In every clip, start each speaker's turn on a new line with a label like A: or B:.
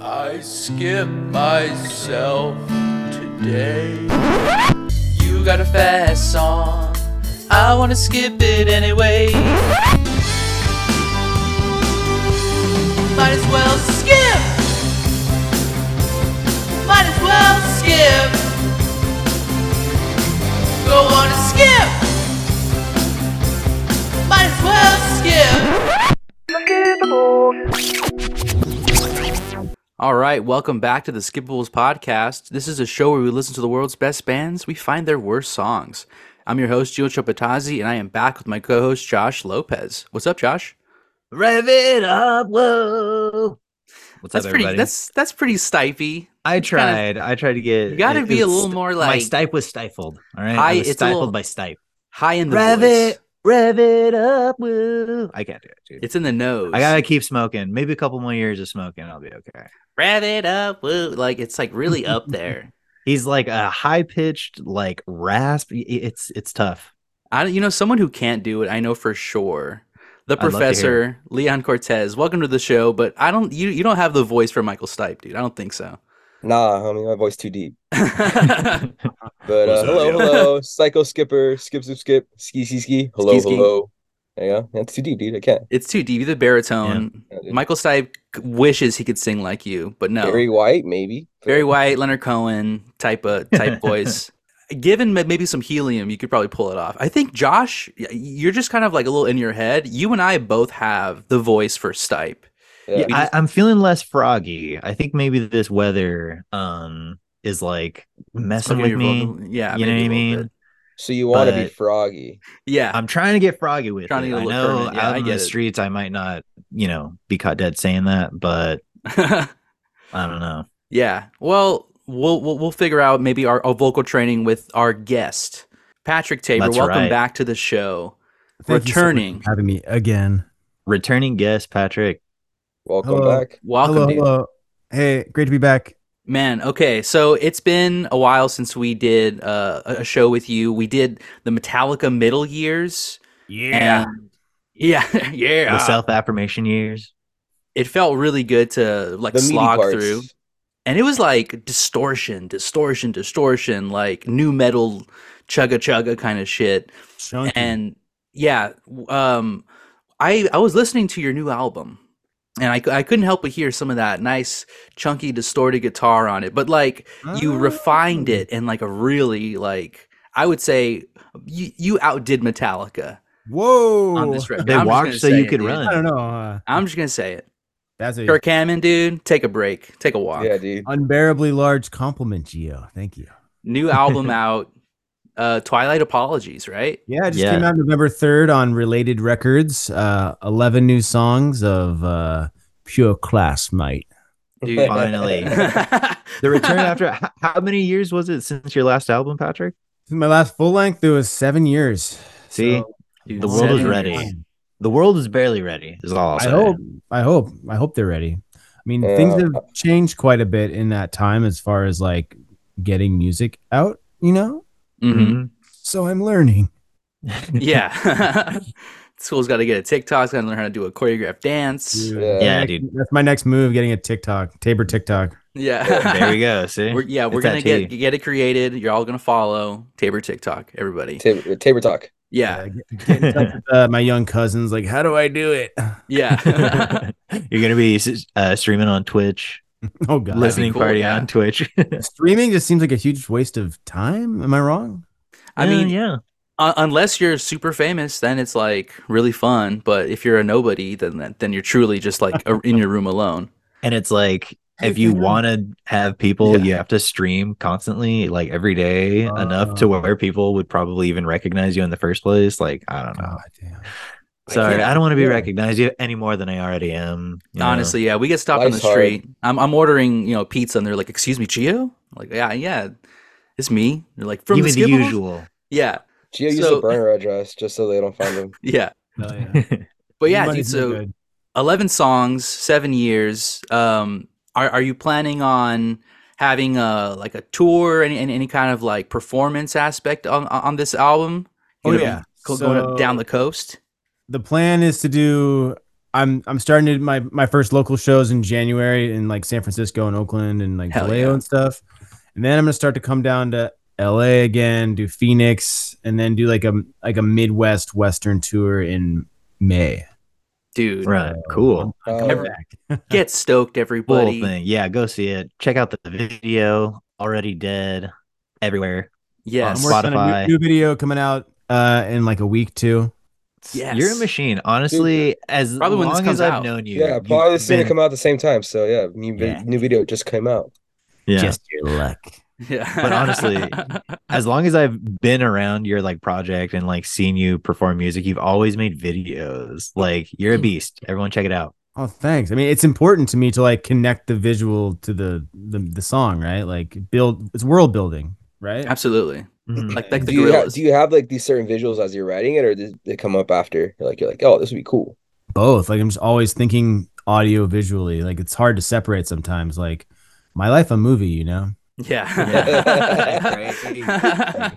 A: I skip myself today. You got a fast song. I wanna skip it anyway. Might as well skip. Might as well skip. Go on and skip. Might as well skip.
B: All right, welcome back to the Skippables podcast. This is a show where we listen to the world's best bands. We find their worst songs. I'm your host Gio Chopatazzi, and I am back with my co-host Josh Lopez. What's up, Josh?
C: Rev it up, whoa! What's
B: that's
C: up,
B: pretty.
C: everybody?
B: That's that's pretty stipey.
C: I tried. I tried to get.
B: You got to
C: it-
B: be a
C: it's-
B: little more
C: my
B: like
C: stipe was stifled. All right,
B: Hi,
C: I was
B: it's a
C: stifled
B: little-
C: by stipe.
B: high in the
C: Rev
B: voice.
C: it, rev it up, whoa! I can't do it, dude.
B: It's in the nose.
C: I gotta keep smoking. Maybe a couple more years of smoking, I'll be okay.
B: rev it up. Woo. Like it's like really up there.
C: He's like a high pitched, like rasp. I- I- It's it's tough.
B: I don't- you know someone who can't do it. I know for sure. The
C: I'd love to hear it.
B: professor Leon Cortez. Welcome to the show, but I don't. You you don't have the voice for Michael Stipe, dude. I don't think so.
D: Nah, homie, my voice too deep.
B: Hello,
D: But uh,
C: What's up,
D: hello,
C: yo?
D: hello, psycho skipper, skip, skip, skip, ski, ski, ski. Hello,
B: Ski, ski.
D: hello. There you go. That's too deep, dude. I can't.
B: It's too deep. You're the baritone.
D: Yeah, dude.
B: Michael Stipe wishes he could sing like you, but no.
D: Barry
B: Very,
D: White, maybe.
B: White, Leonard Cohen type of type voice. Given ma- maybe some helium, you could probably pull it off. I think Josh, y- you're just kind of like a little in your head. You and I both have the voice for Stipe.
D: Yeah.
C: Yeah,
B: we
C: I,
B: just-
C: I'm feeling less froggy. I think maybe this weather um is like messing
B: Okay,
C: with
B: your
C: me.
B: vocal- yeah,
C: you
B: maybe
C: know what I
B: a little
C: mean?
B: bit.
D: So you want to be
C: But-
D: froggy.
B: Yeah,
C: I'm trying to get froggy with
B: Trying to
C: it.
B: get a
C: I
B: little
C: know
B: permanent. Yeah,
C: out
B: I
C: in
B: get
C: the
B: it.
C: streets I might not, you know, be caught dead saying that, but Uh, I don't know.
B: yeah. Well, we'll we'll, we'll figure out maybe our, our vocal training with our guest Patrick Tabor.
C: That's
B: Welcome
C: right.
B: back to the show.
E: Thank you so much for
B: Returning.
E: having me again.
C: Returning guest Patrick.
D: Welcome
E: Hello.
D: back.
B: Welcome,
E: hello,
B: dude.
E: hello. Hey, great to be back.
B: Man, okay, so it's been a while since we did uh, a a show with you. We did the Metallica middle years. and- yeah, yeah.
C: The self affirmation years.
B: It felt really good to like
D: The meaty
B: slog
D: parts.
B: through, and it was like distortion, distortion, distortion, like new metal, chugga chugga kind of shit.
E: Chunky.
B: And yeah, w- um, I I was listening to your new album, and I cou- I couldn't help but hear some of that nice chunky distorted guitar on it, but like.
E: Ah.
B: you refined
C: Oh.
B: it in like a really like I would say you you outdid Metallica
E: Whoa.
B: on this record.
C: They
B: I'm just
C: walked
B: gonna
C: so
B: say
C: you
B: it,
C: could
B: dude.
C: run.
E: I don't know. Uh,
B: I'm just gonna say it.
E: that's a
B: Kirk Hammond, dude, take a break, take a walk.
D: Yeah, dude.
E: unbearably large compliment, Gio. Thank you.
B: New album out. Uh, Twilight Apologies, right?
E: Yeah, it just
C: Yeah.
E: came out November 3rd on Related Records. Uh, 11 new songs of uh, pure class, mate.
B: Dude.
C: Finally.
B: the
C: The return after h- how many years was it since your last album, Patrick?
E: This is my last full length. It was seven years.
C: See?
E: So,
C: The world is
E: seven
C: ready.
E: years.
C: The world is barely ready, is all I'll
E: I
C: say.
E: hope. I hope. I hope they're ready. I mean, things
D: Yeah.
E: have changed quite a bit in that time as far as like getting music out, you know?
B: hmm
C: Mhm.
E: So I'm learning.
B: Mm-hmm. Yeah. School's got to get a TikTok. Got to learn how to do a choreographed dance.
D: Yeah.
C: Yeah,
E: Next-
C: dude.
E: That's my next move getting a TikTok, Tabor TikTok.
B: Yeah.
C: there we go. See?
B: We're, yeah, we're
C: It's that
B: gonna get
C: tea.
B: get it created. You're all gonna follow Tabor TikTok, everybody.
D: Tab- Tabor talk.
B: yeah,
E: Uh, get- get in touch with, uh, my young cousins, like, how do I do it?
B: yeah.
C: You're gonna be uh, streaming on Twitch,
E: oh, God.
B: Listen-
C: listening
B: cool,
C: party
B: yeah.
C: on Twitch.
E: Streaming just seems like a huge waste of time. Am I wrong?
B: I
C: Yeah,
B: mean,
C: yeah,
B: un- unless you're super famous, then it's like really fun. But if you're a nobody, then then you're truly just like a, in your room alone.
C: and it's like if
E: Everything
C: you
E: else.
C: want to have people,
B: Yeah.
C: you have to stream constantly, like every day, enough to
B: Uh.
E: Oh.
C: where people would probably even recognize you in the first place. Like, I don't know.
E: God Oh, damn.
D: I
C: Sorry,
D: can't-
C: I, don't want to be
D: yeah.
C: recognized you any more than I already am. you know?
B: Honestly, yeah, we get stopped on the
D: Life's hard.
B: street. I'm I'm ordering you know pizza, and they're like, "Excuse me, Gio?" I'm like, yeah, yeah, it's me. They're like, "From
C: even
B: the,
C: the,
B: Skibbles?"
C: usual.
B: Yeah,
D: Gio used
B: So-
D: a burner address just so they don't find him.
B: yeah,
E: Oh, yeah.
B: but yeah, dude.
E: Money's no
B: So
E: good.
B: 11 songs, seven years. Um, are, are you planning on having a like a tour, any any, any kind of like performance aspect on on this album? You
E: Oh,
B: gonna be
E: yeah.
B: go- going up, down
E: So-
B: the coast.
E: the plan is to do I'm I'm starting to my my first local shows in January in like San Francisco and Oakland and like
B: Hell
E: Vallejo
B: yeah.
E: and stuff, and then I'm gonna start to come down to L.A. again, do Phoenix, and then do like a like a Midwest Western tour in May.
B: dude.
C: Right. Cool.
D: Uh,
B: Get stoked,
C: Cool
B: everybody.
C: thing. Yeah, go see it. Check out the video. Already dead. Everywhere.
B: Yes.
E: I'm working on a
C: Spotify.
E: new, new video coming out uh in like a week too.
B: Yes.
C: You're a machine. Honestly, as
B: Probably when
C: long
B: this comes
C: as I've
B: out.
C: known you.
D: yeah,
C: you've
D: probably it's gonna
C: been-
D: come out at the same time. So yeah, new vi-
E: Yeah.
D: new video just came out.
C: Yeah.
E: Just your luck.
B: Yeah.
C: But honestly, as long as I've been around your like project and like seen you perform music, you've always made videos. Like you're a
B: Hmm.
C: beast. Everyone check it out.
E: Oh, thanks. I mean, it's important to me to like connect the visual to the the, the song, right? Like build it's world building, right?
B: absolutely. Mm-hmm. Like, like the
D: do you have
B: gorillas.
D: do you have like these certain visuals as you're writing it, or does they come up after? You're like you're like, oh, this would be cool.
E: both. Like I'm just always thinking audio visually. Like it's hard to separate sometimes. Like my life a movie, you know.
B: yeah.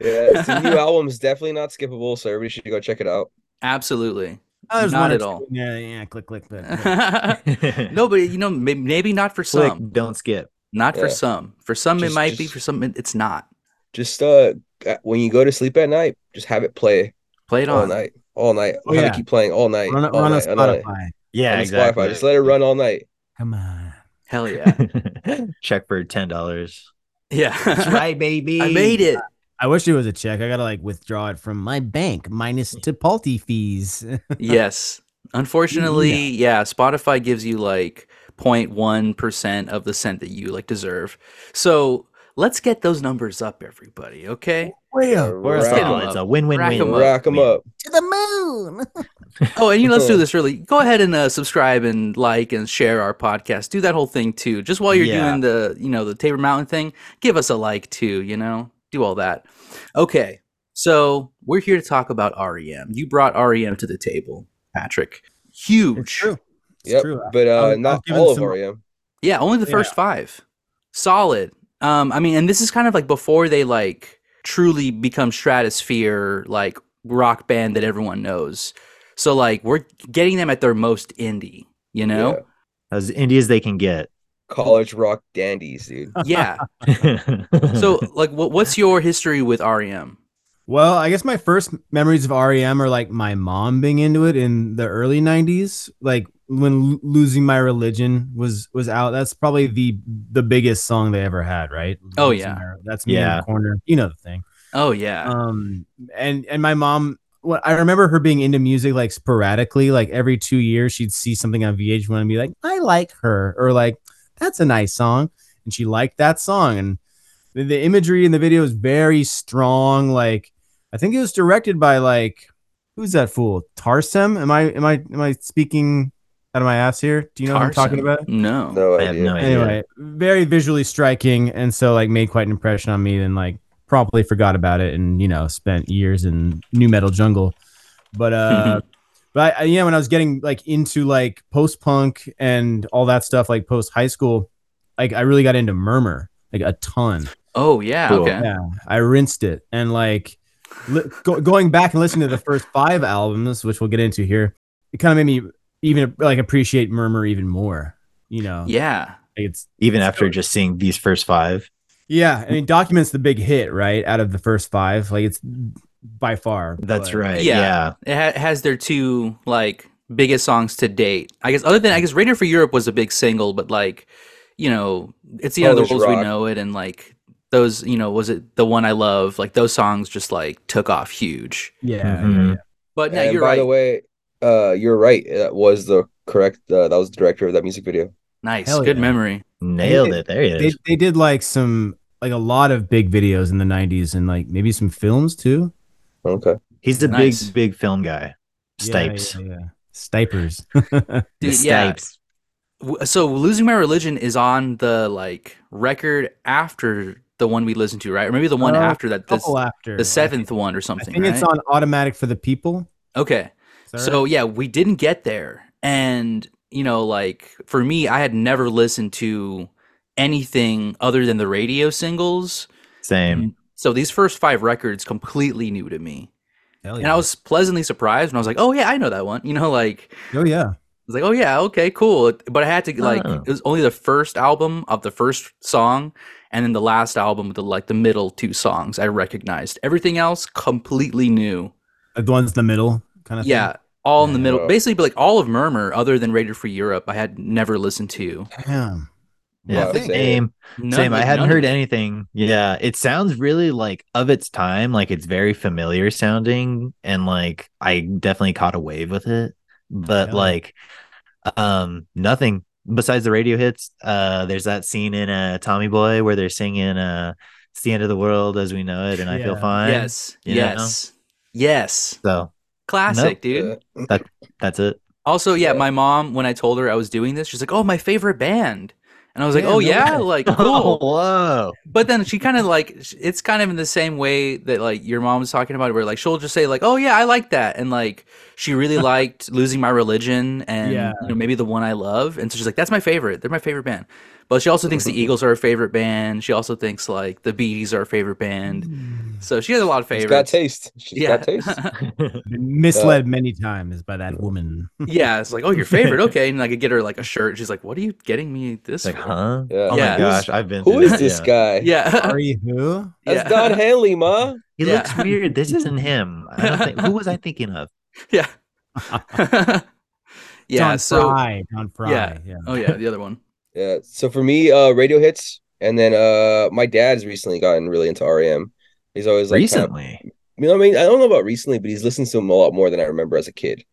D: Yeah, so the new album's definitely not skippable, so everybody should go check it out.
B: absolutely.
E: Oh, there's
B: Not
E: one or
B: at
E: two.
B: all.
E: Yeah, yeah, click, click, but
B: no, but you know, maybe, maybe not for
C: Mm. Click,
B: some.
C: don't skip.
B: Not for
D: Yeah.
B: some. For some, it
D: Just-
B: might be.
D: just-
B: For some, it- it's not.
D: Just uh, when you go to sleep at night, just have it play
B: Play it
D: all
B: on.
D: night, all night.
E: Oh,
D: have
E: yeah.
D: it keep playing all night.
E: run,
D: all
E: run on
D: night, all night.
E: Spotify.
C: Yeah,
D: on
C: exactly.
D: Spotify. Just let it run all night.
E: Come on.
B: Hell yeah.
C: check for ten dollars.
B: Yeah.
C: That's right, baby.
B: I made it.
E: I wish it was a check. I gotta like withdraw it from my bank minus to Palti fees.
B: yes. Unfortunately, yeah. Spotify gives you like 0.1% of the cent that you like deserve. So let's get those numbers up, everybody. Okay.
E: Way
C: We're
D: Rack 'em
C: solid.
B: up.
C: It's a win-win
B: Rack 'em
C: win.
B: up.
D: Rack them up.
E: to the moon.
B: Oh, and you know, let's do this really. Go ahead and uh, subscribe and like and share our podcast. Do that whole thing too. Just while you're
C: Yeah.
B: doing the, you know, the Tabor Mountain thing, give us a like too, you know, do all that. Okay. So we're here to talk about REM. You brought REM to the table, Patrick.
E: It's
B: Huge.
E: true. It's
D: Yep,
E: true.
D: but
E: I'll-
D: uh,
E: I'll
D: not
E: give it
D: all of
E: some-
D: REM.
B: Yeah, only the
E: Yeah.
B: first five. Solid. Um, I mean, and this is kind of like before they like truly become stratosphere like rock band that everyone knows. So like we're getting them at their most indie, you know?
C: As indie as they can get.
D: College rock dandies, dude.
B: Yeah. So like what what's your history with E REM?
E: Well, I guess my first memories of REM are like my mom being into it in the early '90s, like when L- "Losing My Religion" was was out. That's probably the the biggest song they ever had, right?
B: Oh,
E: Losing
B: yeah.
E: My- that's me in
C: Yeah.
E: the corner. You know the thing.
B: Oh yeah.
E: Um, and and my mom, well, I remember her being into music like sporadically, like every two years she'd see something on VH1 and be like, "I like her," or like, "That's a nice song," and she liked that song. And the, the imagery in the video is very strong. Like, I think it was directed by like, who's that fool? Tarsem? Am I am I am I speaking out of my ass here? Do you know what I'm talking
B: Tarzan.
E: about?
B: No.
D: No
C: I have
D: idea.
C: no idea.
E: anyway, very visually striking, and so like made quite an impression on me. Then like promptly forgot about it, and you know spent years in new metal jungle. But uh, but I, I- yeah, when I was getting like into like post punk and all that stuff, like post high school, like I really got into Murmur like a ton.
B: Oh yeah,
C: Cool.
B: okay.
E: Yeah. I rinsed it, and like li- go- going back and listening to the first five albums, which we'll get into here, it kind of made me even like appreciate Murmur even more. You know,
B: Yeah.
E: Like, it's
C: Even after just seeing these first five.
E: yeah, I mean, documents the big hit, right? Out of the first five, like it's by far.
C: That's
E: but-
C: right.
B: Yeah.
C: Yeah.
B: It ha- has their two like biggest songs to date. I guess other than I guess Radio for Europe was a big single, but like you know, it's the end of the
D: Polish
B: world as we
D: Oh, rock.
B: know it, and like those you know, was it the one I love? Like those songs just like took off huge.
E: Yeah.
C: Mhm.
B: But no,
D: and
B: you're
D: by
B: right.
D: the way, uh, you're right. That was the correct. Uh, that was the director of that music video.
B: nice,
E: Hell
B: good
E: yeah.
B: memory.
C: Nailed it. There it
E: They,
C: is.
E: they did like some, like a lot of big videos in the 90s and like maybe some films too.
D: Okay.
C: He's a
B: Nice.
C: big, big film guy. Stipes.
E: Yeah. yeah, yeah. Stipers.
B: Dude,
C: The
B: yeah.
C: Stipes.
B: W- So losing my religion is on the like record after the one we listened to, right? Or maybe the one
E: Uh,
B: after that,
E: Couple
B: the,
E: after.
B: the seventh one or
E: I
B: something.
E: think it's
B: right?
E: on Automatic for the People.
B: okay.
E: Is that
B: So
E: right?
B: yeah, we didn't get there. And you know, like for me, I had never listened to anything other than the radio singles.
C: Same.
B: So these first five records completely new to me.
C: Oh,
E: Hell yeah.
B: And I was pleasantly surprised when I was like, oh yeah, I know that one. You know, like
E: oh yeah.
B: I was like, oh yeah, okay, cool. But I had to like
C: Oh.
B: it was only the first album of the first song, and then the last album, the like the middle two songs I recognized. Everything else completely new.
E: The ones in the middle kind of
B: Yeah, all in the middle.
D: Yeah.
B: Basically, but like all of Murmur, other than Rated for Europe, I had never listened to.
E: thing. Damn.
C: Yeah,
E: Well,
D: thank-
C: same,
B: None-
C: same. I
B: like,
C: hadn't
B: none of
C: heard
B: it.
C: anything. Yeah, it sounds really like of its time. Like it's very familiar sounding, and like I definitely caught a wave with it. But
E: Yeah.
C: like, um, nothing besides the radio hits. Uh, there's that scene in uh Tommy Boy where they're singing uh "It's the End of the World as We Know It" and I feel
E: Yeah.
C: fine.
B: Yes,
C: you know?
B: yes, yes.
C: So
B: Classic,
C: Nope.
B: dude.
D: Yeah.
C: that's it.
B: Also, yeah,
D: Yeah.
B: my mom when I told her I was doing this, she's like, "Oh, my favorite band," and I was like,
E: Yeah,
B: "Oh
E: no
B: yeah,
E: way.
B: like
C: Oh,
B: cool."
C: whoa.
B: but then she kind of like sh- it's kind of in the same way that like your mom was talking about where like she'll just say like oh yeah i like that and like she really liked losing my religion and
E: Yeah.
B: you know, maybe the one i love and so she's like that's my favorite they're my favorite band but she also thinks
C: Mm-hmm.
B: the eagles are her favorite band she also thinks like the beatles are her favorite band so she has a lot of
D: She's got
B: favorites
D: taste. She's
B: yeah
D: got taste.
E: Been misled
B: Uh,
E: many times by that woman.
B: yeah it's like oh your favorite okay and i could get her like a shirt she's like what are you getting me this
C: It's like,
B: for?"
C: huh?
D: Yeah.
C: Oh
B: Yeah.
C: my gosh, I've been.
D: Who
C: through
D: is
C: that,
D: this
C: yeah.
D: guy?
B: yeah
E: Are you who?
B: yeah.
D: That's Don Henley, ma.
C: He
B: Yeah.
C: looks weird. This isn't him. I don't think. Who was I thinking of?
B: yeah yeah
E: John
B: so
E: Fry. John Fry.
B: yeah.
E: Yeah.
B: oh yeah the other one
D: Yeah. So for me, uh, radio hits, and then uh, my dad's recently gotten really into REM. He's always like, uh, kind of-
C: Recently.
D: you know, what I mean, I don't know about recently, but he's listened to him a lot more than I remember as a kid.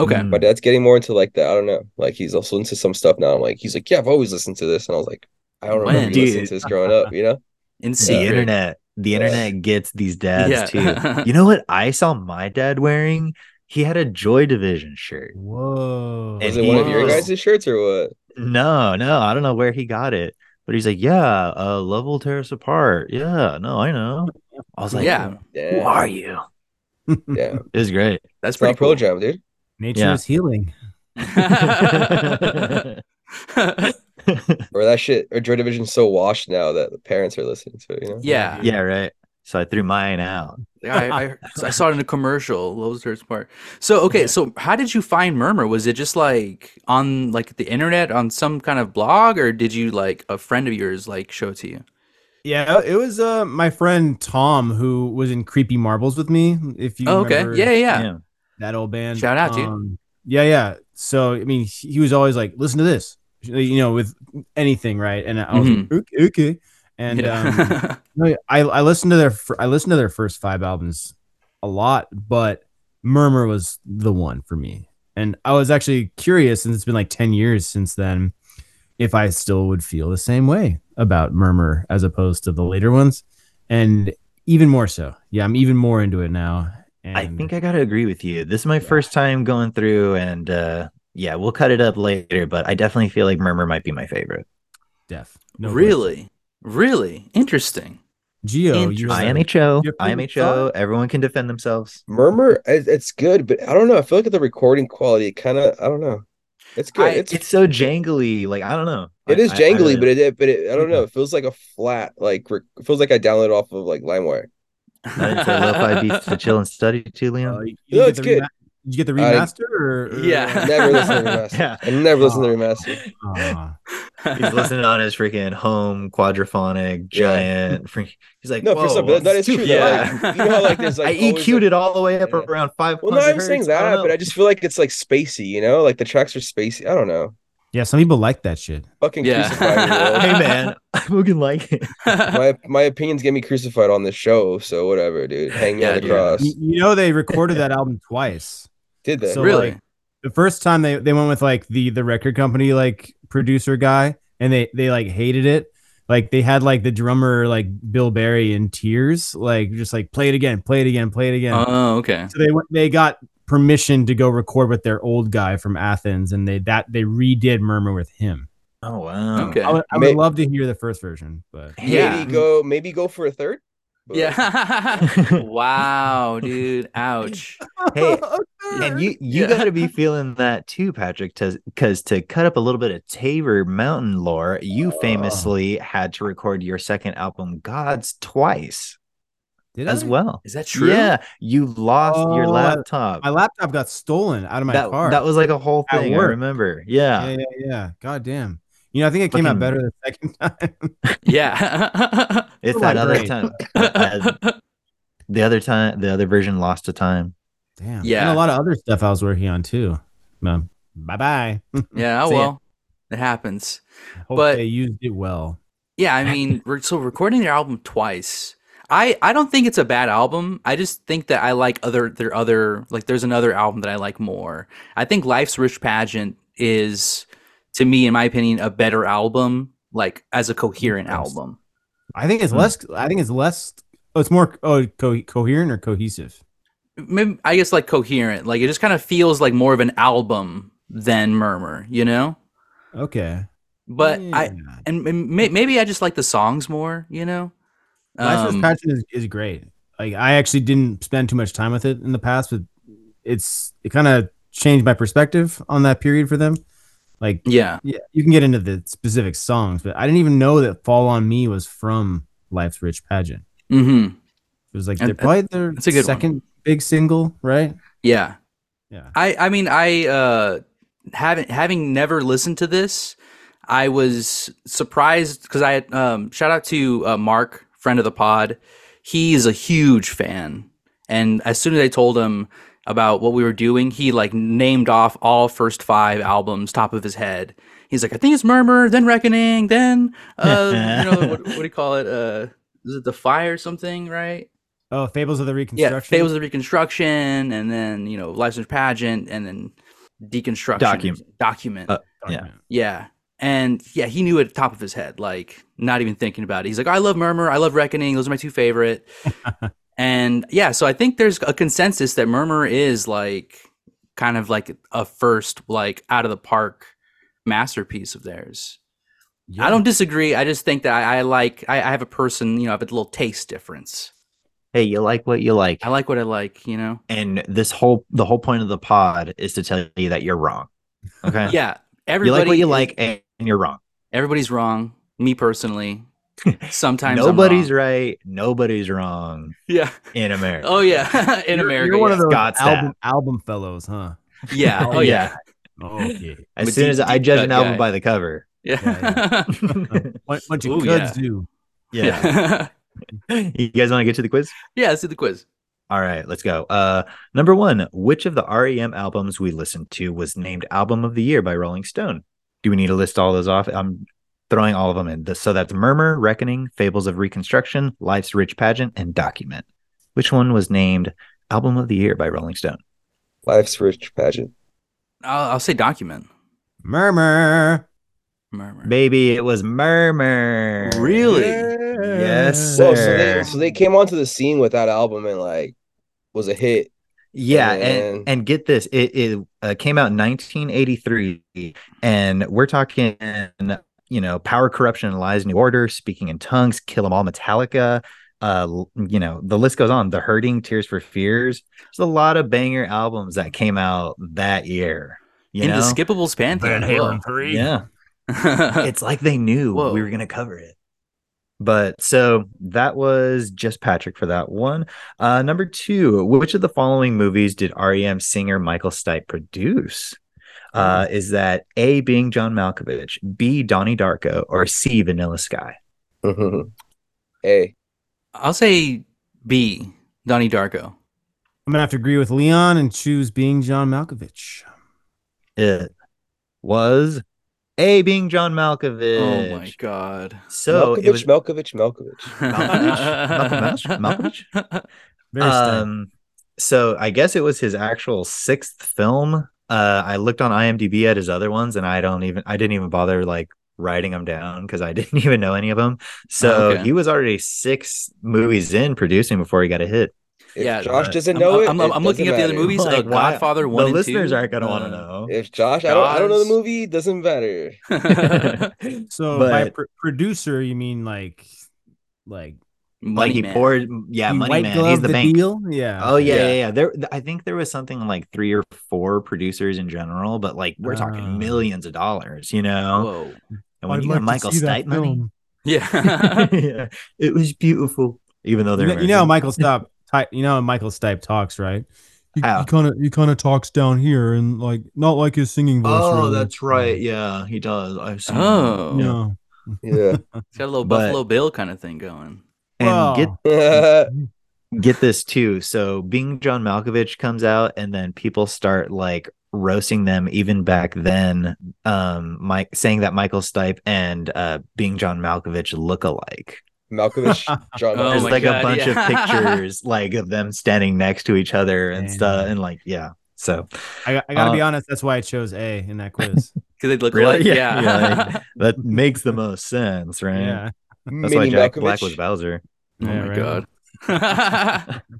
B: okay
C: Mm.
D: But that's getting more into like the I don't know. Like he's also into some stuff now. I'm like, he's like, yeah, I've always listened to this, and I was like, I don't remember
B: When?
D: you listening
C: Dude.
D: to this growing up. You know?
B: in
C: the
B: secret.
C: internet. The internet gets these dads too.
B: yeah.
C: You know what I saw my dad wearing? He had a Joy Division shirt.
E: Whoa.
C: And
D: Was it one of
B: he
D: your
B: was-
D: guys' shirts or what?
C: No, no, I don't know where he got it, but he's like, "Yeah, uh, love will tear us apart." Yeah, no, I know. I was like,
B: Yeah.
C: who
D: Damn.
C: are you?"
D: Yeah. It's
C: It was great.
B: That's
D: not
B: pretty
D: Pearl
B: cool.
D: Jam, dude.
E: Nature
C: Yeah.
E: is healing.
D: Or that shit. Or Joy Division's so washed now that the parents are listening to it. You know?
B: yeah,
C: yeah, right. So I threw mine out.
B: I, I, I saw it in a commercial. Lowe's Dirt Smart. So okay, so how did you find Murmur? Was it just like on like the internet on some kind of blog, or did you like a friend of yours like show it to you?
E: Yeah, it was uh my friend Tom who was in Creepy Marbles with me. If you
B: Oh, okay,
E: remember
B: yeah, yeah, yeah.
E: that old band.
B: Shout out, dude.
E: Um, yeah, yeah. So I mean, he he was always like, "Listen to this," you know, with anything, right? And I was like, "Okay, okay." And um,
B: Mm-hmm. Yeah.
E: No, I I listened to their fir- I listened to their first five albums a lot, but Murmur was the one for me. And I was actually curious, since it's been like ten years since then, if I still would feel the same way about Murmur as opposed to the later ones, and even more so. Yeah, I'm even more into it now. And
C: I think I gotta agree with you. This is my first time going through, and uh, yeah, we'll cut it up later. But I definitely feel like Murmur might be my favorite.
E: deaf.
B: really, really interesting.
E: Geo, you
B: Interesting.
E: have-
C: IMHO,
E: Your favorite
C: IMHO. Everyone can defend themselves.
D: Murmur, it- it's good, but I don't know. I feel like the recording quality kind of, I don't know. It's good.
B: I-
D: it's
C: It's so jangly. Like I don't know.
D: it is jangly, but it, it but it, I don't
C: Yeah.
D: know. It feels like a flat, like rec- it feels like I downloaded off of like LimeWire.
C: I didn't say lo-fi beats to chill and study to,
E: uh,
C: Liam.
E: you
D: No,
E: get
D: it's
E: the
D: good.
E: rema- Did you get the
D: I-
E: remaster? or, or-
B: Yeah.
D: Never listen to the remaster.
C: yeah,
D: I never listen to the remaster.
E: Aw.
C: he's listening on his freaking home quadraphonic
D: Yeah.
C: giant. freak- He's like,
D: No,
C: Whoa,
D: for some, that, that is
C: that's too-
D: true. though.
B: yeah.
D: Like, you know how like there's like
C: I
D: always,
C: EQ'd
D: like-
C: it all the way up
D: Yeah.
C: around five.
D: Well, no, I'm saying that, but I just feel like it's like spacey. You know, like the tracks are spacey. I don't know.
E: yeah, some people like that shit.
D: Fucking
B: Yeah.
D: crucified.
C: hey man, I fucking like it.
D: my my opinions get me crucified on this show, so whatever, dude. Hang me
B: Yeah,
D: on the
B: dude.
D: cross.
E: You, you know they recorded that album twice.
D: Did that?
E: So,
B: really?
E: like, The first time they, they went with like the the record company like producer guy and they they like hated it. Like they had like the drummer like Bill Berry in tears, like just like play it again, play it again, play it again.
B: Oh, okay.
E: so they went they got permission to go record with their old guy from Athens and they that they redid Murmur with him.
C: Oh wow.
B: Okay.
E: I would, I
D: May-
E: would love to hear the first version, but
D: maybe
B: yeah.
D: go maybe go for a third. But-
B: Yeah. wow, dude. Ouch.
C: Hey, and you you
B: Yeah.
C: got to be feeling that too, Patrick, because to cut up a little bit of Tabor Mountain lore, you famously had to record your second album, Gods, twice.
E: Did
C: as
E: I?
C: well.
B: Is that true?
C: Yeah, you lost your
E: Oh,
C: laptop.
E: My laptop got stolen out of my
C: that,
E: car.
C: that was like a whole
E: At
C: thing. I
E: work.
C: remember. Yeah.
E: yeah, yeah, yeah. God damn. You know, I think it came out
C: Fucking-
E: better the second time.
B: Yeah.
C: It's
E: for my
C: that other
E: brain.
C: time. uh, the other time, the other version lost to time.
E: damn.
B: Yeah.
E: And a lot of other stuff I was working on too. Um, bye bye.
B: yeah.
E: See ya.
B: Well, it happens.
E: Hope
B: But-
E: they used it well.
B: Yeah, I mean, re- so recording their album twice. I I don't think it's a bad album. I just think that I like other their other like there's another album that I like more. I think Life's Rich Pageant is to me in my opinion a better album like as a coherent
E: Interesting.
B: album.
E: I think it's
C: Hmm.
E: less. I think it's less. Oh, it's more oh, co- coherent or cohesive.
B: Maybe I guess like coherent. Like it just kind of feels like more of an album than Murmur, you know?
E: Okay.
B: But
C: Hmm.
B: I
E: Yeah.
B: and, and may, maybe I just like the songs more, you know?
E: Life
B: Um,
E: is Passion is, is great. Like I actually didn't spend too much time with it in the past, but it's it kind of changed my perspective on that period for them. Like
B: yeah.
E: yeah, you can get into the specific songs, but I didn't even know that "Fall on Me" was from Life's Rich Pageant.
B: Mhm.
E: It was like
B: And-
E: they're probably their
B: that's a good one.
E: second big single, right?
B: Yeah.
E: Yeah.
B: I I mean I uh haven't having never listened to this, I was surprised because I had um shout out to uh, Mark, friend of the pod. He is a huge fan, and as soon as I told him about what we were doing, he like named off all first five albums top of his head. He's like, I think it's Murmur, then Reckoning, then uh, you know what, what do you call it? Uh, is it the fire or something, right?
E: Oh, Fables of the
B: yeah,
E: Reconstruction.
B: Fables of Reconstruction, and then you know License Pageant, and then Deconstruction
C: Document.
B: document.
C: Uh,
E: Document.
B: yeah, and yeah, he knew at the top of his head, like not even thinking about it. He's like, I love Murmur, I love Reckoning. Those are my two favorite. and yeah, so I think there's a consensus that Murmur is like kind of like a first, like out of the park masterpiece of theirs. I
E: Yeah.
B: don't disagree. I just think that I, I like I, I have a person, you know, I have a little taste difference.
C: Hey, you like what you like.
B: I like what I like, you know.
C: and this whole the whole point of the pod is to tell you that you're wrong. Okay.
B: yeah
C: You
B: everybody
C: like what you
B: is-
C: like eh? and you're wrong.
B: everybody's wrong me personally sometimes I'm
C: Nobody's
B: wrong.
C: right. Nobody's wrong
B: yeah
C: in America.
B: oh yeah in
E: You're-
B: america
E: You're one of
B: yeah.
E: those
C: Scott's
E: album, album fellows, huh?
B: yeah oh yeah
E: Okay.
C: As
B: With
C: soon
B: deep-
C: as I
B: deep
C: judge
B: cut
C: an album
B: guy.
C: by the cover.
B: yeah
E: What, what you
B: Ooh,
E: could
B: yeah.
E: do.
C: yeah.
B: yeah
C: you guys want to get to the quiz?
B: yeah let's do the quiz
C: All right, let's go. Uh, number one, which of the REM albums we listened to was named Album of the Year by Rolling Stone? Do we need to list all those off? I'm throwing all of them in. The- So that's Murmur, Reckoning, Fables of Reconstruction, Life's Rich Pageant, and Document. Which one was named Album of the Year by Rolling Stone?
D: Life's rich pageant.
B: i'll, I'll say document
E: Murmur.
B: murmur
C: Baby, it was Murmur.
B: Really?
C: Yes,
D: Whoa, so they
C: Sure.
D: so they came onto the scene with that album and like was a hit.
C: Yeah,
D: Man.
C: and and get this, it it uh, came out in 1983, and we're talking, you know, Power, Corruption, and Lies, New Order, Speaking in Tongues, Kill 'Em All, Metallica, uh, l- you know, the list goes on. The Hurting, Tears for Fears. There's a lot of banger albums that came out that year. You know,
B: indescapable's pantheon whoa.
E: three.
C: yeah, it's like they knew
B: Whoa.
C: we were gonna cover it. But so that was just Patrick for that one. Uh, number two, which of the following movies did REM singer Michael Stipe produce? Uh,
B: Hmm.
C: is that A being John Malkovich, B Donnie Darko, or C Vanilla Sky? Mm-hmm.
D: hey,
B: i'll say b donnie darko
E: I'm gonna have to agree with Leon and choose being John Malkovich.
C: It was A being John Malkovich.
B: oh my god
C: So
D: Malkovich,
C: it was
D: Malkovich, Malkovich.
C: Malkovich? Malkovich? Malkovich?
E: Very um,
C: Um, so I guess it was his actual sixth film. Uh, I looked on IMDb at his other ones, and I don't even I didn't even bother like writing them down because I didn't even know any of them.
E: Oh,
C: So
B: Okay.
C: he was already six movies in producing before he got a hit.
D: If
B: Yeah,
D: Josh
C: uh,
D: doesn't
B: I'm-
D: know it.
B: I'm,
D: it
B: I'm, I'm looking
D: doesn't
B: at the other
D: matter.
B: movies. uh,
C: Like, why-
B: Godfather
C: the
B: one and two. Uh,
C: listeners aren't gonna want to know.
D: If Josh, I don't, I don't know
B: Josh.
D: the movie. Doesn't matter.
B: know.
E: so by
C: but
E: pr- producer, you mean like, like
C: like he poured, yeah,
E: you
C: money
E: white
C: man.
E: glove
C: He's the, bank.
E: deal? Yeah.
C: Oh yeah,
B: Yeah.
C: yeah, yeah, There, th- I think there was something like three or four producers in general, but like we're
E: Ah.
C: talking millions of dollars, you know.
B: Whoa.
C: And when
E: I'd
C: you
E: like
C: got
E: to
C: Michael
E: see that
C: Stipe money,
E: film.
B: Yeah.
C: yeah, it was beautiful. even though
E: You
C: they're
E: know, you know Michael Stipe. ty- You know Michael Stipe talks, right? He
C: How?
E: kind of he kind of talks down here and like not like his singing voice.
C: Oh,
E: really.
C: that's right. Yeah, he does. I've seen.
B: Oh,
E: Yeah.
D: Yeah.
B: it's got a little
C: But-
B: Buffalo Bill kind of thing going.
C: And
E: Wow.
C: get
D: yeah.
C: get this too. So being John Malkovich comes out, and then people start like roasting them even back then. Um, Mike saying that Michael Stipe and uh being John Malkovich look alike.
D: Malkovich, John
B: Oh
C: There's
D: Malkovich.
B: my
C: like
B: God,
C: a bunch
B: yeah.
C: of pictures like of them standing next to each other and
E: Man.
C: stuff, and like yeah. So
E: I, I gotta
C: Uh,
E: be honest. That's why I chose A in that quiz.
B: Because they look
C: Really?
B: like, yeah. Oh,
C: Yeah. Yeah. that makes the most sense, right?
E: yeah.
C: That's why
D: Mini
C: Jack
D: Malkovich.
C: Black was Bowser.
B: oh
E: Yeah,
B: my
E: right.
B: God.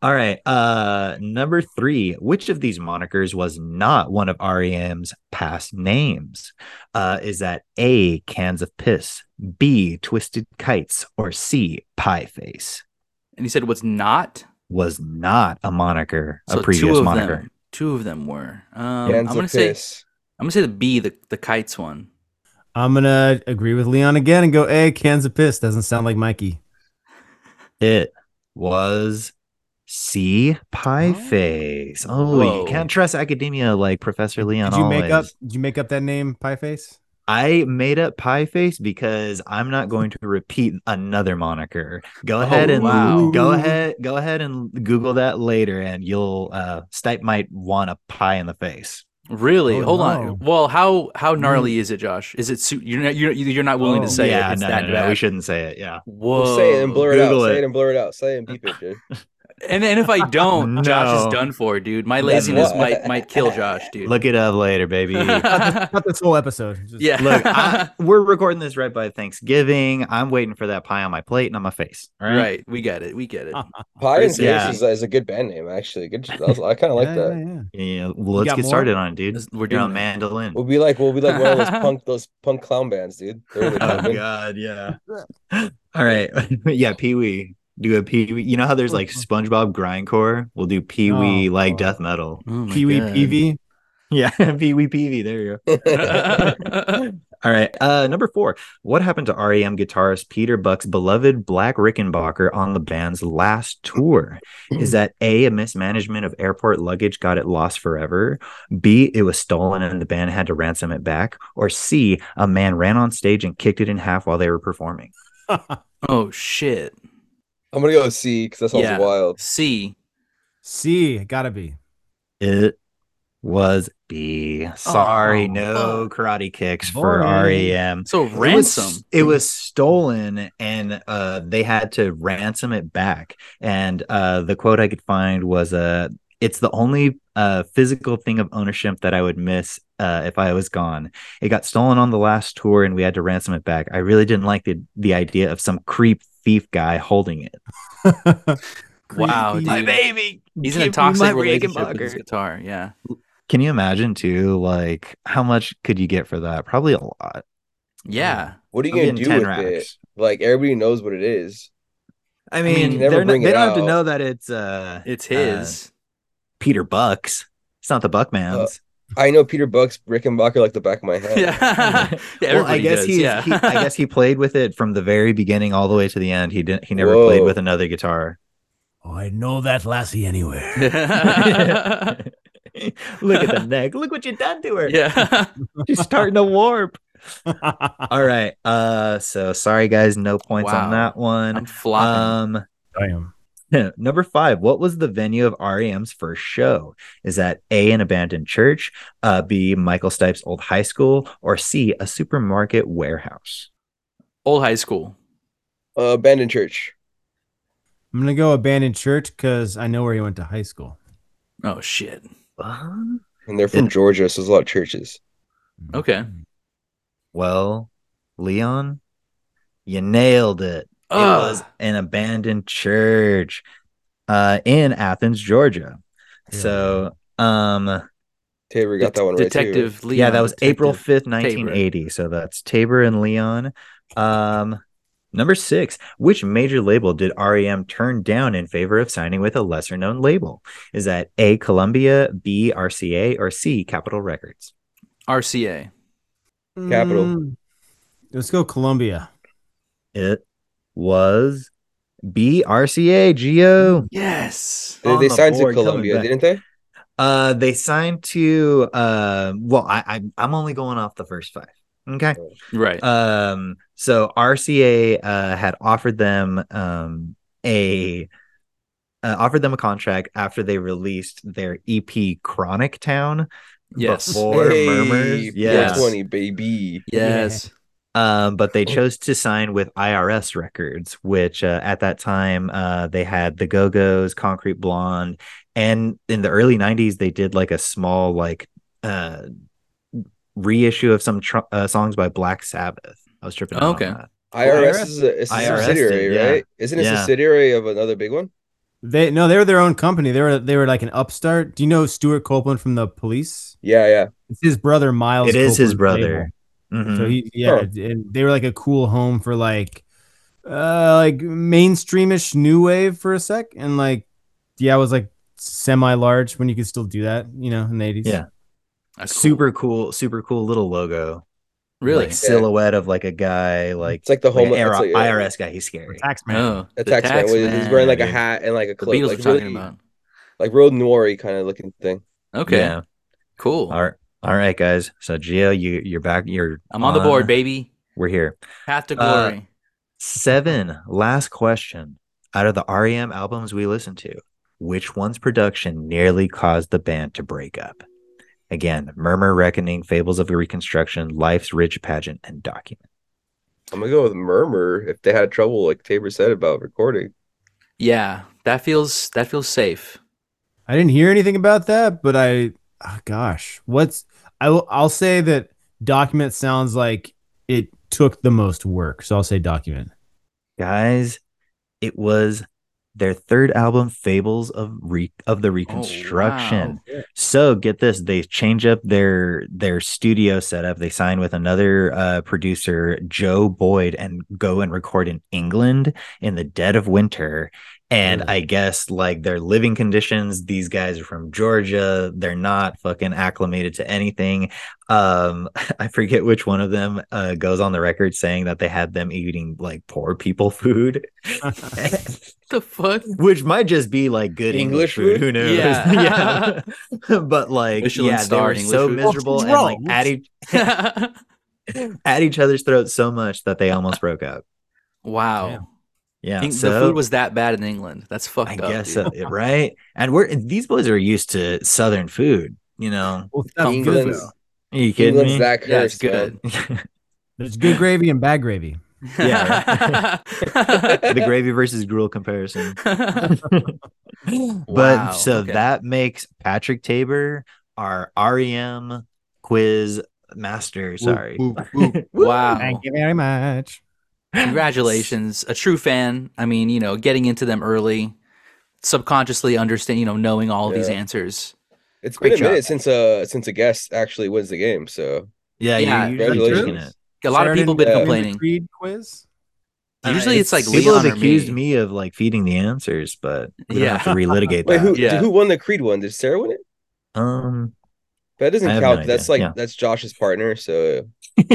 C: All right. Uh number 3, which of these monikers was not one of REM's past names? Uh is that A cans of piss, B twisted kites, or C pie face?
B: and he said what's not?
C: Was not a moniker,
B: So
C: a previous
B: two of
C: moniker.
B: them. Two of them were. Um, I'm
D: Cans
B: gonna
D: of
B: say
D: piss.
B: I'm gonna say the B, the the kites one.
E: I'm gonna agree with Leon again and go A. Cans of piss doesn't sound like Mikey.
C: It was C pie
E: Oh.
C: face. Oh,
B: Whoa.
C: you can't trust academia like Professor Leon
E: Did you make up?
C: always.
E: Did you make up that name, Pie Face?
C: I made up Pie Face because I'm not going to repeat another moniker. Go ahead and
B: wow.
C: go ahead, go ahead and Google that later, and you'll uh, Stipe might want a pie in the face.
B: Really?
E: Oh,
B: Hold
E: no.
B: on. Well, how how
C: Mm.
B: gnarly is it, Josh? Is it su- you're not you're, you're not willing to
E: Oh,
B: say
C: yeah,
B: it? It's
C: no,
B: that
C: no, no,
B: bad.
C: we shouldn't say it. Yeah,
B: Whoa.
D: Well, say it and blur it out.
C: Google
D: Say
C: it.
D: it and blur it out. Say it and beep it, dude.
B: And then if I don't, Josh
C: No.
B: is done for, dude. My laziness
D: what-
B: might might kill Josh, dude.
C: look it up later, baby.
B: yeah.
E: Not this whole episode. Just-
C: Look, I, we're recording this right by Thanksgiving. I'm waiting for that pie on my plate and on my face. All right. Oh,
B: right. We get it. We get it.
D: Pie and
C: Yeah.
D: Face is, is a good band name, actually. Good. that was- I kind of like
E: yeah,
D: that.
E: yeah, yeah.
C: Yeah, well, let's
E: got
C: get
E: more?
C: started on it, dude.
B: We're
C: You're
B: doing that.
C: on mandolin.
D: We'll be like, we'll be like one of those punk, those punk clown bands, dude. They're really
C: Oh
D: pumping.
C: God, yeah. All right, yeah. Pee Wee, do a Pee Wee. You know how there's like SpongeBob grindcore. We'll do Pee Wee
E: Oh.
C: like death metal.
B: Oh my
E: Pee Wee
B: God.
E: Peevee.
C: Yeah, Pee Wee Pee Wee. There you go. All right, uh, number four. What happened to REM guitarist Peter Buck's beloved Black Rickenbacker on the band's last tour? Is that A, a mismanagement of airport luggage got it lost forever? B, it was stolen and the band had to ransom it back? Or C, a man ran on stage and kicked it in half while they were performing?
B: oh shit.
D: I'm gonna go C because that sounds
B: Yeah.
D: wild.
B: C.
E: C. Gotta be.
C: It was B. Sorry,
B: Oh,
C: no karate kicks for E
E: Boring.
C: REM.
B: So
C: It was-
B: ransom.
C: It was stolen, and uh, they had to ransom it back. And uh, the quote I could find was, uh, "It's the only uh, physical thing of ownership that I would miss uh, if I was gone. It got stolen on the last tour, and we had to ransom it back. I really didn't like the the idea of some creep thief guy holding it.
B: Wow,
E: Creepy.
B: dude.
C: baby,
B: He's in a toxic relationship with his guitar. Yeah.
C: Oh Can you imagine too? Like, how much could you get for that? Probably a lot.
B: Yeah.
D: What are you
C: I'm
D: gonna
C: getting
D: do
C: 10
D: with it?
C: racks.
D: Like everybody knows what it is.
C: I
D: mean,
C: mean,
D: you never
C: they're not,
D: bring it
C: they don't have to
D: out.
C: know that it's uh,
B: It's
C: Uh,
B: his.
C: Peter Bucks. It's not the Buckmans.
D: I know Peter Buck's Rickenbacker like the back of my head.
B: yeah. yeah
C: well, I
B: everybody
C: guess
B: does,
C: he,
B: yeah.
C: he I guess he played with it from the very beginning all the way to the end. He didn't he never
D: Whoa.
C: played with another guitar.
E: Oh, I know that lassie anywhere.
B: yeah.
C: Look at the neck. Look what you done to her. She's starting to warp. All right. Uh so sorry guys, no points
B: Wow.
C: on that one.
B: I'm flopping.
C: Um
E: Damn.
C: Number five, what was the venue of REM's first show? Is that A, an abandoned church, uh, B, Michael Stipe's old high school, or C, a supermarket warehouse?
B: Old high school.
D: Uh, abandoned church.
E: I'm gonna go abandoned church because I know where he went to high school.
B: Oh shit.
D: And they're from
C: Yeah.
D: Georgia, so there's a lot of churches.
B: Okay.
C: Well, Leon, you nailed it. It
B: Ugh.
C: was an abandoned church uh, in Athens, Georgia.
E: Yeah.
C: So, um,
D: Taylor got that one right too.
B: Detective Leon.
C: yeah, that was April
B: Detective.
C: 5th, 1980. So that's Tabor and Leon. Um, number six, which major label did REM turn down in favor of signing with a lesser known label? Is that A, Columbia, B, RCA, or C, Capitol Records?
B: RCA.
D: Capital.
E: Mm, Let's go Columbia.
C: It was B R C A G O.
B: Yes.
D: They,
C: On
D: they
C: the
D: signed to
C: board, coming
D: Columbia,
C: back.
D: didn't they?
C: Uh, they signed to uh. Well, I, I I'm only going off the first five. Okay.
B: Right.
C: Um. So RCA uh had offered them um a uh, offered them a contract after they released their EP Chronic Town.
B: Yes.
C: Before Murmurs.
B: Yes.
C: Yeah.
D: 420, baby.
B: yes.
C: Um, but they chose to sign with IRS Records, which uh, at that time uh, they had the Go Go's, Concrete Blonde, and in the early '90s they did like a small like uh, reissue of some tr- uh, songs by Black Sabbath. I was tripping. out on
B: Okay.
C: that.
D: IRS,
E: IRS?
D: is a, it's a
C: IRS,
D: subsidiary,
C: yeah.
D: right? Isn't it a
C: Yeah.
D: subsidiary of another big one?
E: They no, they were their own company. They were they were like an upstart. Do you know Stuart Copeland from the Police?
D: Yeah, yeah.
E: It's his brother Miles.
C: It is his
E: Copeland's
C: brother.
E: label.
C: Mhm.
E: So he yeah, and they were like a cool home for like uh like mainstreamish new wave for a sec and like yeah, it was like semi large when you could still do that, you know, in the 80s.
C: Yeah.
B: That's cool.
C: super cool, super cool little logo.
B: Really?
C: Like, silhouette of like a guy, like
D: Mm-hmm. It's like the
C: like an
D: home.
C: IR-
D: it's like, uh,
C: IRS guy. He's scary.
E: Taxman.
B: oh,
D: a
B: the
D: tax man.
B: tax
D: with- He's wearing like a
C: dude.
D: hat and like a
B: The
D: cloak,
B: Beatles
D: like
B: were talking
D: really,
B: about.
D: like real noir kind of looking thing.
B: Okay.
C: Yeah.
B: Cool.
C: All right. All right, guys. So Gio, you you're back. You're
B: I'm on the board, baby.
C: We're here.
B: Path to
C: Uh,
B: glory.
C: Seven. Last question. Out of the REM albums we listened to, which one's production nearly caused the band to break up? Again, Murmur, Reckoning, Fables of Reconstruction, Life's Rich Pageant, and Document.
D: I'm gonna go with Murmur if they had trouble, like Tabor said about recording.
B: yeah. That feels that feels safe.
E: I didn't hear anything about that, but I, oh gosh, what's I will I'll say that document sounds like it took the most work, so I'll say document.
C: Guys, it was their third album, Fables of Re- of the Reconstruction. So get this, they change up their their studio setup. They sign with another uh, producer, Joe Boyd, and go and record in England in the dead of winter. And
B: Mm.
C: I guess like their living conditions, these guys are from Georgia. They're not fucking acclimated to anything. Um, I forget which one of them uh, goes on the record saying that they had them eating like poor people food,
B: What the fuck?
C: which might just be like good English, food.
D: English food?
C: Who knows?
B: Yeah.
C: yeah. but like
B: Michelin
C: yeah, they
B: starred
C: were
B: English
C: so
B: food.
C: miserable and like at each at each other's throats so much that they almost broke up.
B: wow.
E: Damn.
C: Yeah,
B: Eng-
C: so
B: the food was that bad in England. That's fucked
C: I
B: up.
C: guess
B: dude.
C: uh, it- right. And we're these boys are used to southern food. You know,
E: Well, that's
B: England's-
E: good,
D: England's,
E: though.
C: are you kidding
D: England's
C: me?
D: that
B: Yeah, it's
D: curse,
B: good.
E: There's good gravy and bad gravy.
C: Yeah, the gravy versus gruel comparison.
B: Wow,
C: but so
B: okay.
C: that makes Patrick Tabor our REM quiz master. Sorry.
B: wow.
E: Thank you very much.
B: Congratulations. A true fan. I mean, you know, getting into them early, subconsciously understand, you know, knowing all of these
D: Yeah.
B: answers.
D: It's
C: Great
D: been a
C: job.
D: minute since uh since a guest actually wins the game. So
C: Yeah,
B: Yeah,
C: you're usually taking
D: congratulations.
C: it.
B: A lot of people been
D: uh,
B: complaining.
E: Creed quiz.
C: Uh,
B: Usually it's, like,
C: people
B: Leon
C: have
B: or
C: accused
B: me.
C: me of like feeding the answers, but we
B: Yeah.
C: don't have to relitigate
D: Wait,
C: that.
D: who
B: Yeah.
D: who won the Creed one? Did Sarah win it?
C: Um,
D: That doesn't
C: I have no
D: count.
C: idea.
D: that's like
C: Yeah.
D: that's Josh's partner, so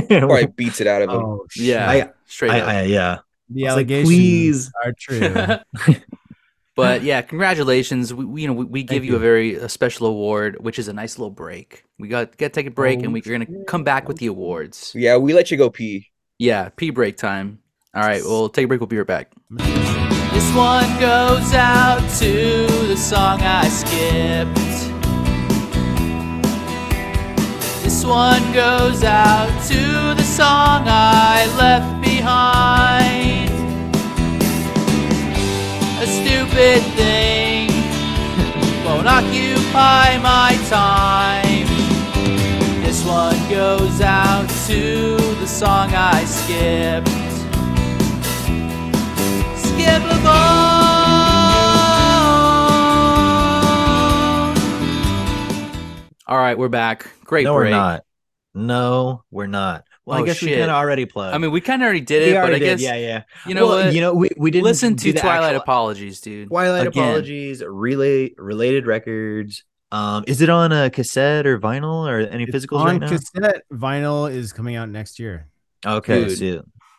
D: probably
C: I,
D: beats it out of him.
E: Oh, shit.
B: Yeah.
C: I-
B: straight up.
C: I, yeah.
E: The
C: I was like,
E: allegations
C: please.
E: are true.
B: but yeah, congratulations. We, we you know we, we give
E: Thank
B: you, a
E: you.
B: very a special award, which is a nice little break. We got got to take a break, and
E: Oh,
B: we, are gonna
E: shit.
B: come back with the awards.
D: Yeah, we let you go pee.
B: Yeah, pee break time. All right, we'll take a break. We'll be right back. This one goes out to the song I skipped. This one goes out to the song I left behind. A stupid thing won't occupy my time. This one goes out to the song I skipped. Skippable. All right, we're back. Great
C: No,
B: break.
C: we're not. No, we're not. Well,
B: Oh,
C: I guess we
B: shit.
C: kind of already plugged.
B: I mean, we kind of already did
C: we
B: it, but
C: already
B: I
C: did.
B: guess
C: yeah, yeah.
B: you know
C: well,
B: what?
C: you know, we, we didn't
B: Listen to
C: do the
B: Twilight
C: actual-
B: Apologies, dude.
C: Twilight
B: Again.
C: Apologies, relay related records. Um, is it on a cassette or vinyl or any
E: It's
C: physicals
E: on
C: right now?
E: cassette. Vinyl is coming out next year.
C: okay,
B: Dude,
C: so-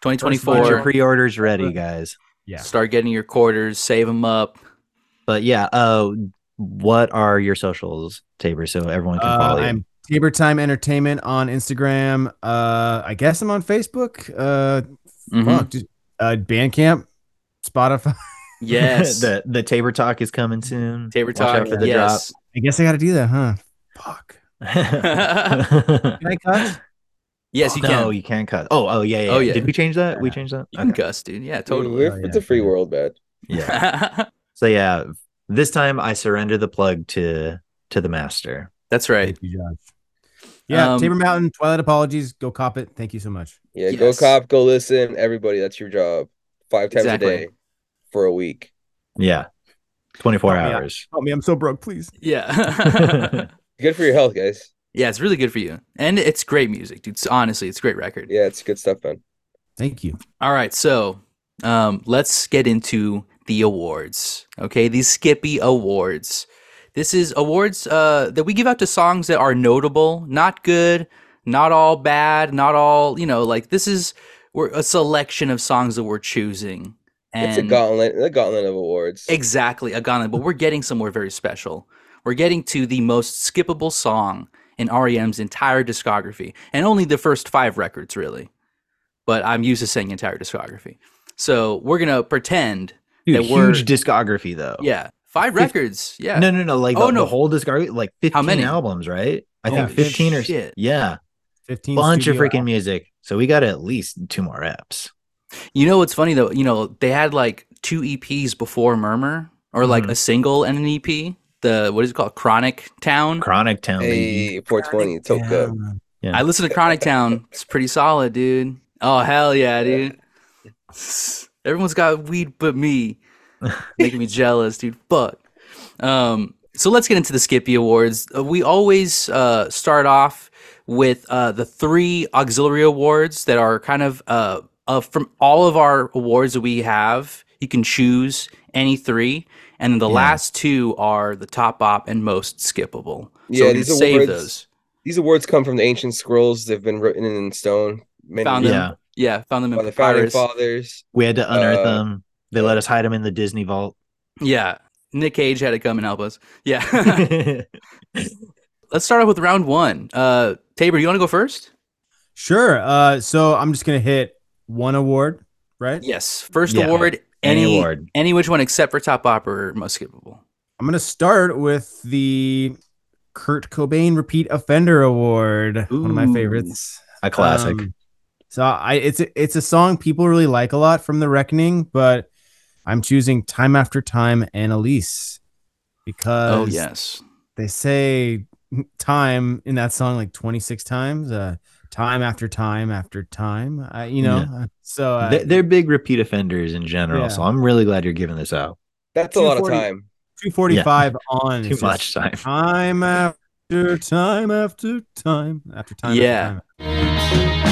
C: bunch of
B: 2024.
C: pre-orders ready, guys.
E: Yeah.
B: Start getting your quarters, save them up.
C: But yeah, uh, what are your socials, Tabor, so everyone can
E: Uh,
C: follow you?
E: I'm Tabor Time Entertainment on Instagram. Uh, I guess I'm on Facebook. Uh,
C: Mm-hmm.
B: Mhm.
E: fuck, just- uh, Bandcamp, Spotify.
B: Yes.
C: the the Tabor Talk is coming soon.
B: Tabor
C: Watch
B: Talk.
C: out for the
B: yes.
E: I guess I got to do that, huh? Fuck.
C: drop.
E: Can I cut?
B: yes, you
C: no,
B: can.
C: you can't cut. Oh, oh yeah, yeah.
B: Oh,
C: yeah.
B: yeah.
C: Did we change that? We
E: Yeah.
C: changed that.
B: You can cuss, dude. Yeah, totally.
D: We're-
E: Oh,
D: It's
E: yeah.
D: a free world, man.
C: Yeah. So yeah, this time I surrender the plug to to the master.
B: That's right.
E: Thank you, Josh. Yeah,
B: Um,
E: Tabor Mountain, Twilight Apologies. Go cop it. Thank you so much.
D: Yeah, go
B: Yes.
D: cop, go listen. Everybody, that's your job. Five times
B: Exactly.
D: a day for a week.
C: Yeah, twenty four
E: Oh, yeah.
C: hours.
E: Help me. I'm so broke, please.
B: Yeah.
D: Good for your health, guys.
B: yeah, it's really good for you. And it's great music, dude. It's- honestly, it's a great record.
D: Yeah, it's good stuff, man.
E: Thank you.
B: All right, so um, let's get into the awards. Okay, these Skippy Awards. This is awards uh, that we give out to songs that are notable, not good, not all bad, not all you know. Like this is we're a selection of songs that we're choosing. And
D: it's a gauntlet, a gauntlet of awards.
B: Exactly, a gauntlet. But we're getting somewhere very special. We're getting to the most skippable song in REM's entire discography, and only the first five records, really. But I'm used to saying entire discography. So we're going to pretend,
C: Dude,
B: That
C: huge
B: we're-
C: discography though.
B: yeah, five
C: Fif-
B: records. Yeah.
C: No, no, no. Like
B: Oh,
C: the,
B: no.
C: the whole discography, like fifteen
B: many? Oh,
C: albums, right? I think
E: Holy
C: fifteen or
B: shit.
C: yeah,
E: 15
C: bunch of
E: studio
C: freaking music. So we got at least two more reps.
B: You know what's funny, though? You know, they had like two EPs before Murmur, or like
C: Mhm.
B: a single and an EP. The, what is it called? Chronic Town.
C: Chronic Town. baby.
D: Hey, 420, it's so good.
E: album.
B: I listened to Chronic Town. It's pretty solid, dude. Oh hell yeah, dude. Everyone's got weed but me. Making me jealous, dude. Fuck. Um, so let's get into the Skippy Awards. Uh, we always uh, start off with uh, the three auxiliary awards that are kind of uh, uh, from all of our awards that we have. You can choose any three, and then the
C: Yeah.
B: last two are the top op and most skippable.
D: Yeah,
B: so we're
D: these
B: gonna save
D: awards-
B: those.
D: These awards come from the ancient scrolls. They've been written in stone. Many
B: Found
C: Yeah.
B: them Yeah, found them in
D: by the founding
B: papyrus.
D: fathers.
C: We had to unearth
D: Uh,
C: them. They let us hide them in the Disney vault.
B: Yeah. Nick Cage had to come and help us. Yeah. Let's start off with round one. Uh Tabor, you want to go first?
E: Sure. Uh, so I'm just going to hit one award, right?
B: Yes. First
C: Yeah.
B: award, any,
C: Any award.
B: any which one except for top opera or most skippable.
E: I'm going to start with the Kurt Cobain Repeat Offender Award, one of my
C: Ooh.
E: favorites.
C: A classic.
E: Um, so I it's a, it's a song people really like a lot from The Reckoning, but I'm choosing Time After Time and Elise
C: Uh,
E: because
B: oh yes.
E: they say time in that song like 26 times, uh, time after time after time. I, you know, uh, so uh,
C: They- they're big repeat offenders in general.
E: Yeah.
C: So I'm really glad you're giving this out.
D: That's a lot of
E: 240.
D: time.
E: 245 on
C: Too
E: it's just
C: much time.
E: time after time after time after time.
B: Yeah.
E: After time.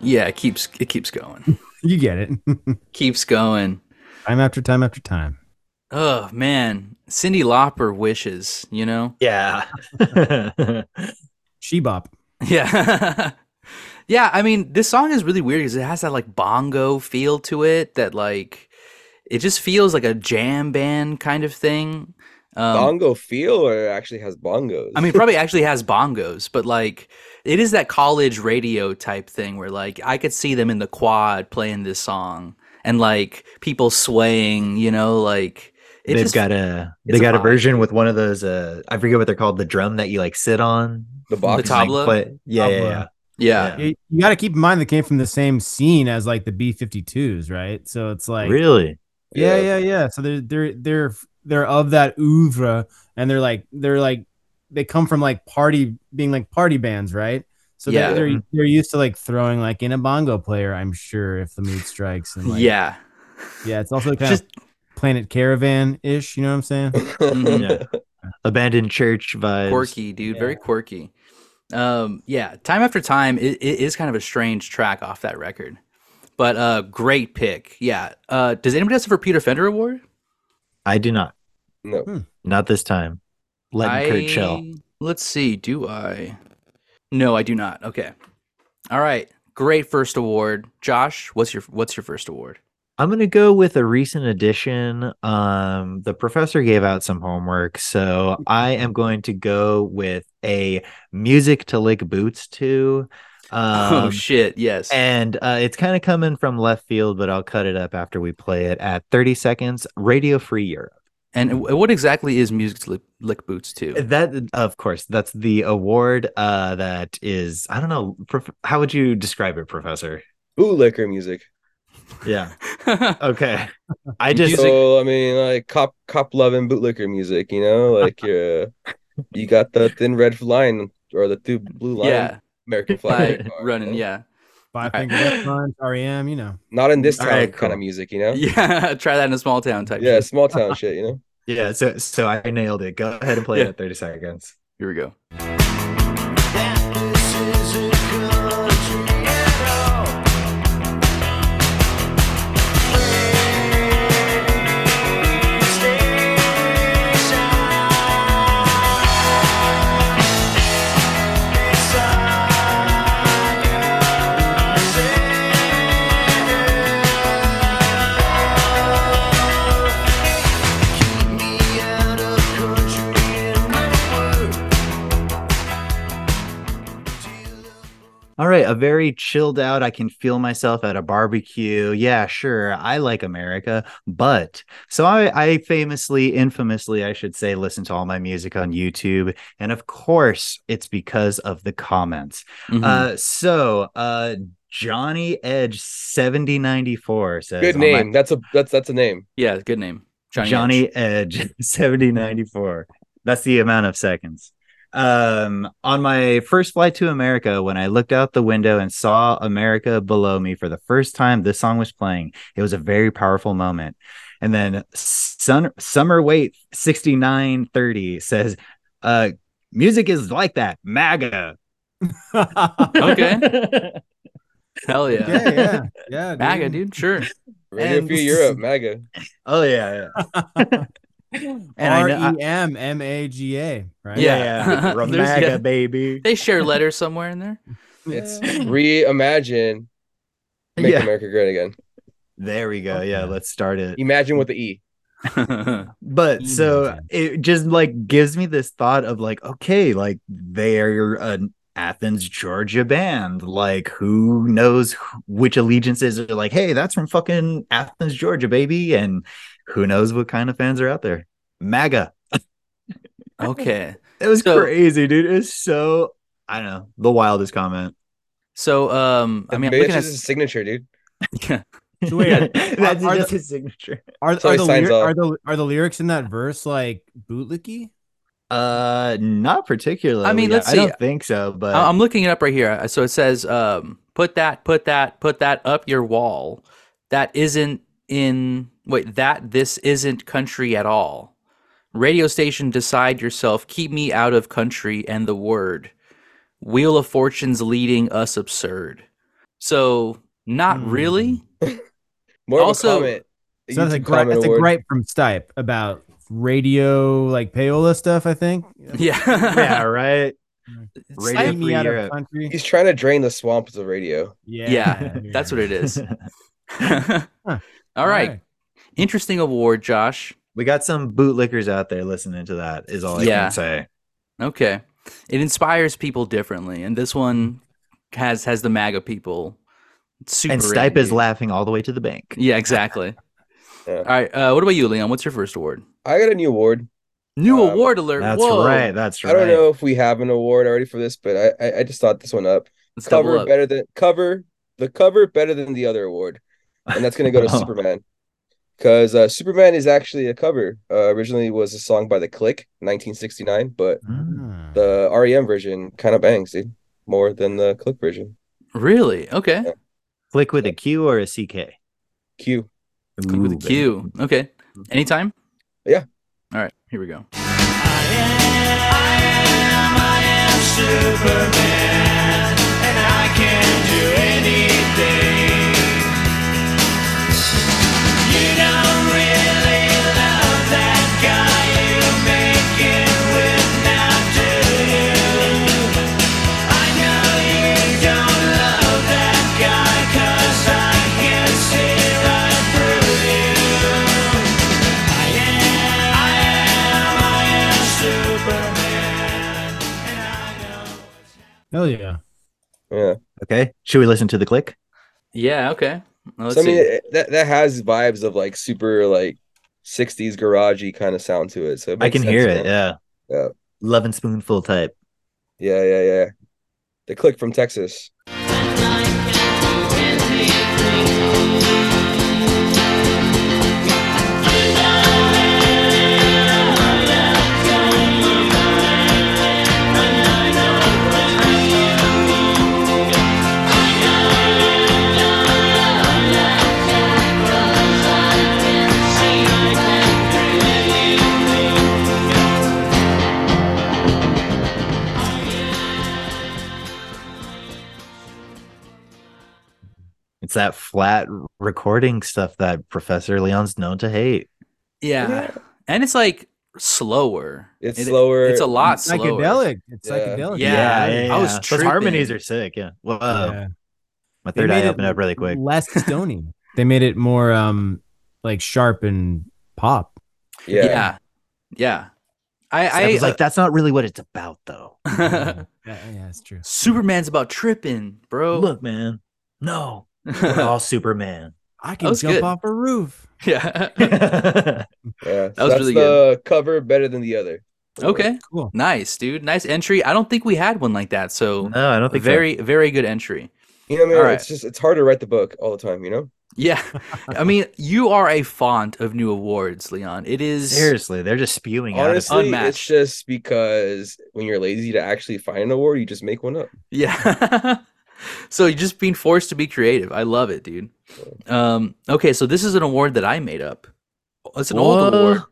B: Yeah, it keeps it keeps going.
E: You get it.
B: keeps going.
E: time after time after time.
B: Oh man. Cindy Lauper wishes, you know?
C: Yeah.
E: Shebop.
B: Yeah. yeah, I mean, this song is really weird because it has that like bongo feel to it that like it just feels like a jam band kind of thing. Um
D: Bongo feel or actually has bongos.
B: I mean, it probably actually has bongos, but like it is that college radio type thing where like I could see them in the quad playing this song and like people swaying, you know, like it
C: They've
B: just
C: got a
B: it's
C: they
B: a
C: got a
B: vibe.
C: version with one of those uh I forget what they're called, the drum that you like sit on.
D: the box.
C: It's like
B: tabla?
C: play- yeah, yeah,
E: Tabla.
C: yeah.
B: yeah.
E: You, got to keep in mind they came from the same scene as like the B52s, right? So it's like
C: really?
E: Yeah, yeah, yeah. So they're they're they're they're of that oeuvre, and they're like they're like they come from like party being like party bands, right? So they're-
B: Yeah.
E: they're, they're used to like throwing like in a bongo player, I'm sure, if the mood strikes. And like,
B: yeah.
E: yeah, it's also kind
B: Just
E: of Planet Caravan ish. You know what I'm saying?
B: Mm-hmm.
C: yeah. Abandoned church vibes.
B: quirky, dude. Very quirky. Um, yeah, time after time, it, it is kind of a strange track off that record, but uh, great pick. Yeah. Uh, does anybody else have a Peter Fender Award?
C: I do not.
D: No.
C: Not this time. Let Kurt chill.
B: I- Let's see. Do I? No, I do not. Okay. All right. Great first award, Josh. What's your What's your first award?
C: I'm gonna go with a recent addition. Um, the professor gave out some homework, so I am going to go with a music to lick boots to.
B: oh
C: Um,
B: shit! Yes.
C: and uh, it's kind of coming from left field, but I'll cut it up after we play it at 30 seconds. Radio Free Europe.
B: And, w what exactly is music to lick, lick boots to?
C: That, of course, that's the award. Uh, that is, I don't know. Prof- how would you describe it, Professor?
D: Bootlicker music.
C: Yeah. Okay. I just.
D: So I mean, like cop cop loving bootlicker music, you know, like you you got the thin red line or the two blue line
B: yeah,
D: American
B: by
D: flag
B: running. Yeah.
E: Five
B: All right.
E: Finger Death Punch, REM. You know,
D: not in this
C: All
D: town
C: right,
D: kind
C: cool.
D: of music, you know. Yeah,
B: Yeah, try that in a small town type. shit.
D: small town shit, you know.
C: Yeah, so so I nailed it. Go ahead and play
B: Yeah.
C: it at 30 seconds.
B: Here we go.
C: All right, a very chilled out. I can feel myself at a barbecue. Yeah, sure. I like America, but so I, I famously, infamously, I should say, listen to all my music on YouTube, and of course, it's because of the comments.
B: Mhm.
D: Mm-hmm.
C: Uh, so uh, Johnny Edge seventy ninety four says,
D: Good
C: "On my-
D: name. That's a that's that's a name.
B: yeah, good name. Johnny. Edge.
C: Johnny Edge, 7094. That's the amount of seconds. Um, on my first flight to America, when I looked out the window and saw America below me for the first time, this song was playing. It was a very powerful moment. And then Sun Summer Wait 6930 says, uh, music is like that. MAGA.
B: Okay. Hell yeah.
E: yeah, yeah, yeah.
B: MAGA, dude. Sure.
D: Radio
C: And-
D: Free Europe, MAGA.
C: oh yeah. and I
E: R
C: know I-
E: E M M A G A, right?
B: Yeah.
C: yeah,
B: There's-
C: MAGA
B: yeah.
C: baby.
B: They share letters somewhere in there.
D: It's reimagine. Make
C: Yeah.
D: America great again.
C: There we go. Yeah,
E: Okay.
C: let's start it.
D: Imagine with the E.
C: but so
E: Imagine.
C: it just like gives me this thought of like okay like they're an athens georgia band like who knows wh- which allegiances are like hey that's from fucking athens georgia baby and who knows what kind of fans are out there maga
B: okay.
C: it was
B: So-
C: crazy dude it's so i don't know the wildest comment
B: So um I mean I'm
D: Maybe
B: looking
D: that's
B: at
D: just his signature, dude.
E: So wait, are-
C: that's
E: are
C: just
E: the-
C: his signature
E: Are,
D: So
E: are,
D: he
E: the
D: signs
E: lyri-
D: off.
E: are the are the lyrics in that verse like bootlicky?
C: uh not particularly
B: let's
C: i
B: see.
C: don't think so but
B: I- I'm looking it up right here. Uh, So it says um put that put that put that up your wall. That isn't in wait, that this isn't country at all. Radio station decide yourself, keep me out of country and the word. Wheel of Fortune's leading us absurd. So not
E: Hmm.
B: really.
D: More
B: Also-
D: of a comment.
E: So that's a
D: YouTube
E: gripe.
D: comment
E: That's a
D: award.
E: gripe from Stipe about radio like payola stuff. I think.
B: Yeah.
C: yeah right
B: It's
C: Radio
B: like-
E: Get me out
C: Europe.
E: of country.
D: He's trying to drain the swamps of radio.
E: Yeah,
B: yeah, that's what it is. All right. Interesting award, Josh.
C: We got some bootlickers out there listening to that, is all I
B: Yeah.
C: can say.
B: Okay. It inspires people differently, and this one has has the MAGA people super.
C: and Stipe
B: into
C: is
B: you.
C: laughing all the way to the bank.
B: Yeah, exactly.
D: Yeah.
B: All right. Uh, what about you, Leon? What's your first award?
D: I got a new award.
B: New
D: Uh,
B: award alert.
C: That's
B: Whoa.
C: right. That's
D: I
C: right.
D: don't know if we have an award already for this, but I I, I just thought this one up.
B: Let's double
D: cover
B: up.
D: better than cover the cover better than the other award, and that's gonna go to
C: Oh.
D: Superman because uh, Superman is actually a cover. Uh, originally was a song by the Click, 1969, but
C: Mm.
D: the REM version kind of bangs, dude. more than the click version.
B: Really? Okay.
C: Click with a Q or a CK.
D: Q.
B: Click with a
C: Ooh,
B: Q.
C: baby.
B: Okay. Anytime?
D: Yeah.
B: All right. Here we go.
E: Hell yeah.
D: Yeah.
C: Okay. Should we listen to the click?
B: Yeah. Okay. Well, let's
D: so I mean
B: see.
D: it, that that has vibes of like super like 60s garagey kind of sound to it. So it
C: I
D: makes
C: can
D: sense,
C: hear it.
D: man.
C: Yeah.
D: Yeah.
C: Love and spoonful type.
D: Yeah, yeah, yeah. The click from Texas.
C: It's that flat r- recording stuff that Professor Leon's known to hate.
B: yeah.
D: Yeah.
B: And it's like slower.
D: It's
B: It-
D: slower.
B: It's a lot slower.
E: Psychedelic. It's
D: Yeah.
E: psychedelic.
B: Yeah, I was
C: Those harmonies
B: tripping.
C: are sick. Yeah. Whoa.
E: Yeah.
C: My
E: They
C: third
E: made
C: eye
E: it
C: opened up really quick.
E: Less stony. they made it more um like sharp and pop.
D: yeah.
B: Yeah. Yeah. I,
C: I,
B: I uh,
C: was like, that's not really what it's about, though.
E: yeah, yeah, that's true.
B: Superman's about tripping, bro.
C: Look, man. No, we're all Superman.
E: I can
B: was
E: jump
B: good.
E: off a roof.
B: yeah.
D: Yeah.
B: was
D: that's
B: really
D: the cover better than the other.
B: Okay.
E: Cool.
B: Nice, dude. Nice entry. I don't think we had one like that. So
C: no, I don't think so.
B: very, very good entry.
D: You know what I mean?
B: All right.
D: It's just it's hard to write the book all the time, you know?
B: Yeah. I mean, you are a font of new awards, Leon. It is
C: Seriously, they're just
B: Oh
C: spewing out. of-
D: Honestly, it's
B: unmatched.
D: just because when you're lazy to actually find an award, you just make one up.
B: Yeah. so you're just being forced to be creative. I love it, dude. Um, okay, so this is an award that I made up. It's an old
C: What?
B: award.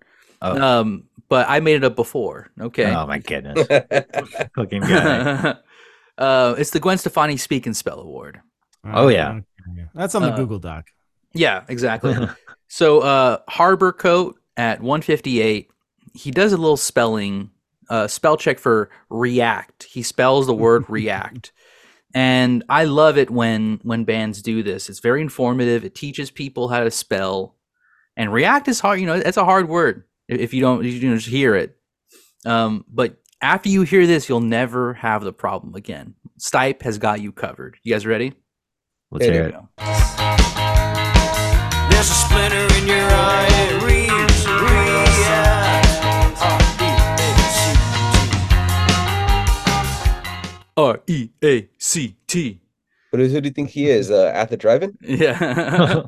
C: Oh.
B: Um, but I made it up before. Okay.
C: Oh my goodness, fucking guy.
B: uh, it's the Gwen Stefani Speak and Spell Award.
C: Oh, yeah.
E: Okay. That's on the
B: Uh,
E: Google Doc.
B: Yeah, exactly. so uh, Harbor Coat at 158, he does a little spelling, uh, spell check for react. He spells the word react. And I love it when when bands do this. It's very informative. It teaches people how to spell. And react is hard, you know, it's a hard word i- if you don't if you don't just hear it. Um, but after you hear this, you'll never have the problem again. Stipe has got you covered. You guys ready?
C: Let's hear
B: Here we
C: it.
B: go.
F: There's a splinter in your eye. It reads,
B: R E A C T.
D: but who do you think he is? Uh, at the drive-in?
B: Yeah.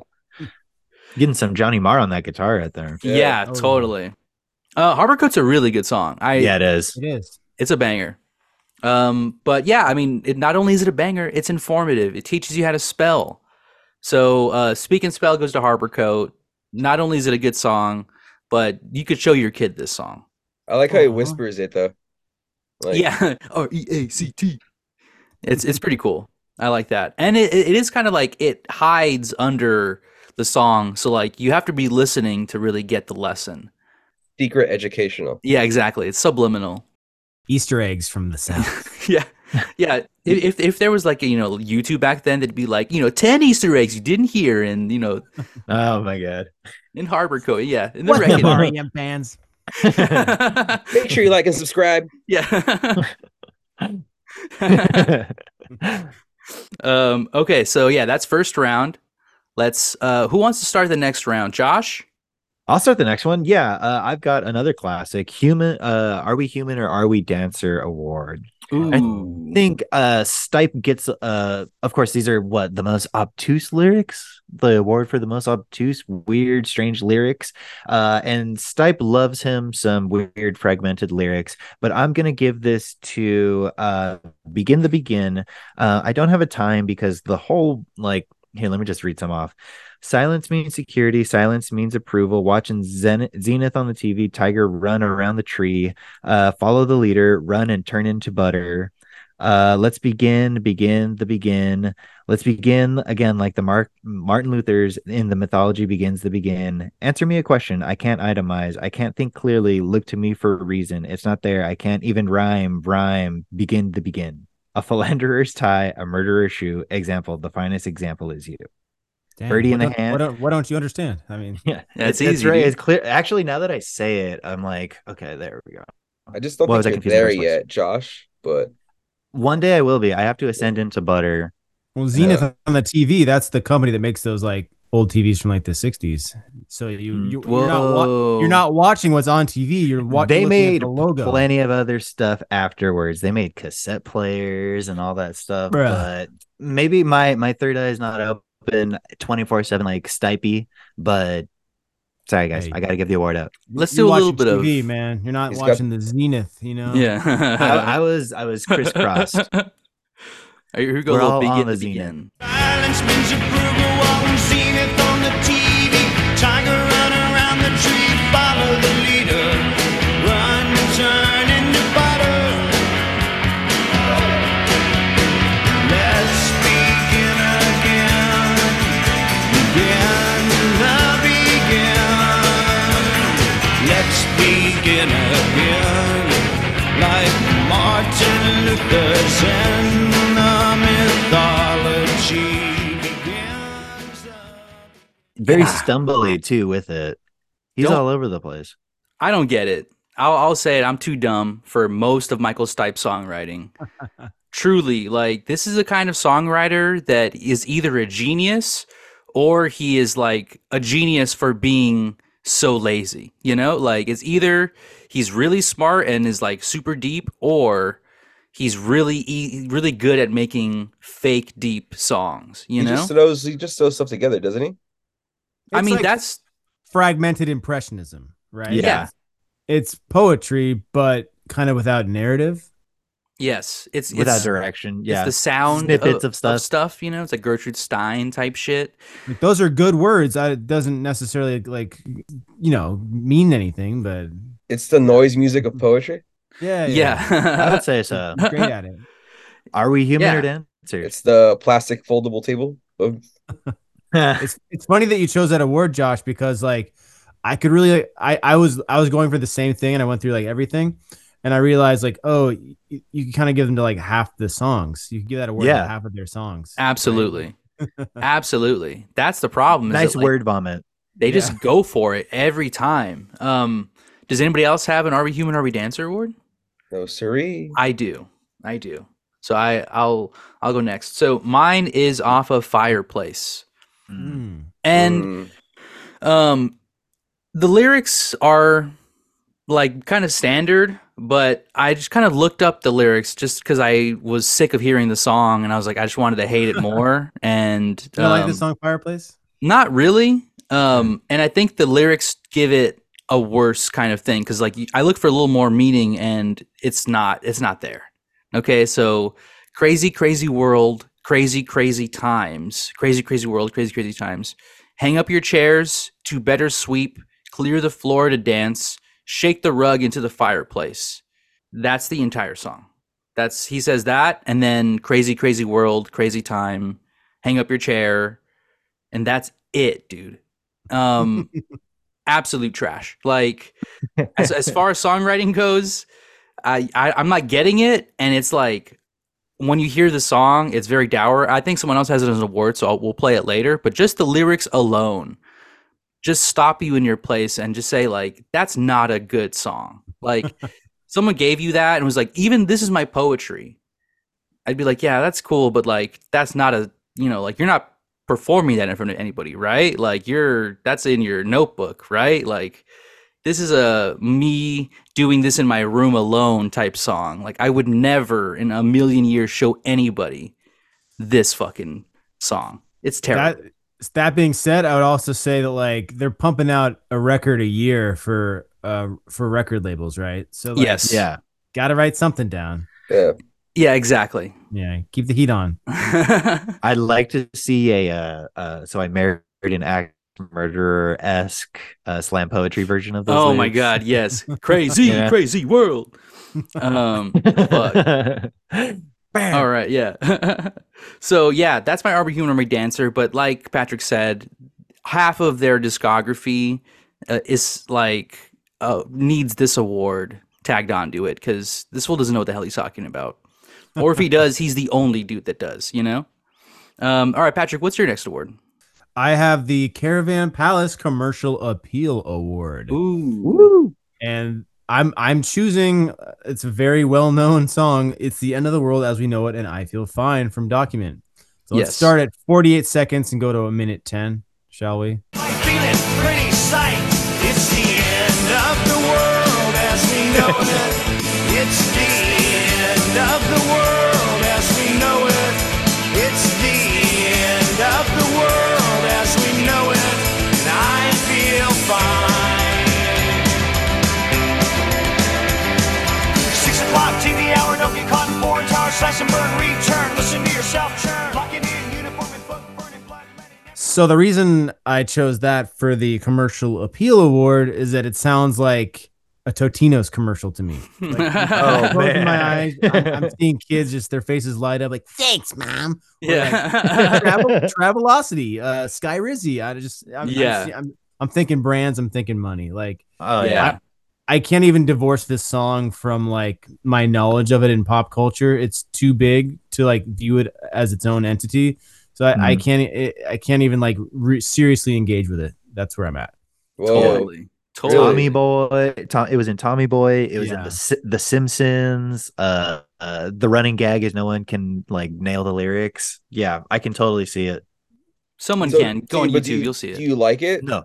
C: Getting some Johnny Marr on that guitar right there.
D: Yeah.
B: yeah,
E: Oh, yeah.
B: totally. Uh, Harbor Coat's a really good song. I
C: yeah, it is.
E: It is.
B: it's a banger. Um, but yeah, I mean, it, not only is it a banger, it's informative. It teaches you how to spell. So uh, Speak and Spell goes to Harbor Coat. Not only is it a good song, but you could show your kid this song.
D: I like how he
E: Uh-huh.
D: whispers it though. Like,
B: yeah, R E A C T. It's it's pretty cool. I like that, and it it is kind of like it hides under the song, so like you have to be listening to really get the lesson.
D: secret educational.
B: Yeah, exactly. It's subliminal.
E: Easter eggs from the South.
B: Yeah, yeah. i- If if there was like a, you know YouTube back then, it'd be like you know ten Easter eggs you didn't hear in you know
C: Oh my god.
B: in Harbor Code. Yeah, in the
E: What
B: record.
E: the REM bands?
D: Make sure you like and subscribe.
B: yeah. um. Okay. So yeah, that's first round. Let's. Uh. Who wants to start the next round? Josh.
C: I'll start the next one. Yeah, uh, I've got another classic. Human, uh, are we human or are we dancer award?
B: Ooh.
C: I think uh, Stipe gets. Uh, of course, these are what the most obtuse lyrics. The award for the most obtuse, weird, strange lyrics. Uh, and Stipe loves him some weird, fragmented lyrics. But I'm gonna give this to uh, begin the begin. Uh, I don't have a time because the whole like here. Let me just read some off. Silence means security. Silence means approval. Watching Zen- Zenith on the TV. Tiger run around the tree. Uh, follow the leader. Run and turn into butter. Uh, let's begin, begin the begin. Let's begin again, like the Mark Martin Luther's in the mythology begins the begin. Answer me a question. I can't itemize. I can't think clearly. Look to me for a reason. It's not there. I can't even rhyme. Rhyme. Begin the begin. A philanderer's tie. A murderer's shoe. Example. The finest example is you.
E: Damn,
C: Birdie
E: what
C: in the
E: don't-
C: hand.
E: What don't, what don't you understand? I mean,
C: Yeah,
B: That's
C: it's- it's
B: easy,
C: right.
B: dude.
C: It's clear. Actually, now that I say it, I'm like, okay, there we go.
D: I just don't
C: What was I
D: think you're
C: confusing
D: there
C: those ones?
D: yet, Josh. But
C: One day I will be. I have to ascend into butter.
E: well, Zenith on the TV. That's the company that makes those like old TVs from like the '60s. So you,
C: Mm.
E: you you're not wa-
B: Whoa.
E: you're not watching what's on TV. You're watching.
C: they made
E: the logo.
C: plenty of other stuff afterwards. They made cassette players and all that stuff.
E: Bruh.
C: But maybe my my third eye is not open twenty four seven like Stipey. But sorry guys,
E: Hey.
C: I got to give the award up.
B: Let's
E: You're
B: do a little
E: watching
B: bit
E: TV,
B: of
E: man. You're not
D: He's got-
E: watching the Zenith. You know.
B: yeah.
C: I, I was I was crisscrossed.
B: Here we go.
C: We're
B: little
C: all on
B: begin
C: the
B: the
C: Zenith.
B: begin.
F: Silence means approval, watching Zenith on the TV. Tiger run around the tree, follow the leader. Run and turn into butter. Let's begin again. Begin the begin. Let's begin again. Like Martin Luther's in the mythology begins the
C: Very
B: Yeah.
C: stumbly too with it. He's
B: Don't-
C: all over the place.
B: I don't get it. I'll, I'll say it. I'm too dumb for most of Michael Stipe's songwriting. Truly, like this is a kind of songwriter that is either a genius or he is like a genius for being so lazy. You know, like it's either he's really smart and is like super deep, or he's really e- really good at making fake deep songs. You
D: he
B: know,
D: just throws he just throws stuff together, doesn't he?
B: I
E: It's
B: mean
E: like
B: that's
E: fragmented impressionism, right?
C: Yeah.
B: yeah.
E: It's poetry, but kind of without narrative.
B: Yes, it's
C: Without
B: it's,
C: direction.
B: It's
C: Yeah.
B: the sound
C: Snippets
B: of,
C: of stuff.
B: stuff, you know, it's like Gertrude Stein type shit.
E: Like, those are good words. I, it doesn't necessarily like you know mean anything, but
D: It's the noise music
B: Mm.
D: of poetry.
E: yeah,
B: Yeah.
C: I would say so.
E: yeah. great at it.
C: Are we human or
B: Yeah.
C: dancers?
D: It's the plastic foldable table of
E: It's it's funny that you chose that award, Josh, because like I could really I I was I was going for the same thing and I went through like everything and I realized like oh y- you, can kind of give them to like half the songs. You can give that award
C: Yeah.
E: to half of their songs.
B: Absolutely. Absolutely. That's the problem. is that,
C: nice
B: like,
C: word vomit.
B: They
E: Yeah.
B: just go for it every time. Um, does anybody else have an Are We Human, Are We Dancer award?
D: no oh, siree.
B: I do. I do. So I, I'll I'll go next. So mine is off of Fireplace.
C: Mm.
E: Mm.
B: And
D: Mm.
B: Um, the lyrics are like kind of standard, but I just kind of looked up the lyrics just because I was sick of hearing the song, and I was like, I just wanted to hate it more. and
E: Do you like the
B: um,
E: song Fireplace?
B: Not really. Um, and I think the lyrics give it a worse kind of thing because like you- I look for a little more meaning, and it's not. It's not there. Okay, so crazy, crazy world, crazy, crazy times, crazy, crazy world, crazy, crazy times. Hang up your chairs to better sweep, clear the floor to dance, shake the rug into the fireplace. That's the entire song. That's he says that, and then crazy, crazy world, crazy time, hang up your chair, and that's it, dude. Um, absolute trash. Like as, as far as songwriting goes, I, I I'm not getting it, and it's like when you hear the song, it's very dour. I think someone else has it as an award, so I'll, we'll play it later. But just the lyrics alone, just stop you in your place and just say like, "That's not a good song." Like someone gave you that and was like, "Even this is my poetry." I'd be like, "Yeah, that's cool," but like that's not a you know like you're not performing that in front of anybody, right? Like you're that's in your notebook, right? Like this is a me doing this in my room alone type song. Like I would never in a million years show anybody this fucking song. It's terrible.
E: That that being said, I would also say that like they're pumping out a record a year for uh for record labels, right? So like,
B: yes. Yeah.
C: Yeah.
E: gotta write something down.
D: Yeah.
B: Yeah, exactly.
E: Yeah, keep the heat on.
C: I'd like to see a uh, uh so I married an act murderer esque uh, slam poetry version of those.
B: oh my
C: lyrics.
B: god, yes. Crazy,
C: Yeah.
B: crazy world. Um fuck.
E: Bam.
B: All right, yeah. so yeah, that's my Arbor Human Army Dancer. But like Patrick said, half of their discography uh, is like uh, needs this award tagged onto it because this fool doesn't know what the hell he's talking about, or if he does, he's the only dude that does. You know. Um, all right, Patrick, what's your next award?
E: I have the Caravan Palace Commercial Appeal Award.
B: Ooh,
E: and I'm I'm choosing. uh, It's a very well known song. It's the end of the world as we know it, and I feel fine from Document. So let's
B: Yes.
E: start at 48 seconds and go to a minute 10, shall we?
F: I feel it's pretty sight. It's the end of the world as we know it. It's the end of the world as we know it. It's the end of the world as we know it. And I feel fine. Six o'clock TV hour, don't get caught in four tower, slash and burn, return. Listen to yourself churn. Locking in uniform and book burning black men in
E: So the reason I chose that for the commercial appeal award is that it sounds like a Totino's commercial to me.
C: Oh, man.
E: Closing my eyes, I'm, I'm seeing kids just their faces light up like "Thanks, mom."
B: yeah.
E: Travel, Travelocity, uh, Sky Rizzy. I just, I'm,
B: Yeah.
E: I'm, I'm, I'm thinking brands. I'm thinking money. Like
C: Oh yeah.
B: yeah.
E: I can't even divorce this song from like my knowledge of it in pop culture. It's too big to like view it as its own entity. So I,
D: Mm-hmm.
E: I can't it, I can't even like re- seriously engage with it. That's where I'm at.
D: Whoa.
B: Totally. Totally.
C: Tommy Boy. Tom, it was in Tommy Boy. It was in
E: Yeah.
C: the Si- the Simpsons. Uh, uh, the running gag is no one can like nail the lyrics. Yeah, I can totally see it.
B: Someone
D: So,
B: can go
D: do
B: on
D: you- but
B: YouTube.
D: do you-
B: you'll see it.
D: Do you like it?
C: No,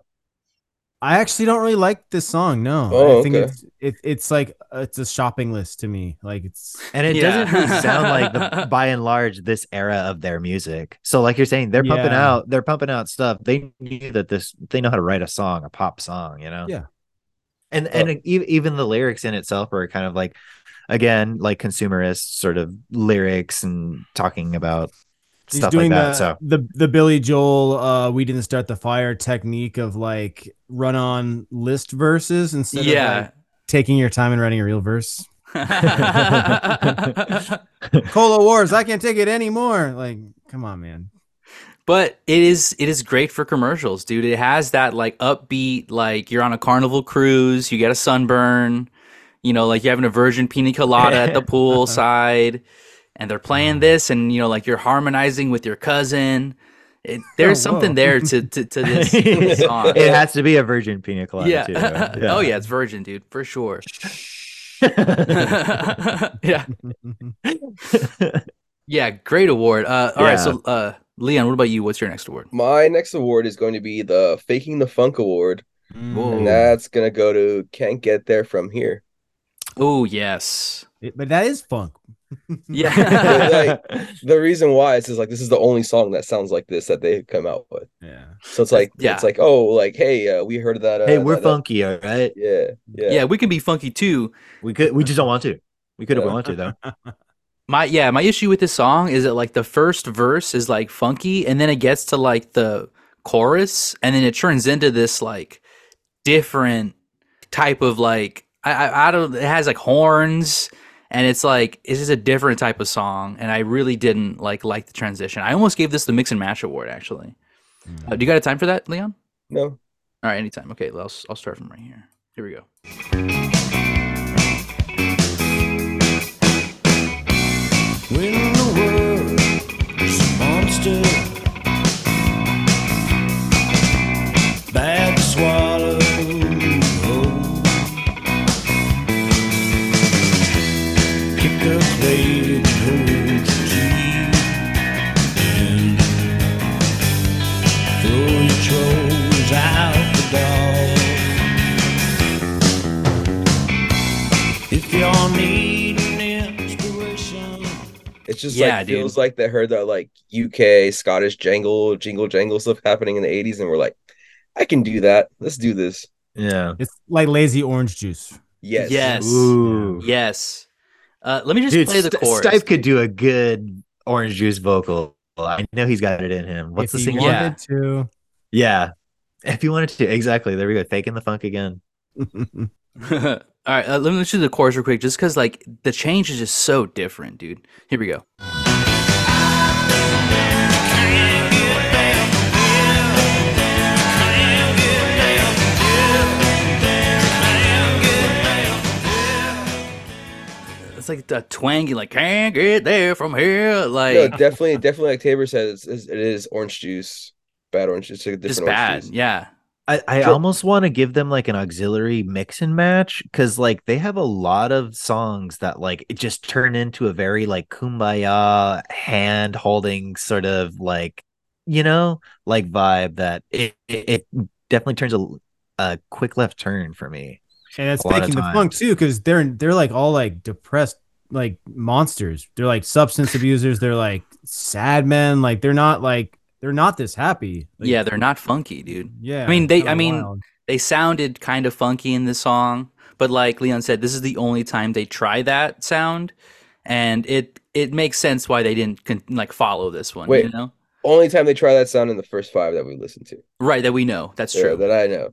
E: I actually don't really like this song. No,
D: Oh,
E: I think
D: okay.
E: it's it, it's like uh, it's a shopping list to me. Like it's
C: and it
B: Yeah.
C: doesn't really sound like the by and large this era of their music. So, like you're saying, they're pumping
E: Yeah.
C: out, they're pumping out stuff. They knew that this, they know how to write a song, a pop song, you know.
E: Yeah.
C: And and e- even the lyrics in itself are kind of like, again, like consumerist sort of lyrics and talking about
E: he's
C: stuff
E: doing
C: like that. so
E: the, the the Billy Joel uh we didn't start the fire technique of like run on list verses instead of
B: yeah.
E: like, taking your time and writing a real verse. Cola Wars, I can't take it anymore. Like, come on, man.
B: But it is it is great for commercials, dude. It has that like upbeat, like you're on a carnival cruise, you get a sunburn, you know, like you're having a virgin pina colada at the poolside, and they're playing
C: Mm.
B: this, and you know, like you're harmonizing with your cousin. It, there's
E: Oh,
B: something
E: whoa.
B: there to to, to this, this song.
C: it has to be a virgin pina colada.
B: yeah.
C: Too,
B: Oh yeah, it's virgin, dude, for sure.
C: yeah.
B: yeah. Yeah. Great award. Uh, all right.
C: Yeah.
B: So, uh, Leon, what about you? What's your next award?
D: My next award is going to be the Faking the Funk Award,
B: Ooh.
D: and that's gonna go to Can't Get There From Here.
B: Oh yes.
E: It- but that is funk.
B: Yeah.
D: The reason why is is like this is the only song that sounds like this that they've come out with.
E: Yeah.
D: So it's like
B: Yeah.
D: it's like oh like hey uh, we heard that uh,
C: hey, we're
D: that- that-
C: funky, all right.
D: Yeah, yeah,
B: yeah, we can be funky too.
C: We could, we just don't want to. We could have
D: Yeah.
C: wanted to though.
B: My yeah, my issue with this song is that like the first verse is like funky, and then it gets to like the chorus, and then it turns into this like different type of like I I, I don't it has like horns, and it's like it's just a different type of song, and I really didn't like like the transition. I almost gave this the mix and match award actually. Uh, do you got a time for that, Leon?
D: no.
B: All right, anytime. Okay, I'll I'll start from right here. Here we go.
F: When the world's a monster, bad to swallow. Kick the plate and hold your tea. And
D: It's just
B: Yeah,
D: like
B: dude.
D: feels like they heard that like UK Scottish jangle jingle jangle stuff happening in the 80s, and we're like, I can do that. Let's do this.
C: Yeah.
E: It's like lazy orange juice.
D: Yes.
B: Yes.
C: Ooh.
B: Yes. Uh, let me just
C: Dude,
B: play the
C: St-
B: chorus.
C: Stipe could do a good orange juice vocal. I know he's got it in him. What's the
E: if you
C: single?
B: want-
C: Yeah.
E: wanted to.
C: If you wanted to, exactly. There we go. Faking the funk again.
B: All right, uh, let me just do the chorus real quick, just because like the change is just so different, dude. Here we go. It's like the twangy, like can't get there from here, like
D: No, definitely, definitely. Like Tabor says, it's- it is orange juice, bad orange juice. It's like a
B: just
D: different orange
B: bad.
D: juice.
B: Yeah,
C: I, I
D: Sure.
C: almost want to give them like an auxiliary mix and match because like they have a lot of songs that like it just turn into a very like kumbaya hand holding sort of like you know like vibe that it, it, it definitely turns a, a quick left turn for me.
E: And that's
C: A lot of
E: faking the
C: times.
E: funk too, because they're they're like all like depressed like monsters. They're like substance abusers. They're like sad men. Like they're not like they're not this happy. Like,
B: yeah, they're not funky, dude.
E: yeah.
B: I mean, they-
E: kinda
B: I mean,
E: wild.
B: they sounded kind of funky in the song, but like Leon said, this is the only time they try that sound, and it it makes sense why they didn't con- like follow this one. you
D: Wait.
B: know,
D: Only time they try that sound in the first five that we listened to.
B: right? That we know that's
D: Yeah,
B: true.
D: that I know.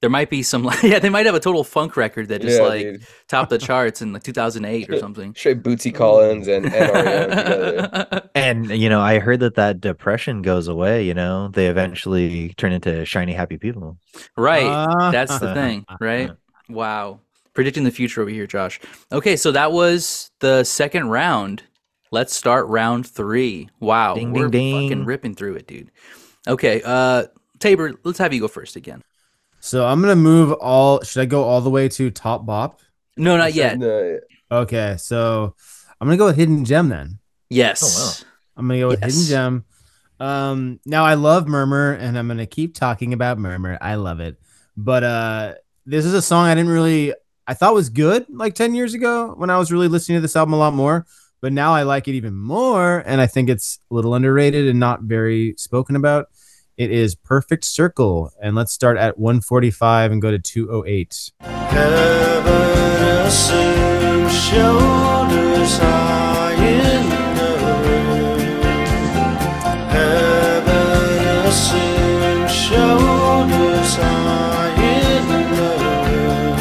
B: there might be some, like, yeah, they might have a total funk record that just
D: yeah,
B: like
D: dude.
B: topped the charts in like 2008 or something.
D: straight Bootsy Collins and, and REM together.
C: And you know I heard that that depression goes away. You know they eventually turn into shiny happy people.
B: right,
E: Ah.
B: that's the thing, right? Wow, predicting the future over here, Josh. Okay, so that was the second round. Let's start round three. Wow,
C: Ding,
B: we're
C: ding,
B: fucking
C: ding.
B: ripping through it, dude. Okay, uh, Tabor, let's have you go first again.
E: So I'm gonna move all. Should I go all the way to top bop?
B: No, not yet.
D: No,
E: Okay, so I'm gonna go with hidden gem then.
C: Oh,
B: Yes.
E: I'm gonna go with
B: Yes.
E: hidden gem. Um, now I love murmur, and I'm gonna keep talking about murmur. I love it, but uh, this is a song I didn't really I thought was good like ten years ago when I was really listening to this album a lot more. But now I like it even more, and I think it's a little underrated and not very spoken about. It is perfect circle, and let's start at 145 and go to 208.
F: Heaven assumes shoulders high in the room. Heaven assumes shoulders high in the room.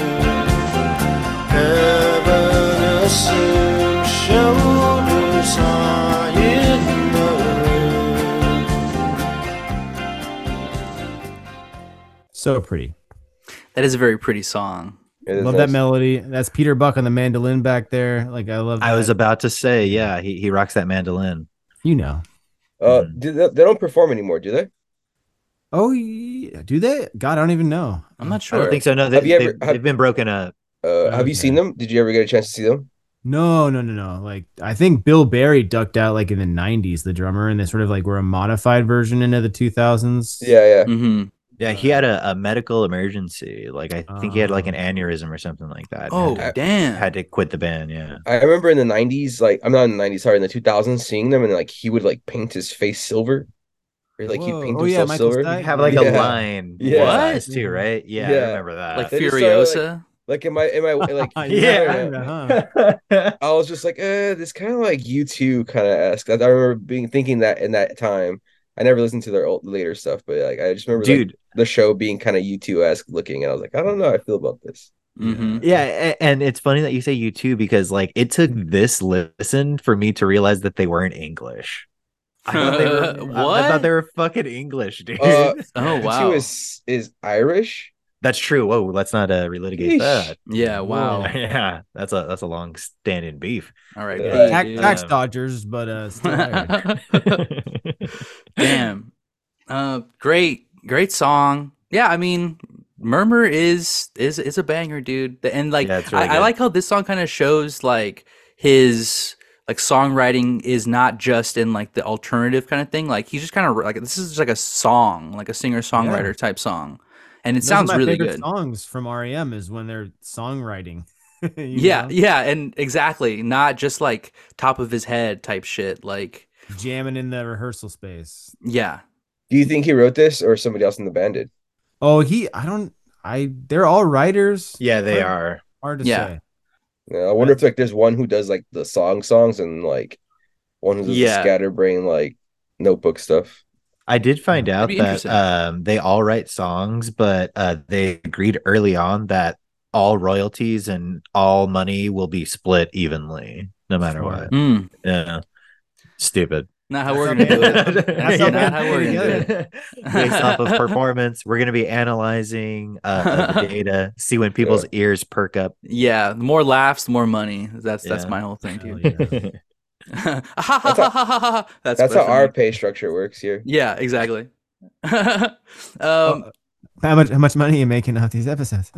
F: Heaven assumes shoulders high in the room.
E: So pretty.
B: That is a very pretty song.
D: it is
E: Love
D: nice.
E: that melody. That's Peter Buck on the mandolin back there. Like I love.
C: I was
E: that.
C: about to say yeah he he rocks that mandolin.
E: you know.
D: Uh, do they, they don't perform anymore, do they?
E: Oh, yeah. do they? God, I don't even know.
B: I'm not
C: I
B: sure.
C: don't think so. No, they,
D: Have you ever-
C: they've,
D: have-
C: they've been broken up.
D: Uh, have you seen them? Did you ever get a chance to see them?
E: No, no, no, no. Like I think Bill Berry ducked out like in the '90s, the drummer, and they sort of like were a modified version into the 2000s.
D: Yeah, yeah.
B: hmm
C: Yeah,
D: Uh.
C: he had a, a medical emergency. Like I think he had
D: Ah.
C: like an aneurysm or something like that. and
B: Oh,
C: had to,
B: damn.
C: had to quit the band. Yeah,
D: I remember in the '90s, like I'm not in the '90s, sorry, in the 2000s, seeing them and like he would like paint his face silver, or like
E: Whoa.
D: he'd paint
E: Oh, yeah,
D: himself
E: Michael
D: silver.
E: Stipe?
C: have like a
D: Yeah.
C: line.
D: Yeah. Mm-hmm.
C: one size
E: What?
C: Too right? Yeah,
D: Yeah.
C: I remember that.
B: like
D: They just started, like-
B: Furiosa.
D: Like am I? Am I like?
E: Yeah,
D: Ah, yeah.
E: kinda, huh?
D: I was just like, eh, this kind of like you two kind of esque. I I remember being thinking that in that time. I never listened to their old later stuff, but like I just remember like,
C: Dude,
D: the show being kind of you two esque looking, and I was like, I don't know, how I feel about this.
B: hmm
C: yeah, a- and it's funny that you say you too because like it took
D: Mm.
C: this listen for me to realize that they weren't English. I thought they were, I
B: What?
C: thought they were fucking English, dude.
D: Uh,
B: Oh
D: U2
B: wow.
D: is is Irish.
C: That's true. Whoa, let's not uh, relitigate
D: Yeesh.
C: that.
B: Yeah. Wow.
C: yeah, that's a that's a long standing beef.
B: All right.
D: Yeah.
B: hey,
E: Tax,
B: dude.
E: tax
C: Um,
E: dodgers, but uh, still there.
B: Damn. Uh, great, great song. Yeah, I mean, Murmur is is is a banger, dude. The- And like,
C: Yeah, it's really
B: I, I
C: good.
B: like how this song kind of shows like his like songwriting is not just in like the alternative kind of thing. Like he's just kind of like this is just like a song, like a singer songwriter type song, and it
E: Those are
B: sounds
E: my
B: really
E: favorite
B: good.
E: Songs from REM is when they're songwriting. You
B: yeah,
E: know?
B: yeah, and exactly. Not just like top of his head type shit. Like,
E: jamming in the rehearsal space.
B: yeah.
D: Do you think he wrote this or somebody else in the band did?
E: Oh, he. I don't. I. They're all writers.
C: Yeah, they
E: Right.
C: are.
E: Hard to
B: Yeah.
E: say.
D: Yeah, I wonder if like there's one who does like the song songs and like one who does
B: Yeah.
D: the scatterbrain like notebook stuff.
C: I did find out
B: Hmm. be
C: that
B: interesting.
C: um, they all write songs, but uh, they agreed early on that all royalties and all money will be split evenly, no matter
E: Smart.
C: what.
B: Mm,
C: Yeah, stupid.
B: not how we're
E: That's
B: gonna do it.
E: That's
B: how
C: Yeah.
B: bad how we're gonna do it.
C: based off of performance. We're going to be analyzing uh, the data, see when people's ears perk up.
B: Yeah, the more laughs, the more money. That's that's
C: Yeah.
B: my whole thing,
E: Hell
B: dude.
E: yeah.
B: that's
D: That's,
B: good
D: how
B: for
D: our
B: me.
D: pay structure works here.
B: Yeah, exactly.
E: Oh,
B: um,
E: how much? How much money are you making off these episodes?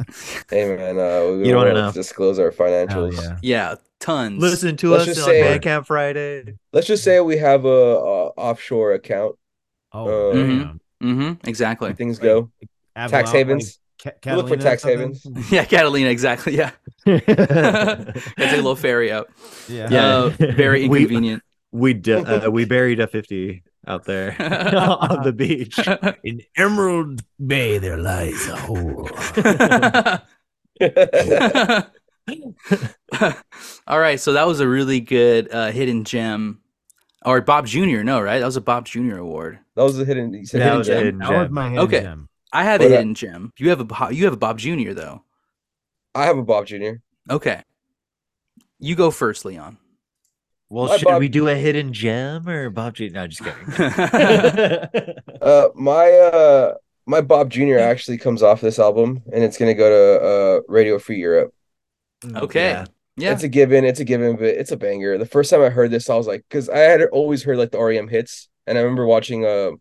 D: Hey
C: You don't
D: man, uh, we
C: wanna
D: don't want
C: know.
D: to disclose our
E: Hell
D: financials.
E: Oh, yeah.
B: yeah, tons.
C: Listen to
D: Let's
C: us
D: just
C: on
D: say-
C: Bandcamp Friday.
D: Let's just say we have a, a offshore account.
E: Oh,
D: Uh,
E: damn.
B: Mm-hmm, exactly.
D: Things
E: Like,
D: go
E: Avalon,
D: tax
E: like,
D: havens.
E: Ca-
D: We'll look for
E: Catalina or
D: tax
E: something?
D: havens.
B: Yeah, Catalina, exactly. Yeah. Gotta take a little ferry out.
E: Yeah.
C: Yeah.
B: Uh, very
C: We-
B: inconvenient.
C: we d- uh, we buried a 50 out there on the beach.
E: In Emerald Bay, there lies a hole.
B: All right, so that was a really good uh, hidden gem, or Bob Jr. No, right? That was a Bob Jr. award.
D: That was a hidden. You said
C: That
D: hidden
C: was a
D: gem?
C: hidden
E: That was
C: gem.
E: my hand
B: Okay.
E: gem.
B: I have a
D: What a-
B: hidden gem. You have a Bo- you have a Bob Jr. though.
D: I have a Bob Jr.
B: Okay, you go first, Leon.
C: Well,
D: Hi,
C: should
D: Bob.
C: we do a hidden gem or Bob G? No, just kidding.
D: Uh, my uh, my Bob Jr. actually comes off this album, and it's gonna go to uh, Radio Free Europe.
B: okay, yeah.
D: It's a given. It's a given, but it's a banger. The first time I heard this, I was like, because I had always heard like the REM hits, and I remember watching uh,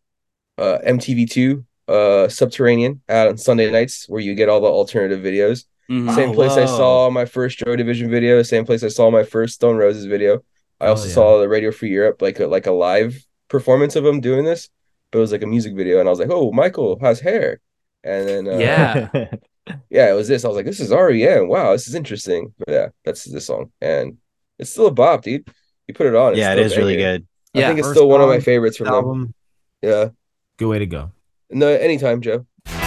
D: uh MTV2 uh Subterranean out on Sunday nights, where you get all the alternative videos.
B: Mhm.
D: Same
C: Oh,
D: place I
C: wow.
D: saw my first Joy Division video. Same place I saw my first Stone Roses video. I
C: Oh,
E: Hell
D: also
E: yeah.
D: saw the Radio Free Europe, like a, like a live performance of them doing this, but it was like a music video, and I was like, oh, Michael has hair, and then uh,
B: Yeah.
D: yeah, it was this. I was like, this is REM. Wow, this is interesting. But yeah, that's this song, and it's still a bop, dude. You put it on. it's
C: yeah, it
D: still
C: is really
D: banging.
C: good.
D: I think
B: yeah.
D: it's
E: First
D: still one of my
E: song,
D: favorites from them.
E: Album.
D: Yeah.
E: Good way to go.
D: No, anytime, Joe.
F: Lose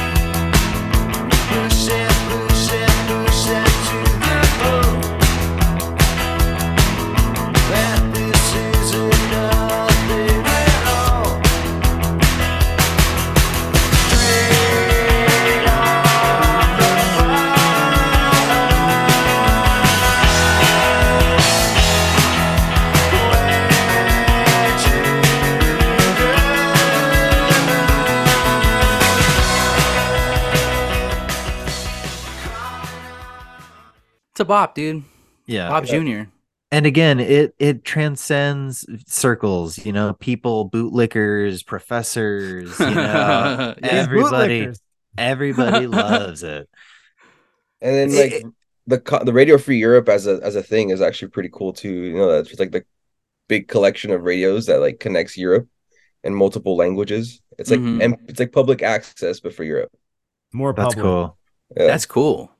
F: it, lose it, lose it to the bone. That this isn't nothing at all. Straight off the
B: It's a Bob, dude.
C: Yeah.
B: Bob Jr.
C: and again it it transcends circles you know people bootlickers professors you know
B: Yeah.
C: everybody
E: Bootlickers.
C: everybody loves it
D: And then like the co- the Radio Free Europe as a as a thing is actually pretty cool too. You know, that's just like the big collection of radios that like connects Europe in multiple languages. It's like
B: Mhm.
D: and it's like public access, but for Europe.
E: More
C: that's
E: public.
C: cool
D: Yeah.
B: That's cool.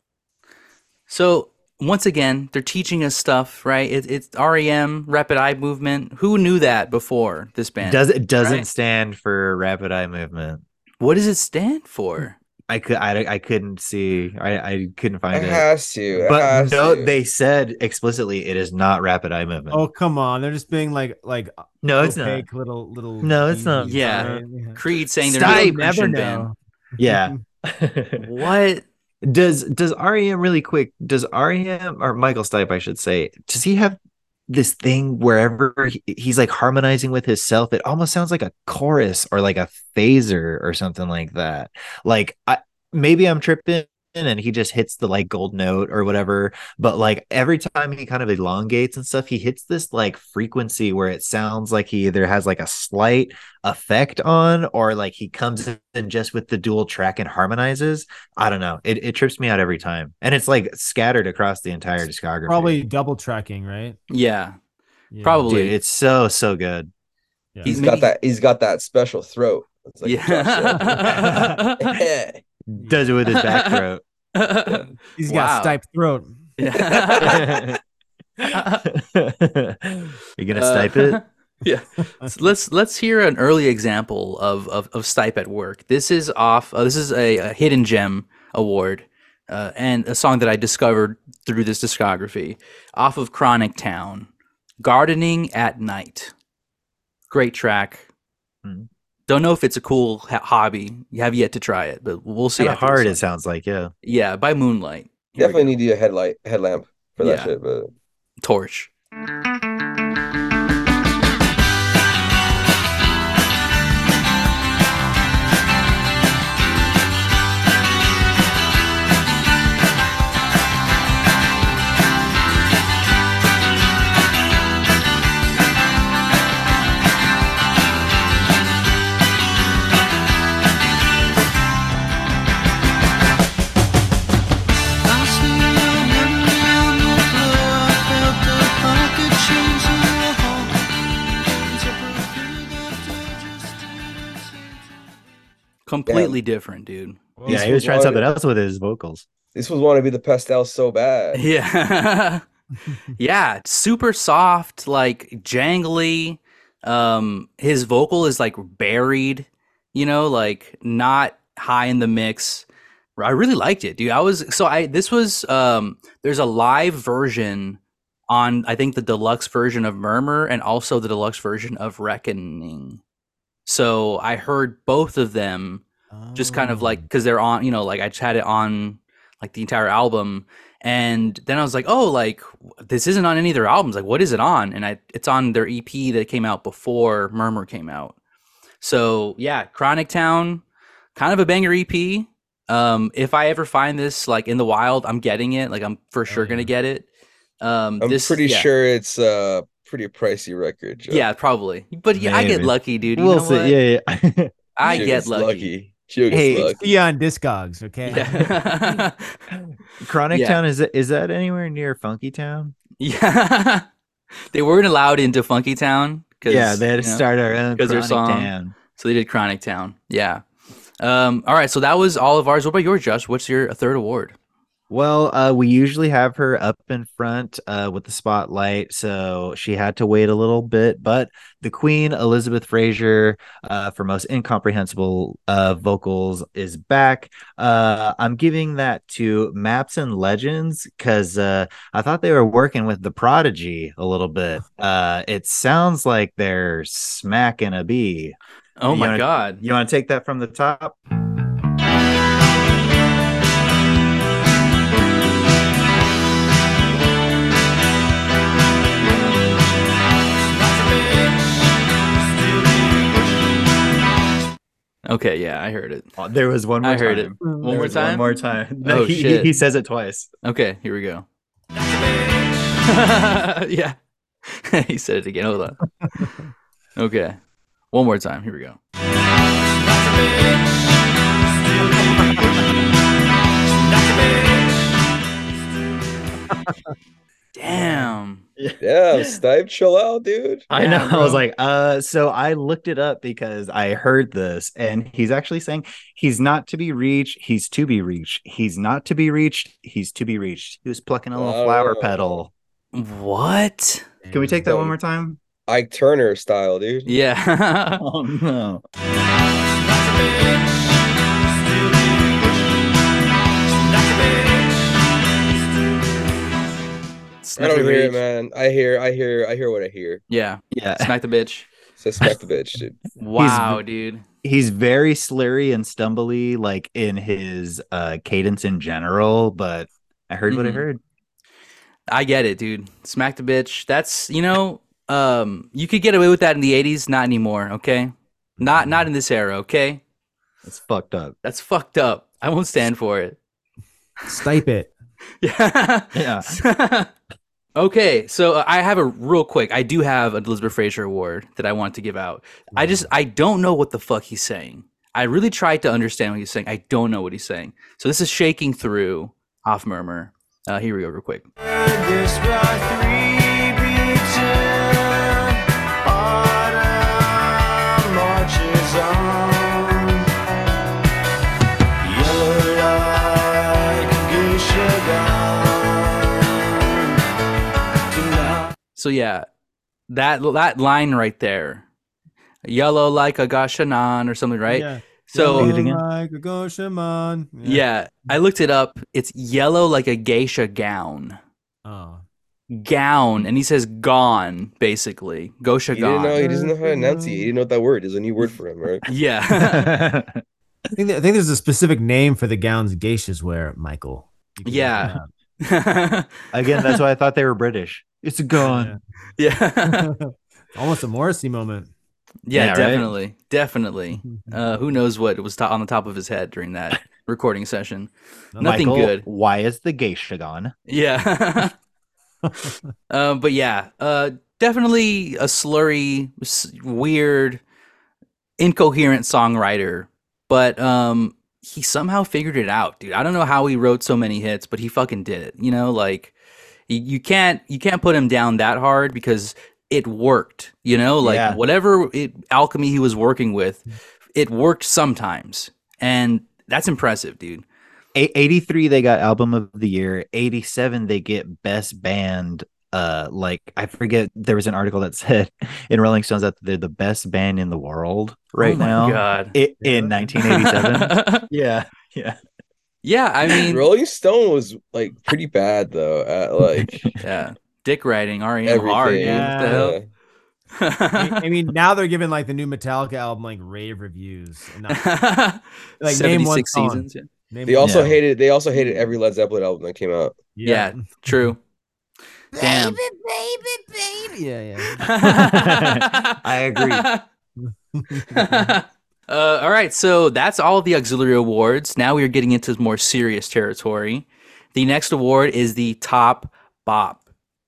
B: So once again, they're teaching us stuff, right? It, it's REM, rapid eye movement. Who knew that before this band?
C: does it doesn't
B: Right.
C: stand for rapid eye movement
B: what does it stand for?
C: i could i, I couldn't see i i couldn't
D: it
C: find it,
D: has to. it
C: but
D: has
C: no
D: to.
C: they said explicitly it is not rapid eye movement
E: Oh come on! They're just being like like
C: no it's not
E: opaque little little.
C: No, it's not.
E: bees,
B: Yeah.
E: right?
B: Creed saying they're
C: Stipe,
B: not a
E: You'll never
B: Christian
E: know.
C: yeah
B: band. What?
C: Does does REM really quick? Does REM or Michael Stipe, I should say, does he have this thing wherever he- he's like harmonizing with himself? It almost sounds like a chorus or like a phaser or something like that. Like I maybe I'm tripping and he just hits the like gold note or whatever but like every time he kind of elongates and stuff he hits this like frequency where it sounds like he either has like a slight effect on or like he comes in just with the dual track and harmonizes i don't know it, it trips me out every time and it's like scattered across the entire discography
E: Probably double tracking, right?
B: Yeah,
E: Yeah.
B: probably.
C: dude it's so so good
E: Yeah.
D: he's
B: He's
D: got
B: mini-
D: that. He's got that special throat. It's like
B: yeah.
D: Josh.
C: does it with his back throat
E: He's
B: Wow.
E: got a stipe throat.
C: you gonna
B: Uh,
C: snipe it?
B: yeah. So let's let's hear an early example of of, of stipe at work. This is off. Uh, this is a, a hidden gem award, uh, and a song that I discovered through this discography, off of Chronic Town, "Gardening at Night." Great track.
C: Mhm.
B: Don't know if it's a cool ha- hobby. You have yet to try it, but we'll see.
C: Kind of
B: after this
C: hard.
B: song.
C: It sounds like yeah.
B: Yeah, by moonlight. Here we
D: Definitely
B: go.
D: need to do a headlight headlamp for that
B: Yeah.
D: shit, but
B: torch. Completely different, dude.
C: yeah, he
D: These
C: was trying
D: were-
C: something else with his vocals.
D: this was want to be the pastel so bad.
B: Yeah. yeah, super soft, like jangly. Um his vocal is like buried, you know, like not high in the mix. I really liked it, dude. I was so I this was um there's a live version on I think the deluxe version of Murmur and also the deluxe version of Reckoning. So I heard both of them just kind of
E: Oh.
B: like because they're on you know like i just had it on like the entire album and then i was like oh like w- this isn't on any of their albums like what is it on and i it's on their ep that came out before murmur came out so yeah chronic town kind of a banger ep um if i ever find this like in the wild i'm getting it like i'm for sure gonna
E: yeah.
B: get it um
D: Mm-hmm. I'm
B: this,
D: pretty
B: yeah.
D: sure it's a pretty pricey record. Joe.
B: yeah probably but yeah i get
C: Maybe.
B: lucky dude you
C: We'll
B: know
C: see.
B: what?
C: Yeah, yeah, yeah.
B: i
D: Joe
B: get
D: gets
B: lucky,
D: Joe gets
C: Hey,
D: lucky.
E: be on Discogs, okay?
B: yeah
C: Chronic
B: Yeah.
C: Town is that, is that anywhere near Funky Town?
B: Yeah, they weren't allowed into Funky Town. 'cause,
C: Yeah, they had to
B: you know,
C: start our own
B: 'cause their
C: Chronic
B: song-
C: Town.
B: So they did Chronic Town. Yeah. Um, all right, so that was all of ours. What about yours, Josh? What's your third award?
C: Well, uh, we usually have her up in front uh, with the spotlight, so she had to wait a little bit. But the Queen Elizabeth Fraser uh, for most incomprehensible uh, vocals is back. Uh, I'm giving that to Maps and Legends because uh, I thought they were working with the Prodigy a little bit. Uh, it sounds like they're smacking a bee.
B: Oh
C: You
B: my
C: wanna-
B: God.
C: You want to take that from the top?
B: Okay, yeah, I heard it.
C: Oh, there was one more
B: I heard it.
C: time.
B: One more
C: was
B: time.
C: One more time.
B: Oh,
C: he, he-
B: shit.
C: he says it twice.
B: Okay, here we go. yeah, he said it again. Hold on. Okay, one more time. Here we go. Damn.
D: Yeah, Stipe, chill out, dude.
C: I
B: Yeah,
C: know. I
B: bro.
C: was like, uh, so I looked it up because I heard this, and he's actually saying he's not to be reached, he's to be reached, he's not to be reached, he's to be reached. He was plucking a little flower
D: Wow.
C: petal.
B: What?
C: Can we take that one
D: Dope.
C: more time?
D: Ike Turner style, dude.
B: Yeah.
C: Oh no.
D: I
B: Smack
D: don't
B: the
D: hear it,
B: bitch.
D: man. I hear, I hear, I hear what I hear.
B: Yeah.
C: Yeah.
B: Smack the bitch.
D: Suspect the bitch, dude.
B: Wow, dude.
C: He's very slurry and stumbly, like in his uh cadence in general, but I heard what I
B: Mhm.
C: heard.
B: I get it, dude. Smack the bitch. That's you know, um, you could get away with that in the '80s, not anymore. Okay, not not in this era. Okay,
C: It's fucked up.
B: that's fucked up. I won't stand for it.
E: Stipe it.
B: Yeah.
C: Yeah.
B: okay, so uh, I have a real quick. I do have an Elizabeth Fraser award that I want to give out. I just I don't know what the fuck he's saying. I really tried to understand what he's saying. I don't know what he's saying. So this is shaking through off murmur. Uh, here we go, real quick.
F: Yellow like a geisha gown.
B: So yeah, that that line right there, yellow like a gashanan or something, right?
E: Yeah.
B: So
C: Yellow
E: Yellow
C: Read it again.
E: like a Goshimon.
B: yeah, I looked it up. It's yellow like a geisha gown,
E: Oh.
B: gown, and he says gone basically, gosha
D: He didn't know. He
B: gone.
D: doesn't know how to enunciate. He didn't know what that word is. A new word for him, right?
B: Yeah,
E: I think, I think there's a specific name for the gowns geishas wear, Michael. You can look
B: Yeah.
E: it up.
C: Again, that's why I thought they were British. It's gone.
B: yeah.
E: Almost a Morrissey moment.
B: Yeah,
C: Yeah, right?
B: definitely, definitely. Uh, who knows what was to- on the top of his head during that recording session? Nothing
C: Michael,
B: good.
C: Why is the geisha gone?
B: Yeah. uh, but yeah, uh, definitely a slurry, s- weird, incoherent songwriter. But um, he somehow figured it out, dude. I don't know how he wrote so many hits, but he fucking did it. You know, like you, you can't you can't put him down that hard because it worked. You know, like
C: Yeah.
B: whatever it, alchemy he was working with, it worked sometimes, and that's impressive, dude.
C: A- 83 they got album of the year 87 they get best band uh like i forget there was an article that said in rolling stones that they're the best band in the world right
B: Oh my
C: now
B: God.
C: i- in 1987 yeah yeah
B: yeah, I mean,
D: Rolling Stone was like pretty bad though at like uh,
B: yeah, dick riding E REM
D: everything.
B: hard. Yeah.
E: Yeah. I I mean, now they're giving like the new Metallica album like rave reviews. And not- like name one
B: 76
E: song.
B: seasons. Yeah.
E: Name
D: They
E: one
D: also
E: song.
D: hated. They also hated every Led Zeppelin album that came out.
B: Yeah. True. Damn.
E: yeah, yeah. yeah.
C: I
B: agree. uh, all right, so that's all the auxiliary awards. Now we are getting into more serious territory. The next award is the top bop.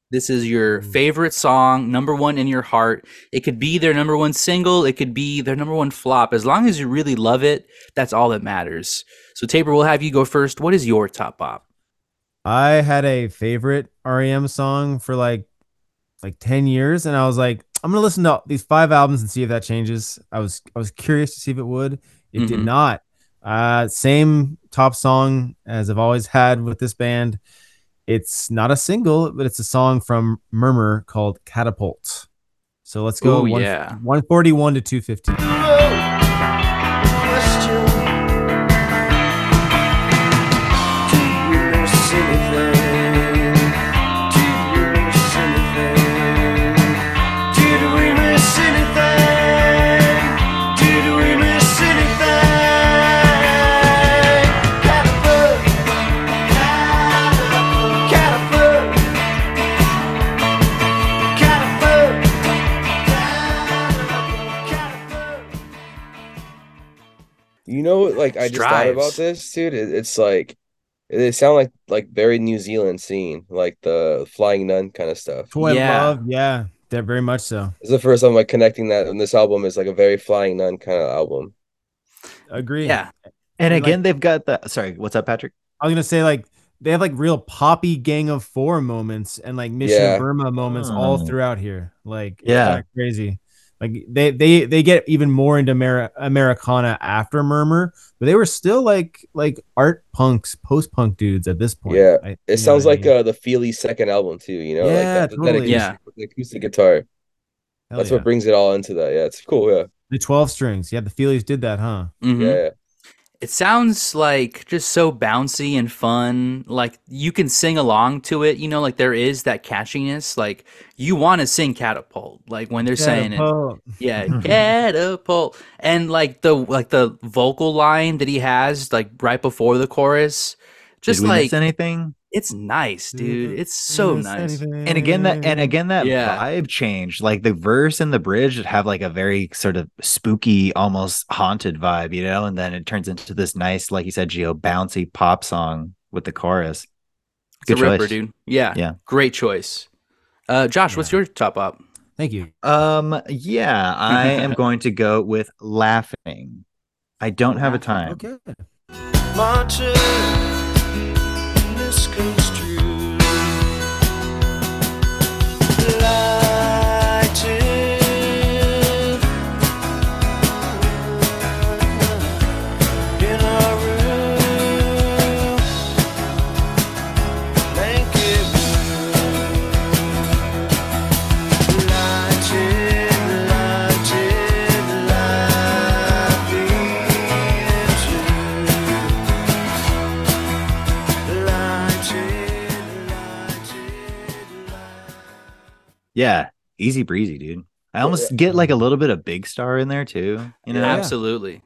B: This is your
E: Hmm.
B: favorite song, number one in your heart. It could be their number one single, it could be their number one flop. As long as you really love it, that's all that matters. So, Tabor, we'll have you go first. What is your top bop?
E: I had a favorite REM song for like like 10 years and I was like I'm going to listen to these five albums and see if that changes. I was I was curious to see if it would. It did
B: Mhm.
E: not. Uh same top song as I've always had with this band. It's not a single, but it's a song from Murmur called Catapult. So let's go
B: Ooh,
E: one-
B: yeah.
E: 141 to 215.
D: You know, like I just thought about
B: Strives.
D: this, dude. It, it's like they sound like like very New Zealand scene, like the Flying Nun kind of stuff.
E: Toy
B: Yeah.
E: Love, yeah. They're very much so.
D: It's the first time like connecting that, and this album is like a very Flying Nun kind of album.
E: Agree.
B: Yeah.
C: and
E: Like-
C: again they've got the sorry what's up patrick
E: I was gonna say like they have like real poppy gang of four moments and like Mission
D: Yeah.
E: Burma moments all
C: Oh.
E: throughout here. Like it's
C: Yeah.
E: kinda crazy. Like they they they get even more into Ameri- Americana after Murmur, but they were still like like art punks, post punk dudes at this point.
D: Yeah.
E: I- you know
D: It sounds
E: what I
D: like
E: mean?
D: uh the Feely's second album too. You know, like
E: Yeah,
D: that, that
E: totally.
D: acoustic,
B: Yeah.
D: the acoustic guitar.
E: Hell
D: uh, That's
E: yeah.
D: what brings it all into that. Yeah, it's cool. Yeah,
E: the twelve strings. Yeah, the Feelies did that, huh?
B: Mhm.
D: yeah. yeah.
B: It sounds like just so bouncy and fun. Like you can sing along to it, you know, like there is that catchiness. Like you want to sing catapult, like when they're saying it.
E: Catapult.
B: Yeah, catapult. And like the like the vocal line that he has like right before the chorus. Just
C: did we
B: like
C: miss anything
B: it's nice,
E: Did
B: dude.
E: we
B: It's so
E: miss
B: nice.
E: anything?
C: and again that and again that
B: Mm. Yeah.
C: vibe changed like the verse and the bridge have like a very sort of spooky almost haunted vibe you know and then it turns into this nice like you said geo bouncy pop song with the chorus
B: It's a
C: Good
B: ripper,
C: choice.
B: dude. Yeah.
C: Yeah.
B: Great choice. Uh Josh, what's
E: Yeah.
B: your top up?
E: Thank you.
C: Um, yeah, I am going to go with laughing. I don't have a time.
E: Okay.
F: Martyr misconstrued. Lighted in a room. Naked blue.
C: Yeah, easy breezy, dude. I almost get like a little bit of Big Star in there too. You know,
E: Yeah.
B: Absolutely.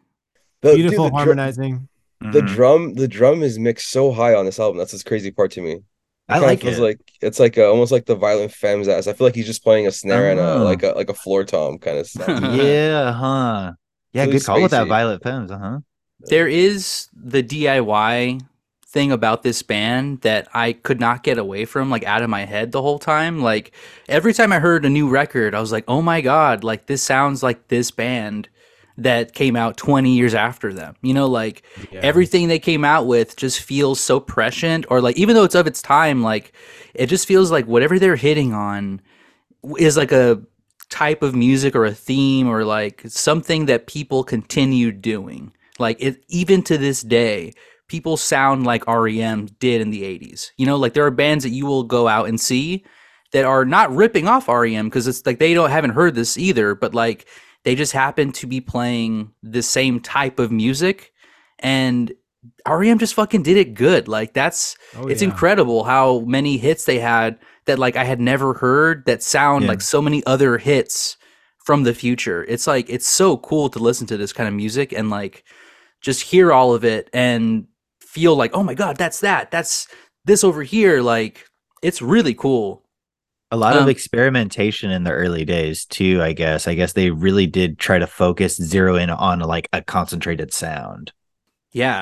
D: The, dude,
E: Beautiful
D: the, dr-
E: harmonizing.
D: the
C: Mhm.
D: drum, the drum is mixed so high on this album. That's this crazy part to me. It
C: I
D: kinda
C: like
D: feels
C: it.
D: like it's like a, almost like the violent femmes ass. I feel like he's just playing a snare and a
C: Oh.
D: like a like a floor tom kind of stuff.
C: yeah, huh? Yeah,
D: Really
C: good call with that
D: spacey.
C: Violet Femmes, uh huh.
B: There is the DIY thing about this band that I could not get away from, like out of my head the whole time. Like every time I heard a new record, I was like, oh my God, like this sounds like this band that came out 20 years after them. You know, like everything they came out with just feels so prescient, or like even though it's of its time, like it just feels like whatever they're hitting on w- is like a type of music or a theme or like something that people continue doing. Like it, even to this day, people sound like REM did in the 80s. You know, like there are bands that you will go out and see that are not ripping off REM because it's like they don't haven't heard this either, but like they just happen to be playing the same type of music and REM just fucking did it good. Like that's
E: Oh,
B: it's
E: yeah.
B: incredible how many hits they had that like I had never heard that sound
C: Yeah.
B: like so many other hits from the future. It's like it's so cool to listen to this kind of music and like just hear all of it and feel like, "Oh my god, that's that. That's this over here." Like it's really cool.
C: a lot
B: Um,
C: of experimentation in the early days too i guess i guess they really did try to focus zero in on like a concentrated sound
B: Yeah.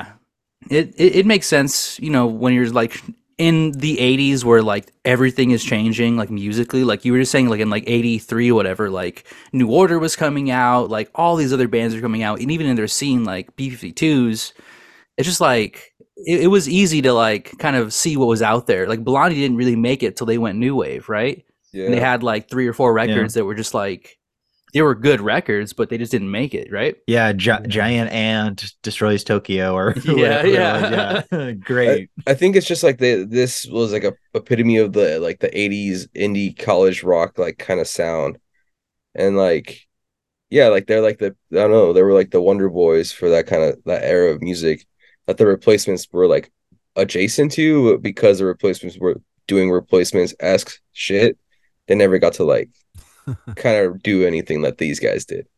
B: It, it it makes sense, you know, when you're like in the 80s where like everything is changing like musically, like you were just saying like in like 83 or whatever, like New Order was coming out, like all these other bands are coming out and even in their scene like B52s, it's just like it, it was easy to like kind of see what was out there. Like Blondie didn't really make it till they went new wave, right? And they
D: Yeah,
B: had like three or four records that were just like they were good records, but they just didn't make it, right?
C: yeah, gi- giant ant destroys tokyo or
B: Yeah,
C: whatever it
B: yeah.
C: was, yeah. great
D: I think it's just like the this was like a epitome of the like the '80s indie college rock like kind of sound, and like yeah, like they're like the I don't know they were like the Wonder Boys for that kind of that era of music that the replacements were like adjacent to but because the replacements were doing replacements esque shit. They never got to like kind of do anything that these guys did.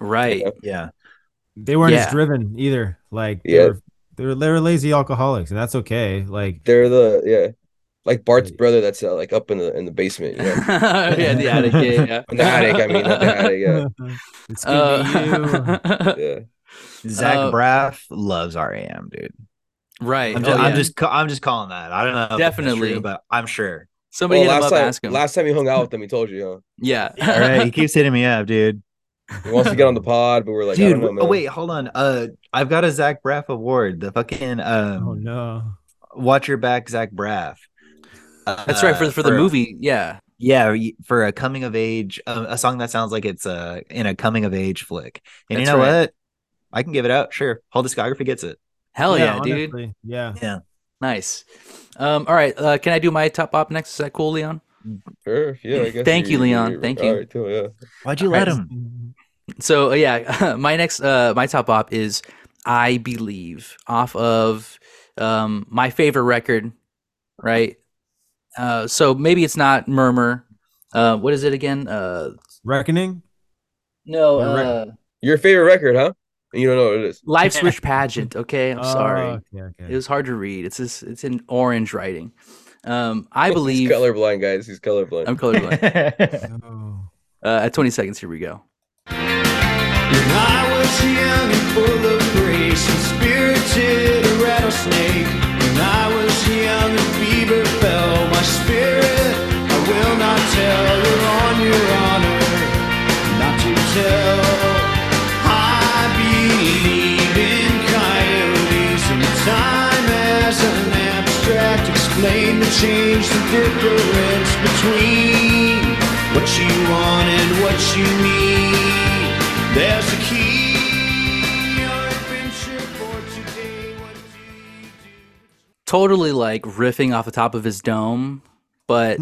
B: Right.
D: Yeah.
B: Uh,
C: yeah
E: They weren't
B: Yeah.
E: as driven either. Like they
D: Yeah.
E: were they were, they were lazy alcoholics, and that's okay. Like
D: They're the yeah, like Bart's brother that's uh, like up in the in the basement. You know?
B: yeah, the attic. Yeah, yeah.
D: In the attic, I mean, not the attic. Yeah,
E: it's good to
B: Uh,
D: yeah.
C: zach
B: Uh,
C: braff loves rem dude
B: right.
C: i'm just,
B: oh,
C: I'm,
B: yeah.
C: just ca- I'm just calling that i don't know if that's true,
B: Definitely.
C: but i'm sure
B: somebody
D: Well,
B: hit him up.
D: last time,
B: ask him.
D: last time you hung out with him, he told you,
B: yeah.
C: all right he keeps hitting me up dude
D: huh? He wants to get on the pod, but we're like, I
C: dude
D: don't know,
C: w-
D: man.
C: oh, wait hold on uh i've got a zach braff award the fucking um
E: you. Oh no.
C: watch your back zach braff
B: That's right for
C: Uh,
B: for the movie. Yeah.
C: Yeah, y- for a coming of age, a, a song that sounds like it's uh, in a coming of age flick. And
B: That's
C: you know
B: right.
C: what? I can give it out. Sure, whole discography gets it.
B: Hell Oh, yeah, dude.
E: honestly, Yeah.
B: Nice. Um, all right. Uh, can I do my top op next? Is that cool, Leon?
D: Sure, yeah, I guess
B: Thank you, Leon. Thank you.
D: all right, cool, yeah.
C: Why'd you
B: Alright,
C: let him?
B: So uh, yeah, my next uh, my top op is I believe off of um, my favorite record, right? Uh, so maybe it's not Murmur. Uh, what is it again? Uh,
E: Reckoning.
B: no,
E: You're right.
B: uh,
D: Your favorite record, huh? And you don't know what it is.
B: Life's Rich Pageant. Okay, I'm sorry.
E: Oh, okay,
B: It
E: okay.
B: was hard to read. It's this, it's in orange writing. Um, I
D: He's
B: believe
D: colorblind, guys. He's colorblind.
B: I'm colorblind.
E: Oh.
B: uh, at 20 seconds, here we go.
F: When I was young and full of grace and spirited a rattlesnake. When I was young and fever fell my spirit. I will not tell you're on your honor, not to tell. I believe in coyotes and time as an abstract. Explain the change, the difference between what you want and what you need. There's a key. Your adventure for today. What do you do?
B: Totally like riffing off the top of his dome, but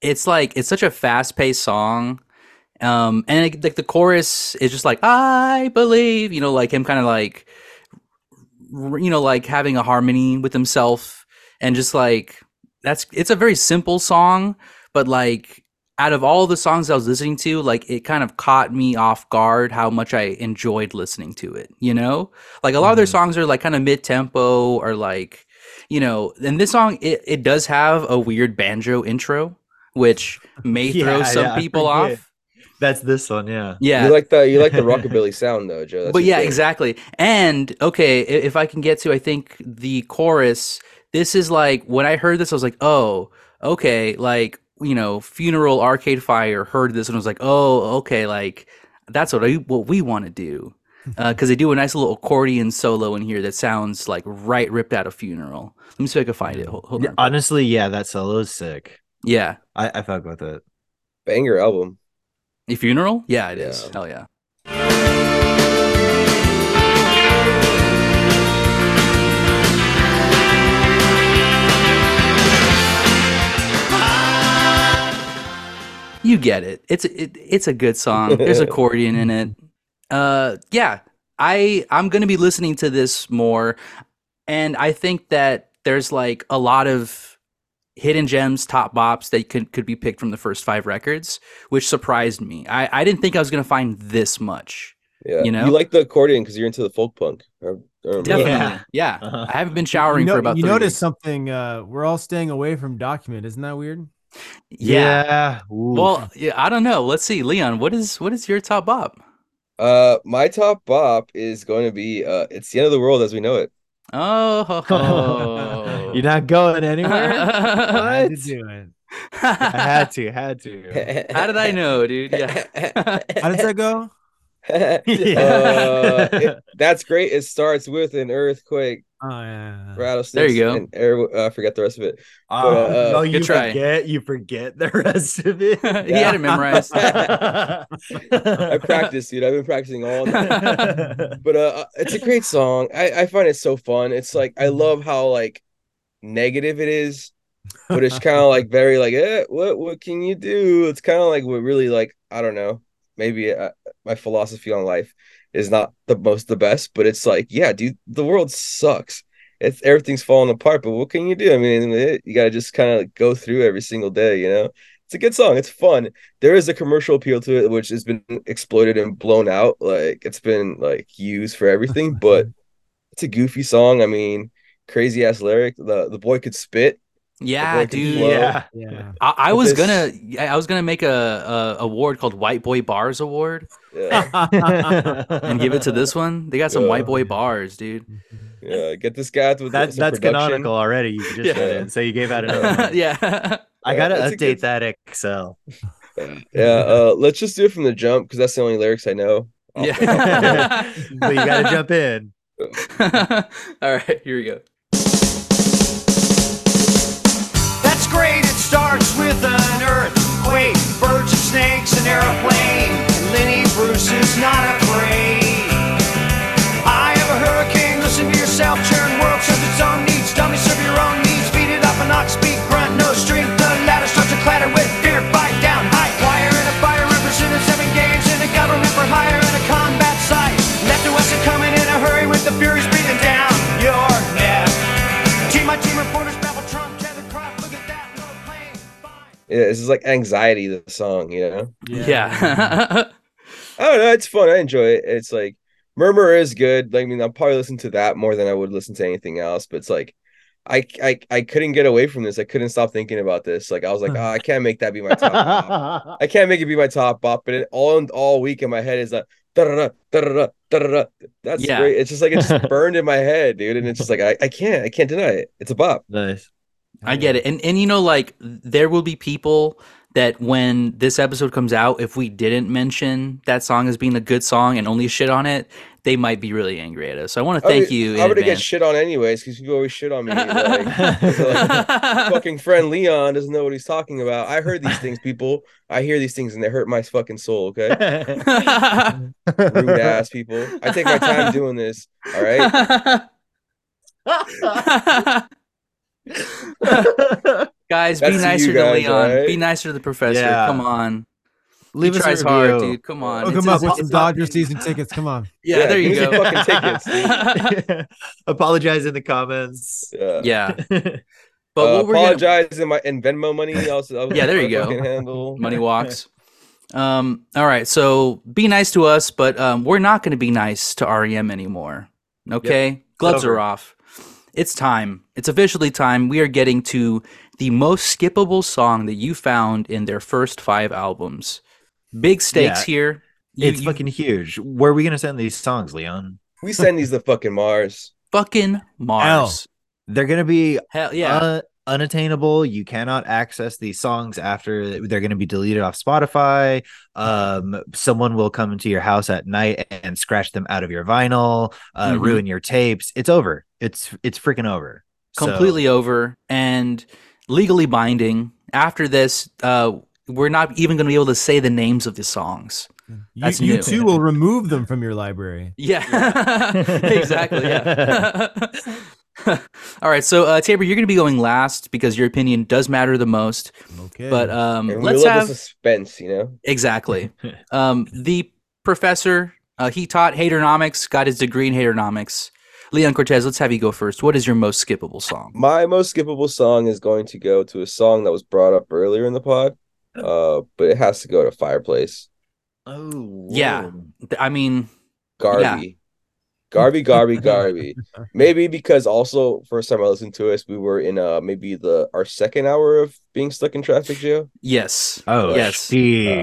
B: it's like it's such a fast-paced song. Um, and it, like the chorus is just like I believe, you know, like him kind of like r- you know, like having a harmony with himself and just like that's it's a very simple song, but like out of all the songs I was listening to, like it kind of caught me off guard how much I enjoyed listening to it, you know? Like a lot of their
C: Mhm.
B: songs are like kind of mid tempo or like, you know, and this song it, it does have a weird banjo intro, which may throw
C: Yeah,
B: some
C: yeah, I
B: people
C: forget.
B: off.
C: That's this one, yeah.
B: Yeah.
D: You like the you like the rockabilly sound though, Joe. That's
B: but
D: your
B: yeah,
D: thing.
B: exactly. And okay, i- if I can get to, I think the chorus. This is like when I heard this, I was like, oh, okay, like you know, Funeral Arcade Fire heard this and was like, oh, okay, like that's what I what we want to do, because they do a nice little accordion solo in here that sounds like right ripped out of Funeral. Let me see if I can find it. Hold, hold
C: Yeah,
B: on.
C: Honestly, yeah, that solo is sick.
B: yeah,
C: I, I fuck with it.
D: banger album.
B: a funeral. Yeah, it is.
D: Yeah.
B: Hell yeah. you get it. It's it, it's a good song. There's accordion in it. Uh, yeah, I I'm gonna be listening to this more, and I think that there's like a lot of hidden gems, top bops that could could be picked from the first five records, which surprised me. I I didn't think I was gonna find this much.
D: Yeah,
B: You know?
D: you like the accordion because you're into the folk punk. I- I remember.
B: Definitely, yeah.
C: Yeah. Uh-huh.
B: I haven't been showering
E: you
B: for about.
E: you
B: three
E: noticed
B: weeks.
E: something. Uh, we're all staying away from document. Isn't that weird?
B: yeah.
C: Ooh.
B: Well, yeah, I don't know. Let's see, Leon. What is what is your top bop?
D: Uh, my top bop is going to be uh, it's the end of the world as we know it.
B: Oh, ho, ho.
C: you're not going anywhere.
E: Oh. I had to
C: What?
E: do it.
C: I had to, had to.
B: How did I know, dude? Yeah.
E: How does that go?
D: Uh, it- that's great. It starts with an earthquake,
E: Oh, yeah.
B: Uh,
D: rattlesnakes.
B: There you go.
D: And air, uh, I forget the rest of it.
C: Oh,
D: uh,
C: no,
B: good
C: you
B: try.
C: forget. You forget the rest of it.
B: he had it memorized.
D: I practiced, dude. I've been practicing all night. But uh, it's a great song. I, I find it so fun. It's like I love how like negative it is, but it's kind of like very like eh, what what can you do? It's kind of like what really like I don't know. Maybe uh, my philosophy on life is not the most the best, but it's like yeah, dude, the world sucks. It's everything's falling apart, but what can you do? I mean, eh, you gotta just kind of go through every single day, you know. It's a good song. It's fun. There is a commercial appeal to it, which has been exploited and blown out. Like it's been like used for everything, but it's a goofy song. I mean, crazy ass lyric. The the boy could spit.
B: yeah,
D: Like,
B: dude.
D: whoa.
C: yeah.
E: Yeah.
B: I, I was
D: This-
B: gonna I was gonna make a, a award called White Boy Bars Award
D: Yeah,
B: and give it to this one. They got some white boy bars, dude.
D: yeah. Get this guy with
C: That,
D: some
C: that's
D: production.
C: canonical already. You just
B: Yeah.
C: read it, so you gave out another. one.
B: yeah.
C: I gotta
D: That's a
C: update
D: good-
C: that Excel.
D: Yeah. Uh, let's just do it from the jump because that's the only lyrics I know. Off the top.
B: Yeah.
C: But you gotta jump in.
B: All right, here we go.
F: That's great. It starts with an earthquake, birds and snakes, an airplane. And Lenny Bruce is not afraid. I have a hurricane. Listen to yourself. Churn world serves its own needs. Dummy serve your own needs. Beat it up an ox. Speak grunt. No strength. The ladder starts to clatter with fear. Bite down. High wire and a fire representing seven games in a government for hire and a combat site. Left to west are coming in a hurry with the furies beating down your neck. Team my team reporters babble Trump, tether crop, look at that, no plane, fine.
D: Yeah, this is like anxiety. The song, you know.
B: Yeah.
D: I don't know. It's fun. I enjoy it. It's like Murmur is good. Like, I mean, I'll probably listen to that more than I would listen to anything else. But it's like, I I, I couldn't get away from this. I couldn't stop thinking about this. Like, I was like, oh, I can't make that be my top. bop. I can't make it be my top bop. But it, all all week in my head is like. Da-da-da, da-da-da, da-da-da. That's
B: Yeah.
D: great. It's just like it just burned in my head, dude. And it's just like I, I can't, I can't deny it. It's a bop.
C: nice.
B: I get it. And and you know, like there will be people that when this episode comes out, if we didn't mention that song as being a good song and only shit on it, they might be really angry at us. So I want to
D: I
B: thank
D: mean,
B: you. In
D: I'm gonna get
B: advance.
D: shit on anyways because people always shit on me. Like, fucking friend Leon doesn't know what he's talking about. I heard these things, people. I hear these things and they hurt my fucking soul, okay? Rude ass people. I take my time doing this. All right.
B: guys,
D: That's
B: be
D: you
B: nicer to
D: guys,
B: Leon.
D: right?
B: Be nicer to the professor.
C: Yeah.
B: Come on.
C: Leave
B: he
C: us
B: tries
C: a
B: hard,
C: review.
B: dude. Come on.
E: Hook
B: It's
E: him up
B: his-
E: with some
B: it's not-
E: Dodger season tickets. Come on.
B: Yeah,
D: Yeah,
B: there you
D: give us
B: go.
D: some fucking tickets,
C: Apologize in the comments.
D: Yeah.
B: yeah. But
D: uh,
B: what we're gonna-
D: apologize in my in Venmo money. Also,
B: Yeah, there you go.
D: Handle.
B: money walks. Um, all right, so be nice to us, but um, we're not going to be nice to REM anymore. Okay, gloves
C: over.
B: are off. It's time. It's officially time. We are getting to the most skippable song that you found in their first five albums. Big stakes
C: Yeah.
B: here. You-
C: It's
B: you
C: fucking huge. Where are we gonna send these songs, Leon?
D: We send these to fucking Mars.
B: fucking Mars.
C: They're gonna be
B: Hell yeah.
C: uh, unattainable. You cannot access these songs after they're going to be deleted off Spotify. Um, someone will come into your house at night and scratch them out of your vinyl, uh,
B: Mhm.
C: ruin your tapes. It's over. It's it's freaking over. So-
B: completely over and legally binding. After this, uh, we're not even going to be able to say the names of the songs.
E: You,
B: That's
E: you
B: new.
E: too will remove them from your library.
B: Yeah, exactly. Yeah. All right, so uh, Tabor, you're going to be going last because your opinion does matter the most.
E: Okay.
B: But um,
D: And we
B: let's
D: love
B: have
D: the suspense, you know.
B: exactly um, the professor. Uh, he taught haternomics, got his degree in haternomics. Leon Cortez, let's have you go first. What is your most skippable song?
D: My most skippable song is going to go to a song that was brought up earlier in the pod, uh, but it has to go to Fireplace.
C: Oh
B: Yeah.
C: whoa.
B: Th- I mean,
D: Garvey. Garvey, Garvey, Garvey. Maybe because also first time I listened to us, we were in uh maybe the our second hour of being stuck in traffic, Joe.
B: yes.
C: Oh
B: Yes.
C: yes.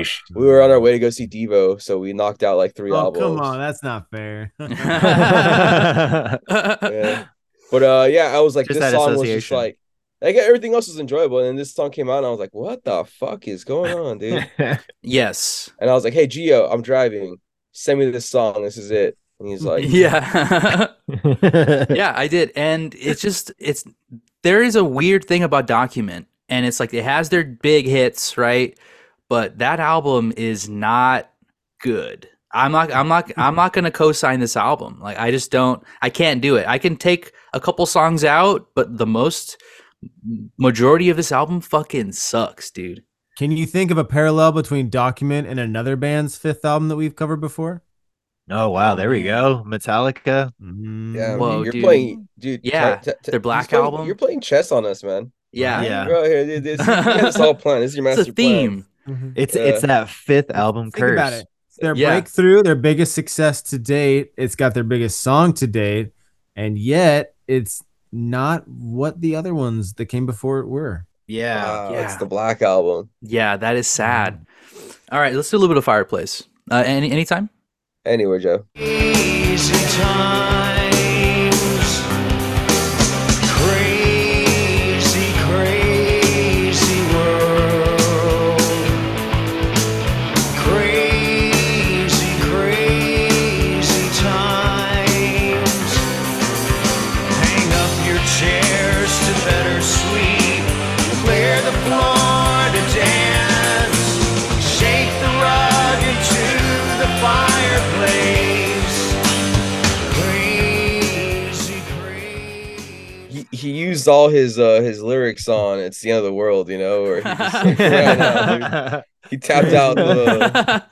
C: Sheesh.
D: We were on our way to go see Devo, so we knocked out like three
E: oh,
D: albums.
E: come on, that's not fair.
D: Yeah. But uh yeah, I was like
C: Just
D: this
C: that
D: song was just
C: association.
D: like like everything else was enjoyable, and then this song came out and I was like, What the fuck is going on, dude?
B: yes.
D: and I was like, Hey Gio, I'm driving. Send me this song, this is it. And he's like,
B: yeah. yeah, I did. And it's just it's there is a weird thing about Document, and it's like it has their big hits, right? But that album is not good. I'm not I'm not I'm not gonna co-sign this album. Like I just don't I can't do it. I can take a couple songs out, but the most majority of this album fucking sucks, dude.
E: Can you think of a parallel between Document and another band's fifth album that we've covered before?
C: oh wow, there we go. Metallica.
E: Mm,
D: Yeah,
B: Whoa,
D: you're
B: dude.
D: playing dude,
B: Yeah,
D: t- t- t-
B: their Black
D: he's playing-
B: Album.
D: You're playing chess on us, man.
B: Yeah.
C: Yeah.
D: Bro, here, dude, this, you had this all planned. This is your
B: It's
D: master
B: a theme.
E: mhm.
C: It's
D: Yeah.
C: it's that fifth album
E: Think
C: curse.
E: about it. It's their
B: Yeah.
E: breakthrough, their biggest success to date. It's got their biggest song to date, and yet it's not what the other ones that came before it were.
D: Plan.
C: Yeah.
D: Wow, Uh, It's
B: Yeah.
D: the Black Album.
B: Yeah, that is sad. All right, let's do a little bit of fireplace. Uh, any anytime?
D: Anyway, Joe.
F: Easy times, crazy, crazy world, crazy, crazy times. Hang up your chairs to better sleep, clear the floor to dance, shake the rug into the fireplace. Crazy, crazy.
D: He, he used all his uh his lyrics on "It's the End of the World," you know, or he, just, like, ran out, dude. he tapped out the.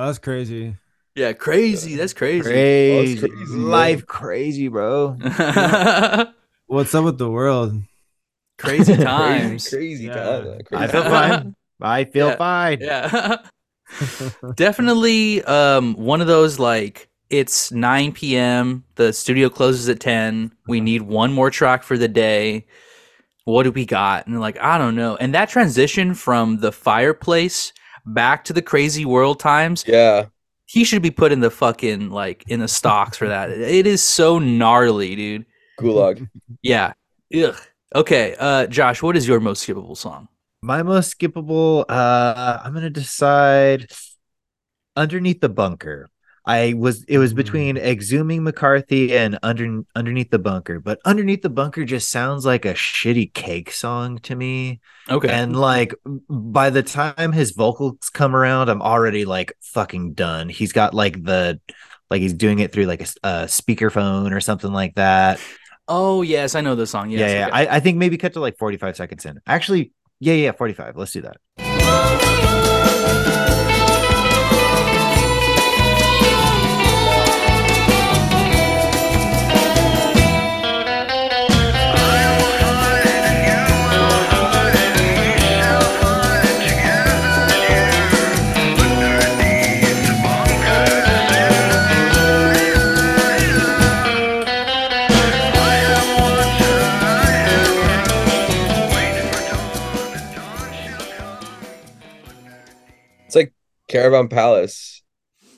E: Oh, that's crazy.
B: yeah, crazy. That's crazy.
C: crazy.
D: That's crazy, bro.
C: Life crazy, bro.
E: What's up with the world?
B: crazy
C: Crazy,
B: times.
D: Crazy
E: Yeah.
D: God, uh,
C: I
D: crazy.
C: feel fine. I feel
B: Yeah.
C: fine.
B: Yeah. Definitely um one of those like it's 9 p.m. The studio closes at 10. We need one more track for the day. What do we got? And they're like, I don't know. And that transition from the fireplace back to the crazy world times
D: Yeah,
B: he should be put in the fucking like in the stocks for that. It is so gnarly, dude.
D: Gulag.
B: Yeah. Ugh. Okay, uh, Josh, what is your most skippable song?
C: My most skippable, uh, I'm gonna decide underneath the bunker. I was it was between exhuming McCarthy and under underneath the bunker, but underneath the bunker just sounds like a shitty cake song to me.
B: Okay.
C: And like by the time his vocals come around, I'm already like fucking done. He's got like the like he's doing it through like a, s- a speakerphone or something like that.
B: oh yes, I know the song. Yes,
C: yeah, yeah.
B: okay.
C: I, I think maybe cut to like 45 seconds in. Actually, yeah, yeah, 45. Let's do that.
F: I will hide in you.
D: Caravan Palace.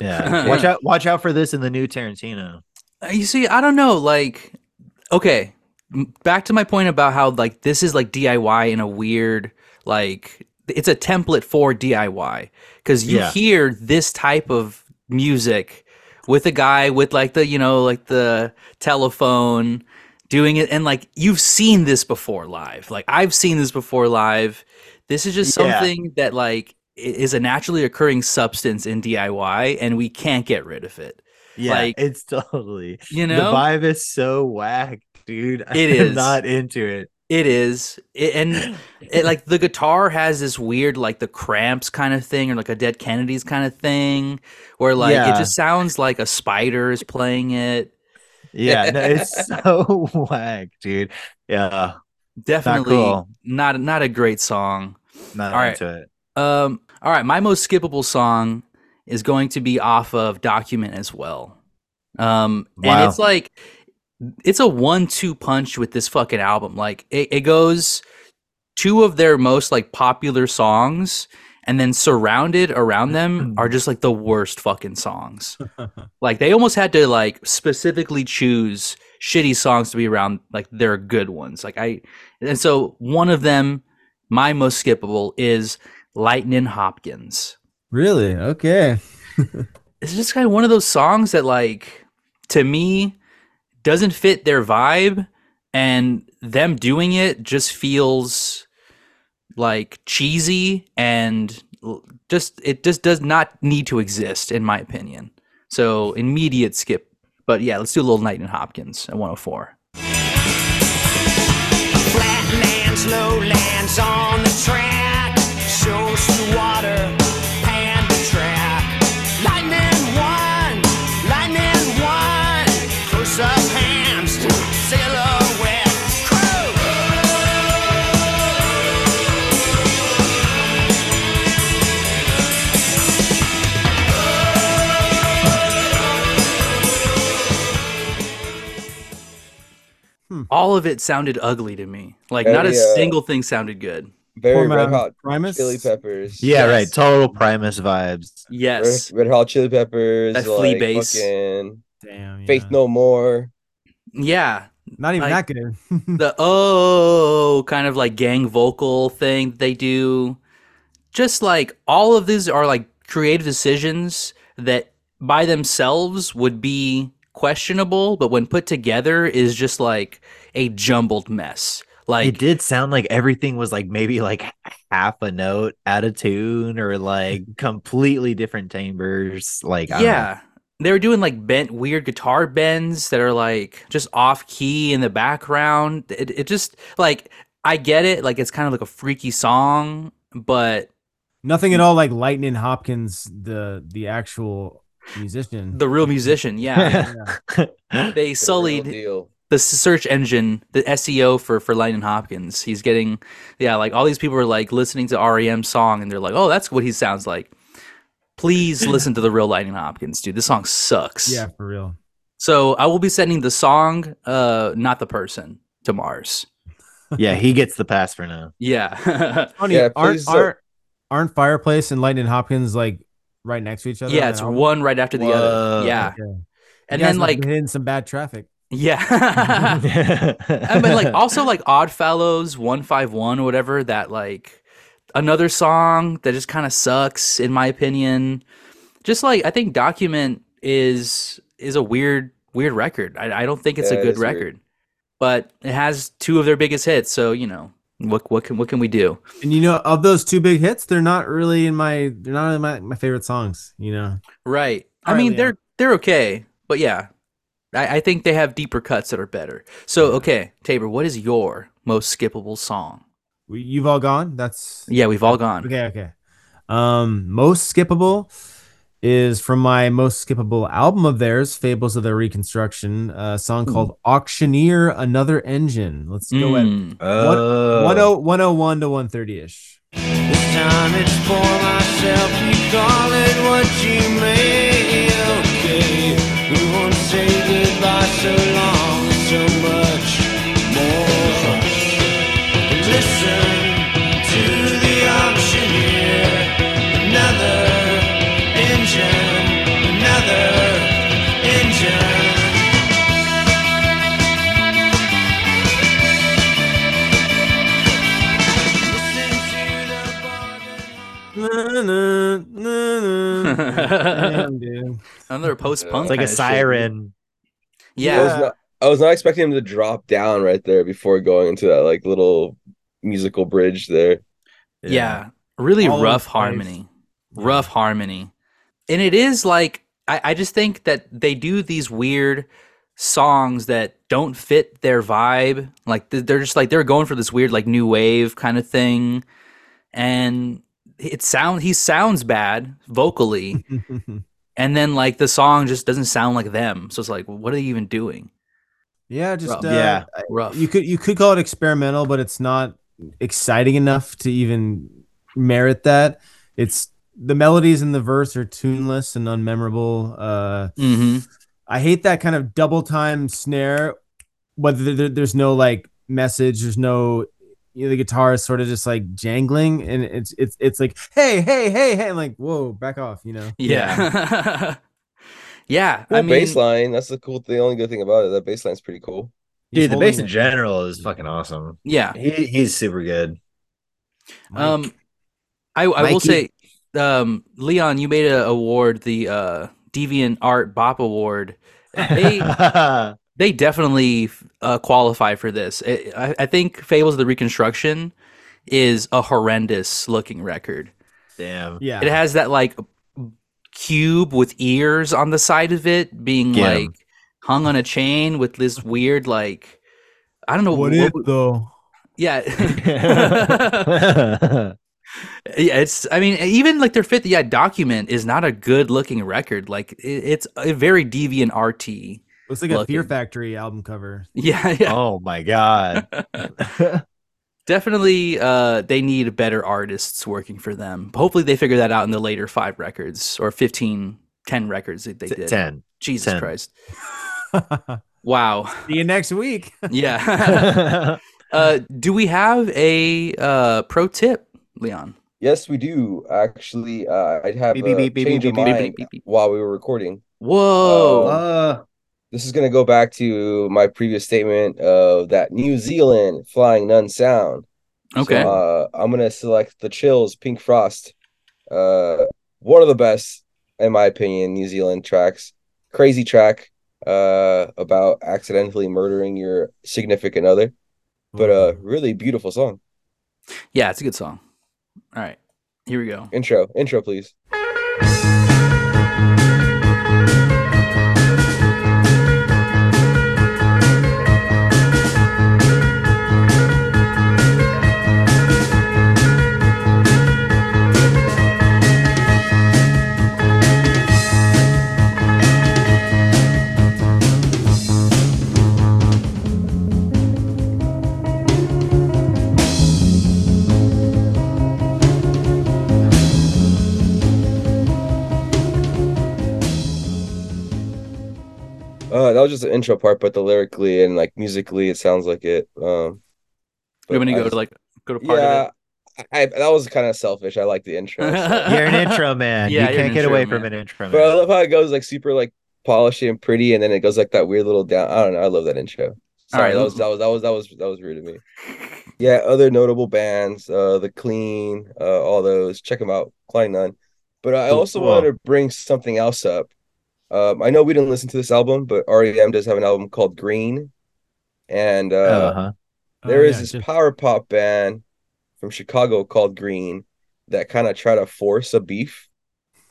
C: Yeah. Watch out watch out for this in the new Tarantino.
B: Uh, You see, I don't know. Like, okay, m- back to my point about how like this is like DIY in a weird like it's a template for DIY because you
C: Yeah.
B: hear this type of music with a guy with like the you know like the telephone doing it and like you've seen this before live like i've seen this before live this is just
C: Yeah.
B: something that like i- is a naturally occurring substance in diy and we can't get rid of it
C: Yeah.
B: Like,
C: it's totally
B: you
C: the
B: know
C: vibe is so whack, dude. I'm
B: It is.
C: not into it.
B: It is, it, and it, like the guitar has this weird, like the cramps kind of thing, or like a Dead Kennedys kind of thing, where like it
C: Yeah.
B: just sounds like a spider is playing it.
C: Yeah, no, it's so whack, dude. Yeah,
B: Definitely not
C: cool.
B: not, a great song.
C: not
B: All right.
C: into it.
B: Um, all right, my most skippable song is going to be off of Document as well. Um,
C: Wow.
B: and it's like it's a one-two punch with this fucking album. Like it, it goes two of their most like popular songs, and then surrounded around them are just like the worst fucking songs. like they almost had to like specifically choose shitty songs to be around like their good ones. Like I, and so one of them, my most skippable is Lightnin' Hopkins
E: Really? Okay.
B: it's just kind of one of those songs that like to me doesn't fit their vibe and them doing it just feels like cheesy and l- just it just does not need to exist in my opinion so immediate skip but yeah let's do a little night in hopkins at 104
F: Flatlands, lowlands on the track. Shows the water, pan the track. Lightning one, lightning one. Close up hands, silhouette. Crew!
B: all of it sounded ugly to me like
D: Hey,
B: not a
D: uh,
B: single thing sounded good
D: Very
E: Form,
D: red
E: um,
D: hot
E: Primus?
D: chili peppers.
C: Yeah,
B: Yes.
C: right. Total Primus vibes.
D: Red,
B: yes
D: Red hot chili peppers.
B: That flea
D: like,
B: bass.
D: fucking
E: Damn.
D: Faith
E: yeah.
D: No More.
B: yeah
E: Not even
B: Like-
E: that good.
B: the oh kind of like gang vocal thing they do just like all of these are like creative decisions that by themselves would be questionable but when put together is just like a jumbled mess
C: it
B: like
C: did sound like everything was like maybe like half a note out of tune or like completely different timbres. Like I don't know.
B: yeah they were doing like bent weird guitar bends that are like just off key in the background it, it just like i get it like it's kind of like a freaky song but
E: Nothing
B: Mm.
E: at all like Lightning Hopkins, the the actual musician.
B: the real musician yeah they
D: The real
B: sullied
D: deal.
B: the s- search engine, the SEO for for Lightning Hopkins. He's getting, yeah, like all these people are like listening to REM song and they're like, oh, that's what he sounds like. Please listen to the real Lightning Hopkins, dude. This song sucks.
E: yeah, for real.
B: So I will be sending the song, uh, not the person, to Mars.
C: yeah, he gets the pass for now.
B: Yeah.
E: Funny,
D: Yeah,
E: aren't,
D: please, uh,
E: aren't, aren't Fireplace and Lightning Hopkins like right next to each other?
B: yeah, it's
E: one.
B: one right after the
C: Whoa.
B: other. Yeah. And then like
E: hitting some bad traffic.
B: yeah. I mean, Uh, like also like Oddfellows 151 or whatever that like another song that just kind of sucks in my opinion. Just like I think Document is is a weird weird record. I, I don't think it's
D: Yeah,
B: a
D: it
B: good
D: is weird.
B: record. But it has two of their biggest hits, so you know, what what can what can we do?
E: And you know, of those two big hits, they're not really in my they're not in my, my favorite songs. You know,
B: Right. I
E: All right,
B: mean,
E: Liam.
B: they're they're okay, but yeah, I, I think they have deeper cuts that are better. So okay, Tabor, what is your most skippable song?
E: we, you've all gone. That's
B: Yeah, we've all gone.
E: okay. Okay. Um, most skippable is from my most skippable album of theirs, Fables of the Reconstruction, a song
F: Hmm.
E: called Auctioneer Another Engine. Let's go at
B: Mm.
C: Oh.
E: 10- 101 to 130 ish.
F: This time it's for myself. You call it what you may. Okay, we won't say goodbye so long. There's so much more. Listen to the auctioneer. Another
E: Damn, dude.
B: Another post punk.
C: It's like a siren.
D: I
B: Yeah.
D: was not I was not expecting him to drop down right there before going into that like little musical bridge there.
B: yeah. Really
E: All over
B: rough
E: the place.
B: harmony. Rough harmony. And it is like I, I just think that they do these weird songs that don't fit their vibe. Like th- they're just like they're going for this weird like new wave kind of thing. And it sound he sounds bad vocally and then like the song just doesn't sound like them. So it's like what are they even doing?
E: yeah, just
B: Rough.
E: uh,
C: Yeah.
B: Rough.
E: You could you could call it experimental, but it's not exciting enough to even merit that. It's the melodies in the verse are tuneless and unmemorable. Uh,
B: mm-hmm.
E: I hate that kind of double time snare. Whether there- there, there's no like message, there's no you know, the guitar is sort of just like jangling, and it's it's it's like hey hey hey hey, and like whoa, back off, you know.
B: Yeah. yeah.
D: Cool
B: I mean,
D: bass line. That's the cool the only good thing about it. That bass line's pretty cool.
E: He's
C: Dude, the bass
E: holding
C: in
E: it.
C: general is fucking awesome.
B: yeah.
C: He, he's super good.
B: Um, I, I will say, um, Leon, you made a award, the uh, Deviant Art Bop Award. They they definitely uh, qualify for this. I, I- I think Fables of the Reconstruction is a horrendous looking record.
C: Damn.
E: Yeah,
B: It has that like cube with ears on the side of it being
C: Yeah.
B: like hung on a chain with this weird like I don't know
E: what
B: what
E: if
B: would-
E: though?
B: yeah. Yeah, it's. I mean, even like their fifth, yeah, document is not a good looking record. Like it, it's a very deviant RT.
E: Looks like a Fear
B: Looking.
E: Factory album cover.
B: Yeah, yeah,
C: oh my god.
B: definitely. Uh, they need better artists working for them. Hopefully, they figure that out in the later five records or 15, 10 records that they
C: T-
B: did.
C: Ten.
B: Jesus
C: 10.
B: Christ!
E: See
B: Wow.
E: you next week.
B: Yeah. uh, do we have a uh, pro tip, Leon?
D: Yes, we do. Actually, uh, I'd have
C: Beep,
D: a
C: beep, beep, beep,
D: change
C: beep,
D: of
C: beep, beep,
D: mind
B: beep, beep.
D: while we were recording. Oh. Um,
B: Whoa.
E: Oh.
C: Uh,
D: This is going to go back to my previous statement of that New Zealand flying nun sound. So,
B: okay.
D: uh, I'm gonna select the Chills, Pink Frost. Uh, one of the best, in my opinion, New Zealand tracks. Crazy track uh, about accidentally murdering your significant other, but uh,
C: Mm-hmm.
D: really beautiful song.
B: yeah, it's a good song. All right, here we go.
D: Intro, intro, please. Uh, that was just the intro part, but the lyrically and like musically, it sounds like it. Um,
B: We're
D: but
B: gonna
D: I
B: go to
D: just-
B: like go to part of it.
D: yeah. I, I- that was kind of selfish. I like the intro. so-
C: you're an intro man.
B: Yeah,
C: you
B: you're an
C: can't get
B: intro
C: away
B: man.
C: from an intro man.
D: But I love how it goes like super like polished and pretty, and then it goes like that weird little down. I don't know. I love that intro. Sorry,
B: Alright,
D: that was that was that was that was that was rude of me. Yeah, other notable bands, uh, The Clean, uh, all those. Check them out, Klein None. But I
C: Cool.
D: also
C: Cool.
D: wanted to bring something else up. Um, I know we didn't listen to this album, but REM does have an album called Green, and uh,
C: uh-huh.
D: there is
E: Oh, yeah,
D: this
E: just-
D: power pop band from Chicago called Green that kind of try to force a beef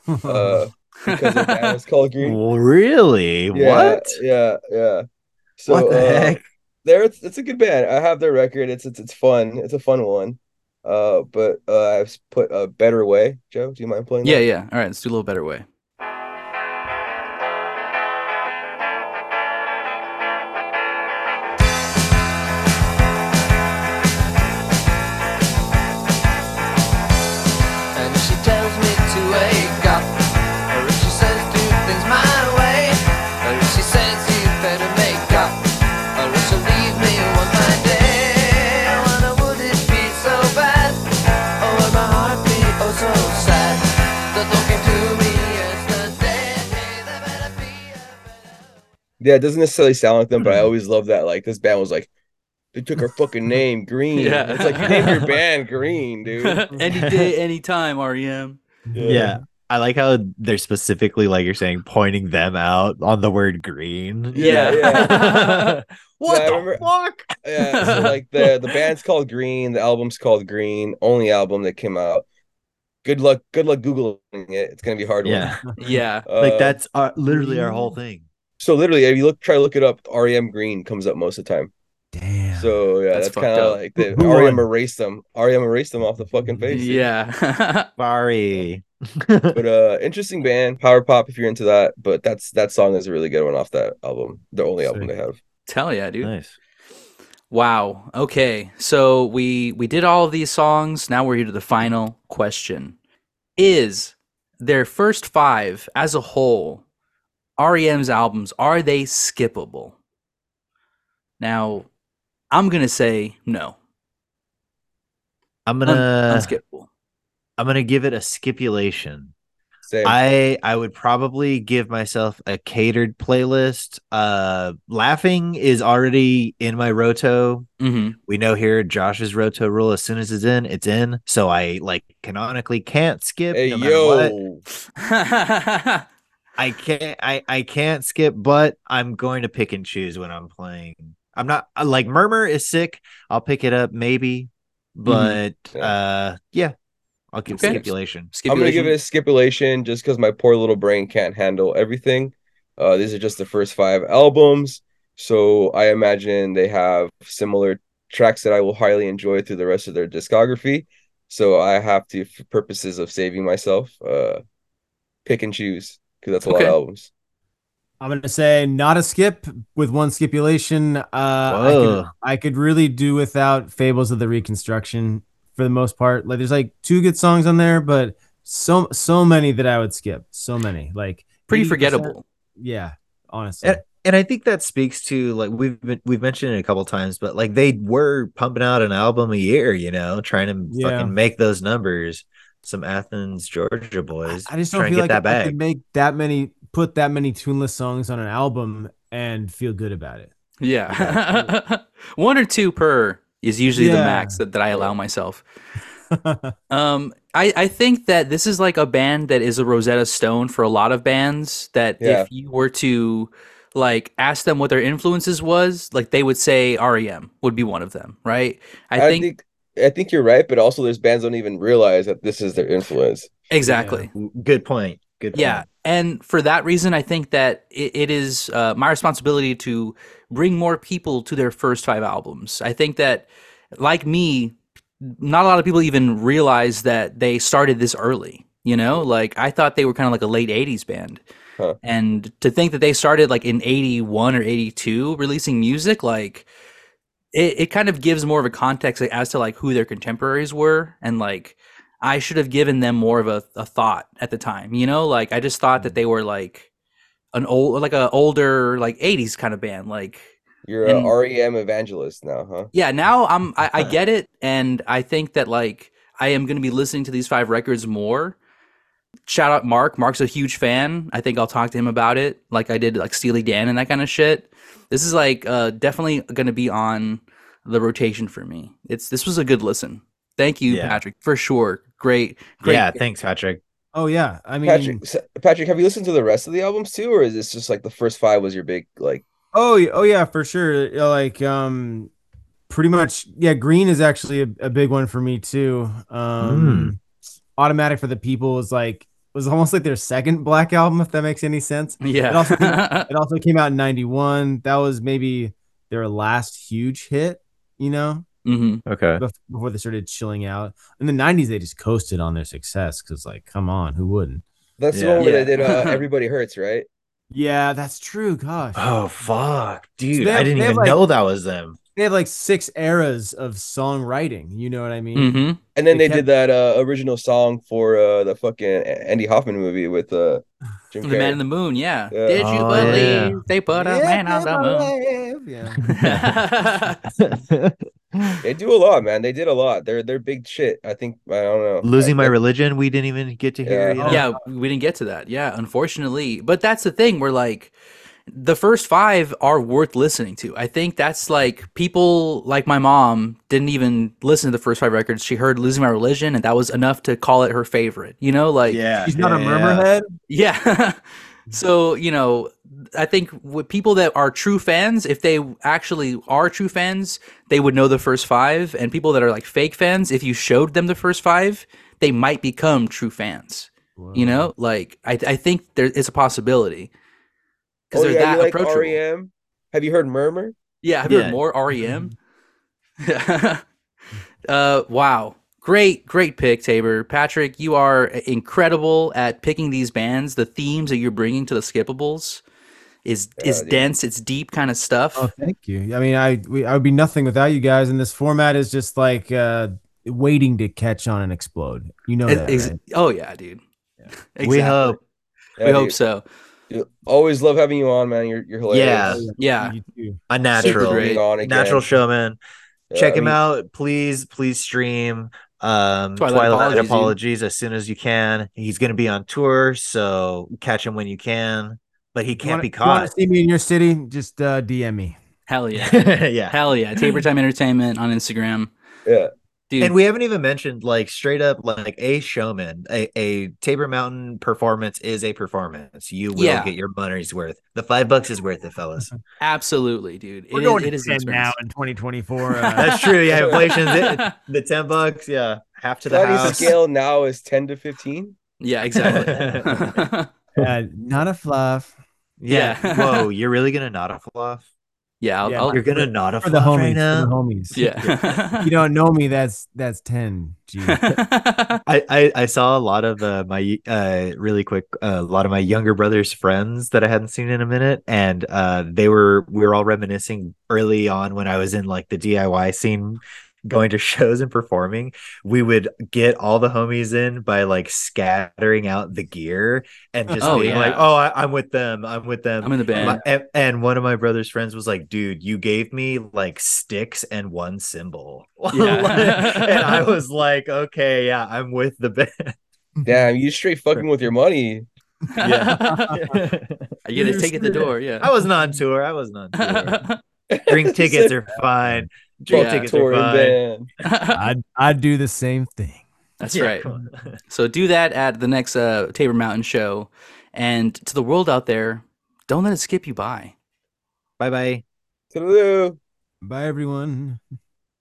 C: Oh.
D: uh, because the band was called Green.
E: Oh,
C: Really?
D: Yeah,
C: What?
D: Yeah, yeah. So
C: what the
D: uh,
C: heck?
D: There, it's, it's a good band. I have their record. It's it's it's fun. It's a fun one. Uh, but uh, I've put a better way. Joe, do you mind playing?
B: Yeah,
D: that?
B: yeah. All right, let's do a little better way.
A: And if she tells me to wake up, or if she says do things my way, or if she says you better make up, or if she'll leave me one fine day. I wonder would it be so bad, or would my heart be oh so sad that talking to me yesterday? There better be a better
D: Yeah, it doesn't necessarily sound like them, but
C: Mm-hmm.
D: I always love that. Like this band was like, they took our fucking name, Green.
B: Yeah.
D: It's like name your band Green, dude.
B: Any day, any time, REM.
C: Yeah. I like how they're specifically like you're saying pointing them out on the word green.
B: Yeah.
D: yeah.
C: what
D: Yeah, I
C: the
D: remember-
C: fuck?
D: Yeah, so like the the band's called Green, the album's called Green, only album that came out. Good luck, good luck googling it. It's gonna be a hard.
C: Yeah,
B: yeah.
D: one.
C: like
D: Uh,
C: that's our, literally our whole thing.
D: So literally, if you look, try to look it up. REM Green comes up most of the time.
E: Damn.
D: So yeah,
B: That's
D: that's,
B: fucked
D: kind of
B: up.
D: like the,
E: Who
D: REM
E: won?
D: erased them. REM erased them off the fucking face.
B: Yeah.
C: Sorry.
D: But uh, interesting band, power pop if you're into that. But that's that song is a really good one off that album. The only album
E: Sick.
D: they have.
B: Tell ya, dude.
C: nice.
B: Wow. Okay. So we we did all of these songs. Now we're here to the final question. Is their first five as a whole REM's albums are they skippable? Now, I'm going to say no.
C: I'm
B: Un-
D: Uh.
C: gonna
B: unskippable.
C: I'm gonna give it a stipulation.
D: Same.
C: I I would probably give myself a catered playlist. Uh, laughing is already in my roto.
B: Mhm.
C: We know here Josh's roto rule. As soon as it's in, it's in. So I like canonically can't skip.
D: hey
C: no matter
D: yo,
C: what. I can't I I can't skip, but I'm going to pick and choose when I'm playing. I'm not I- like Murmur is sick. I'll pick it up maybe, but
D: Mm-hmm. Yeah.
C: uh yeah, I'll give
B: Okay.
C: stipulation.
D: I'm gonna give
B: Stipulation?
D: it a stipulation just because my poor little brain can't handle everything. Uh, these are just the first five albums, so I imagine they have similar tracks that I will highly enjoy through the rest of their discography. So I have to, for purposes of saving myself, uh, pick and choose because that's a lot
B: Okay.
D: of albums.
E: I'm gonna say not a skip with one stipulation. Uh, I
C: Whoa.
E: could, I could really do without Fables of the Reconstruction for the most part. Like, there's like two good songs on there, but so so many that I would skip. So many, like
B: Pretty
E: 80%.
B: forgettable.
E: Yeah, honestly.
G: Yeah.
C: And I think that speaks to like we've been we've mentioned it a couple times, but like they were pumping out an album a year, you know, trying to
E: Yeah.
C: fucking make those numbers. Some Athens, Georgia boys.
E: I just don't
C: trying
E: feel
C: to
E: like
C: get that
E: I
C: back.
E: could make that many, put that many tuneless songs on an album and feel good about it.
B: Yeah. One or two per is usually the
E: Yeah.
B: max that, that I allow myself. Um, I, I think that this is like a band that is a Rosetta Stone for a lot of bands that
D: Yeah.
B: if you were to like ask them what their influences was, like they would say REM would be one of them, right? I, think,
D: I think you're right, but also there's bands don't even realize that this is their influence.
B: exactly.
C: Good point. Good point.
B: Yeah. And for that reason, I think that it, it is uh, my responsibility to bring more people to their first five albums. I think that, like me, not a lot of people even realize that they started this early. You know, like I thought they were kind of like a late 80s band.
D: Huh.
B: And to think that they started like in 81 or 82 releasing music, like it, it kind of gives more of a context as to like who their contemporaries were and like I should have given them more of a, a thought at the time. You know, like I just thought
C: Mm-hmm.
B: that they were like an old, like a older, like '80s kind of band. Like,
D: You're
B: And-
D: a REM evangelist now, huh?
B: yeah, now I'm, I,
C: Uh-huh.
B: I get it, and I think that like I am going to be listening to these five records more. Shout out Mark. Mark's a huge fan. I think I'll talk to him about it, like I did like Steely Dan and that kind of shit. This is like uh, definitely going to be on the rotation for me. It's this was a good listen. Thank you,
C: Yeah.
B: Patrick, for sure. Great, great.
C: Yeah, thanks, Patrick.
E: Oh yeah, I mean,
D: Patrick, s- Patrick, have you listened to the rest of the albums too, or is this just like the first five was your big like?
E: oh y- oh yeah, for sure. Yeah, Like um, pretty much yeah. Green is actually a, a big one for me too. Um, Automatic for the People is like was almost like their second black album, if that makes any sense.
B: Yeah.
E: It also came- It also came out in '91. That was maybe their last huge hit. You know,
B: hmm
C: Okay.
E: bef- before they started chilling out. In the '90s, they just coasted on their success because, like, come on, who wouldn't?
D: That's the
C: Yeah.
D: one where they
B: Yeah.
D: did uh, "Everybody Hurts," right?
E: Yeah, that's true. Gosh,
C: Oh fuck, dude!
E: they
C: I
E: have-
C: didn't
E: they have,
C: even
E: like-
C: know that was them.
E: they have like six eras of songwriting. You know what I mean?
B: hmm
D: And then
E: They
D: they, did that uh, original song for uh, the fucking A- Andy Hoffman movie with uh, Jim
B: The
D: Carrey.
B: man in the moon, yeah.
D: Yeah.
B: Did you
C: Oh, yeah.
B: believe they put a man on the moon?
E: Yeah.
D: They do a lot, man. They did a lot. They're they're big shit. I think I don't know.
C: Losing my
D: I,
C: religion, we didn't even get to hear.
D: Yeah.
C: you know?
B: yeah, we didn't get to that. Yeah, unfortunately. But that's the thing. We're like, the first five are worth listening to. I think that's like people like my mom didn't even listen to the first five records. She heard Losing My Religion, and that was enough to call it her favorite. You know, like
C: yeah,
E: She's not a
C: yeah,
E: murmur
C: yeah.
B: yeah.
E: head.
B: so you know, I think with people that are true fans, if they actually are true fans, they would know the first five. And people that are like fake fans, if you showed them the first five, they might become true fans. You
D: Mm-hmm.
B: know, like I, I think there it's a possibility because
D: Oh,
B: they're
D: yeah,
B: that
D: you like
B: approachable.
D: REM? Have you heard Murmur?
B: Yeah, have you
C: Yeah. Mm-hmm.
B: heard more REM? uh, wow. Great, great pick, Tabor. Patrick, you are incredible at picking these bands. The themes that you're bringing to the skippables is
D: Yeah,
B: is
D: dude.
B: dense, it's deep kind of stuff.
E: Oh, thank you. I mean, I we, I would be nothing without you guys, and this format is just like uh waiting to catch on and explode. You know
B: It-
E: that,
B: ex-
E: right?
B: oh yeah, dude.
C: We
B: Exactly.
C: hope.
B: We
D: Yeah,
B: hope
D: dude.
B: so.
D: You- Always love having you on, man. You're you're hilarious.
C: Yeah,
B: Yeah.
E: You too.
C: a
D: Super
C: natural,
D: being
B: Great.
D: on again.
C: natural showman.
D: Yeah,
C: Check
D: I
C: him
D: mean,
C: out, please. Please stream um,
B: Twilight
C: Twilight,
B: Apologies,
C: Apologies,
B: dude.
C: as soon as you can. He's going to be on tour, so catch him when you can. But he
E: You
C: can't
E: wanna-
C: be
E: you wanna
C: caught.
E: see me in your city? Just uh, DM me.
B: Hell yeah.
C: yeah,
B: Hell yeah. Tabor Time Entertainment on Instagram.
D: Yeah.
B: Dude,
C: and we haven't even mentioned like straight up like a showman, a, a Tabor Mountain performance is a performance. You will
B: Yeah.
C: get your money's worth. The five bucks is worth it, fellas.
B: absolutely, dude. It is- it is an experience.
E: in uh, 2024.
C: That's true. Yeah, inflation. the, the ten bucks. Yeah, half to the
D: Sliding
C: house.
D: scale now is ten to fifteen.
B: Yeah, exactly.
E: uh, not a fluff.
C: Yeah.
B: Yeah.
C: Whoa, you're really gonna not a fluff?
B: yeah, I'll,
E: Yeah,
B: I'll
C: You're gonna not a
E: For the
C: fluff
E: homies.
C: right
E: for
C: now?
E: the homies.
B: yeah.
E: You don't know me. That's that's 10. Gee.
C: I, I I saw a lot of uh, my uh really quick uh, a lot of my younger brother's friends that I hadn't seen in a minute, and uh they were we were all reminiscing early on when I was in like the DIY scene. Going to shows and performing, we would get all the homies in by like scattering out the gear and just
B: Oh,
C: being like,
B: yeah.
C: "Oh, I, I'm with them. I'm with them.
B: I'm in the band.
C: My- and, and one of my brother's friends was like, dude, you gave me like sticks and one symbol.
B: Yeah.
C: Like, and I was like, okay, yeah, I'm with the
D: Damn, you straight fucking with your money.
B: yeah.
C: band.
B: I get a ticket at the door. Yeah.
C: I was not on tour. I was not on tour. Drink tickets are fine. Drink
B: Yeah.
C: tickets are
D: Touring
C: fine.
D: band.
E: I'd, I'd do the same thing.
B: That's
C: Yeah,
B: right.
C: come on.
B: So do that at the next uh, Tabor Mountain show. And to the world out there, don't let it skip you by.
C: Bye bye.
D: Toodaloo.
E: Bye, everyone.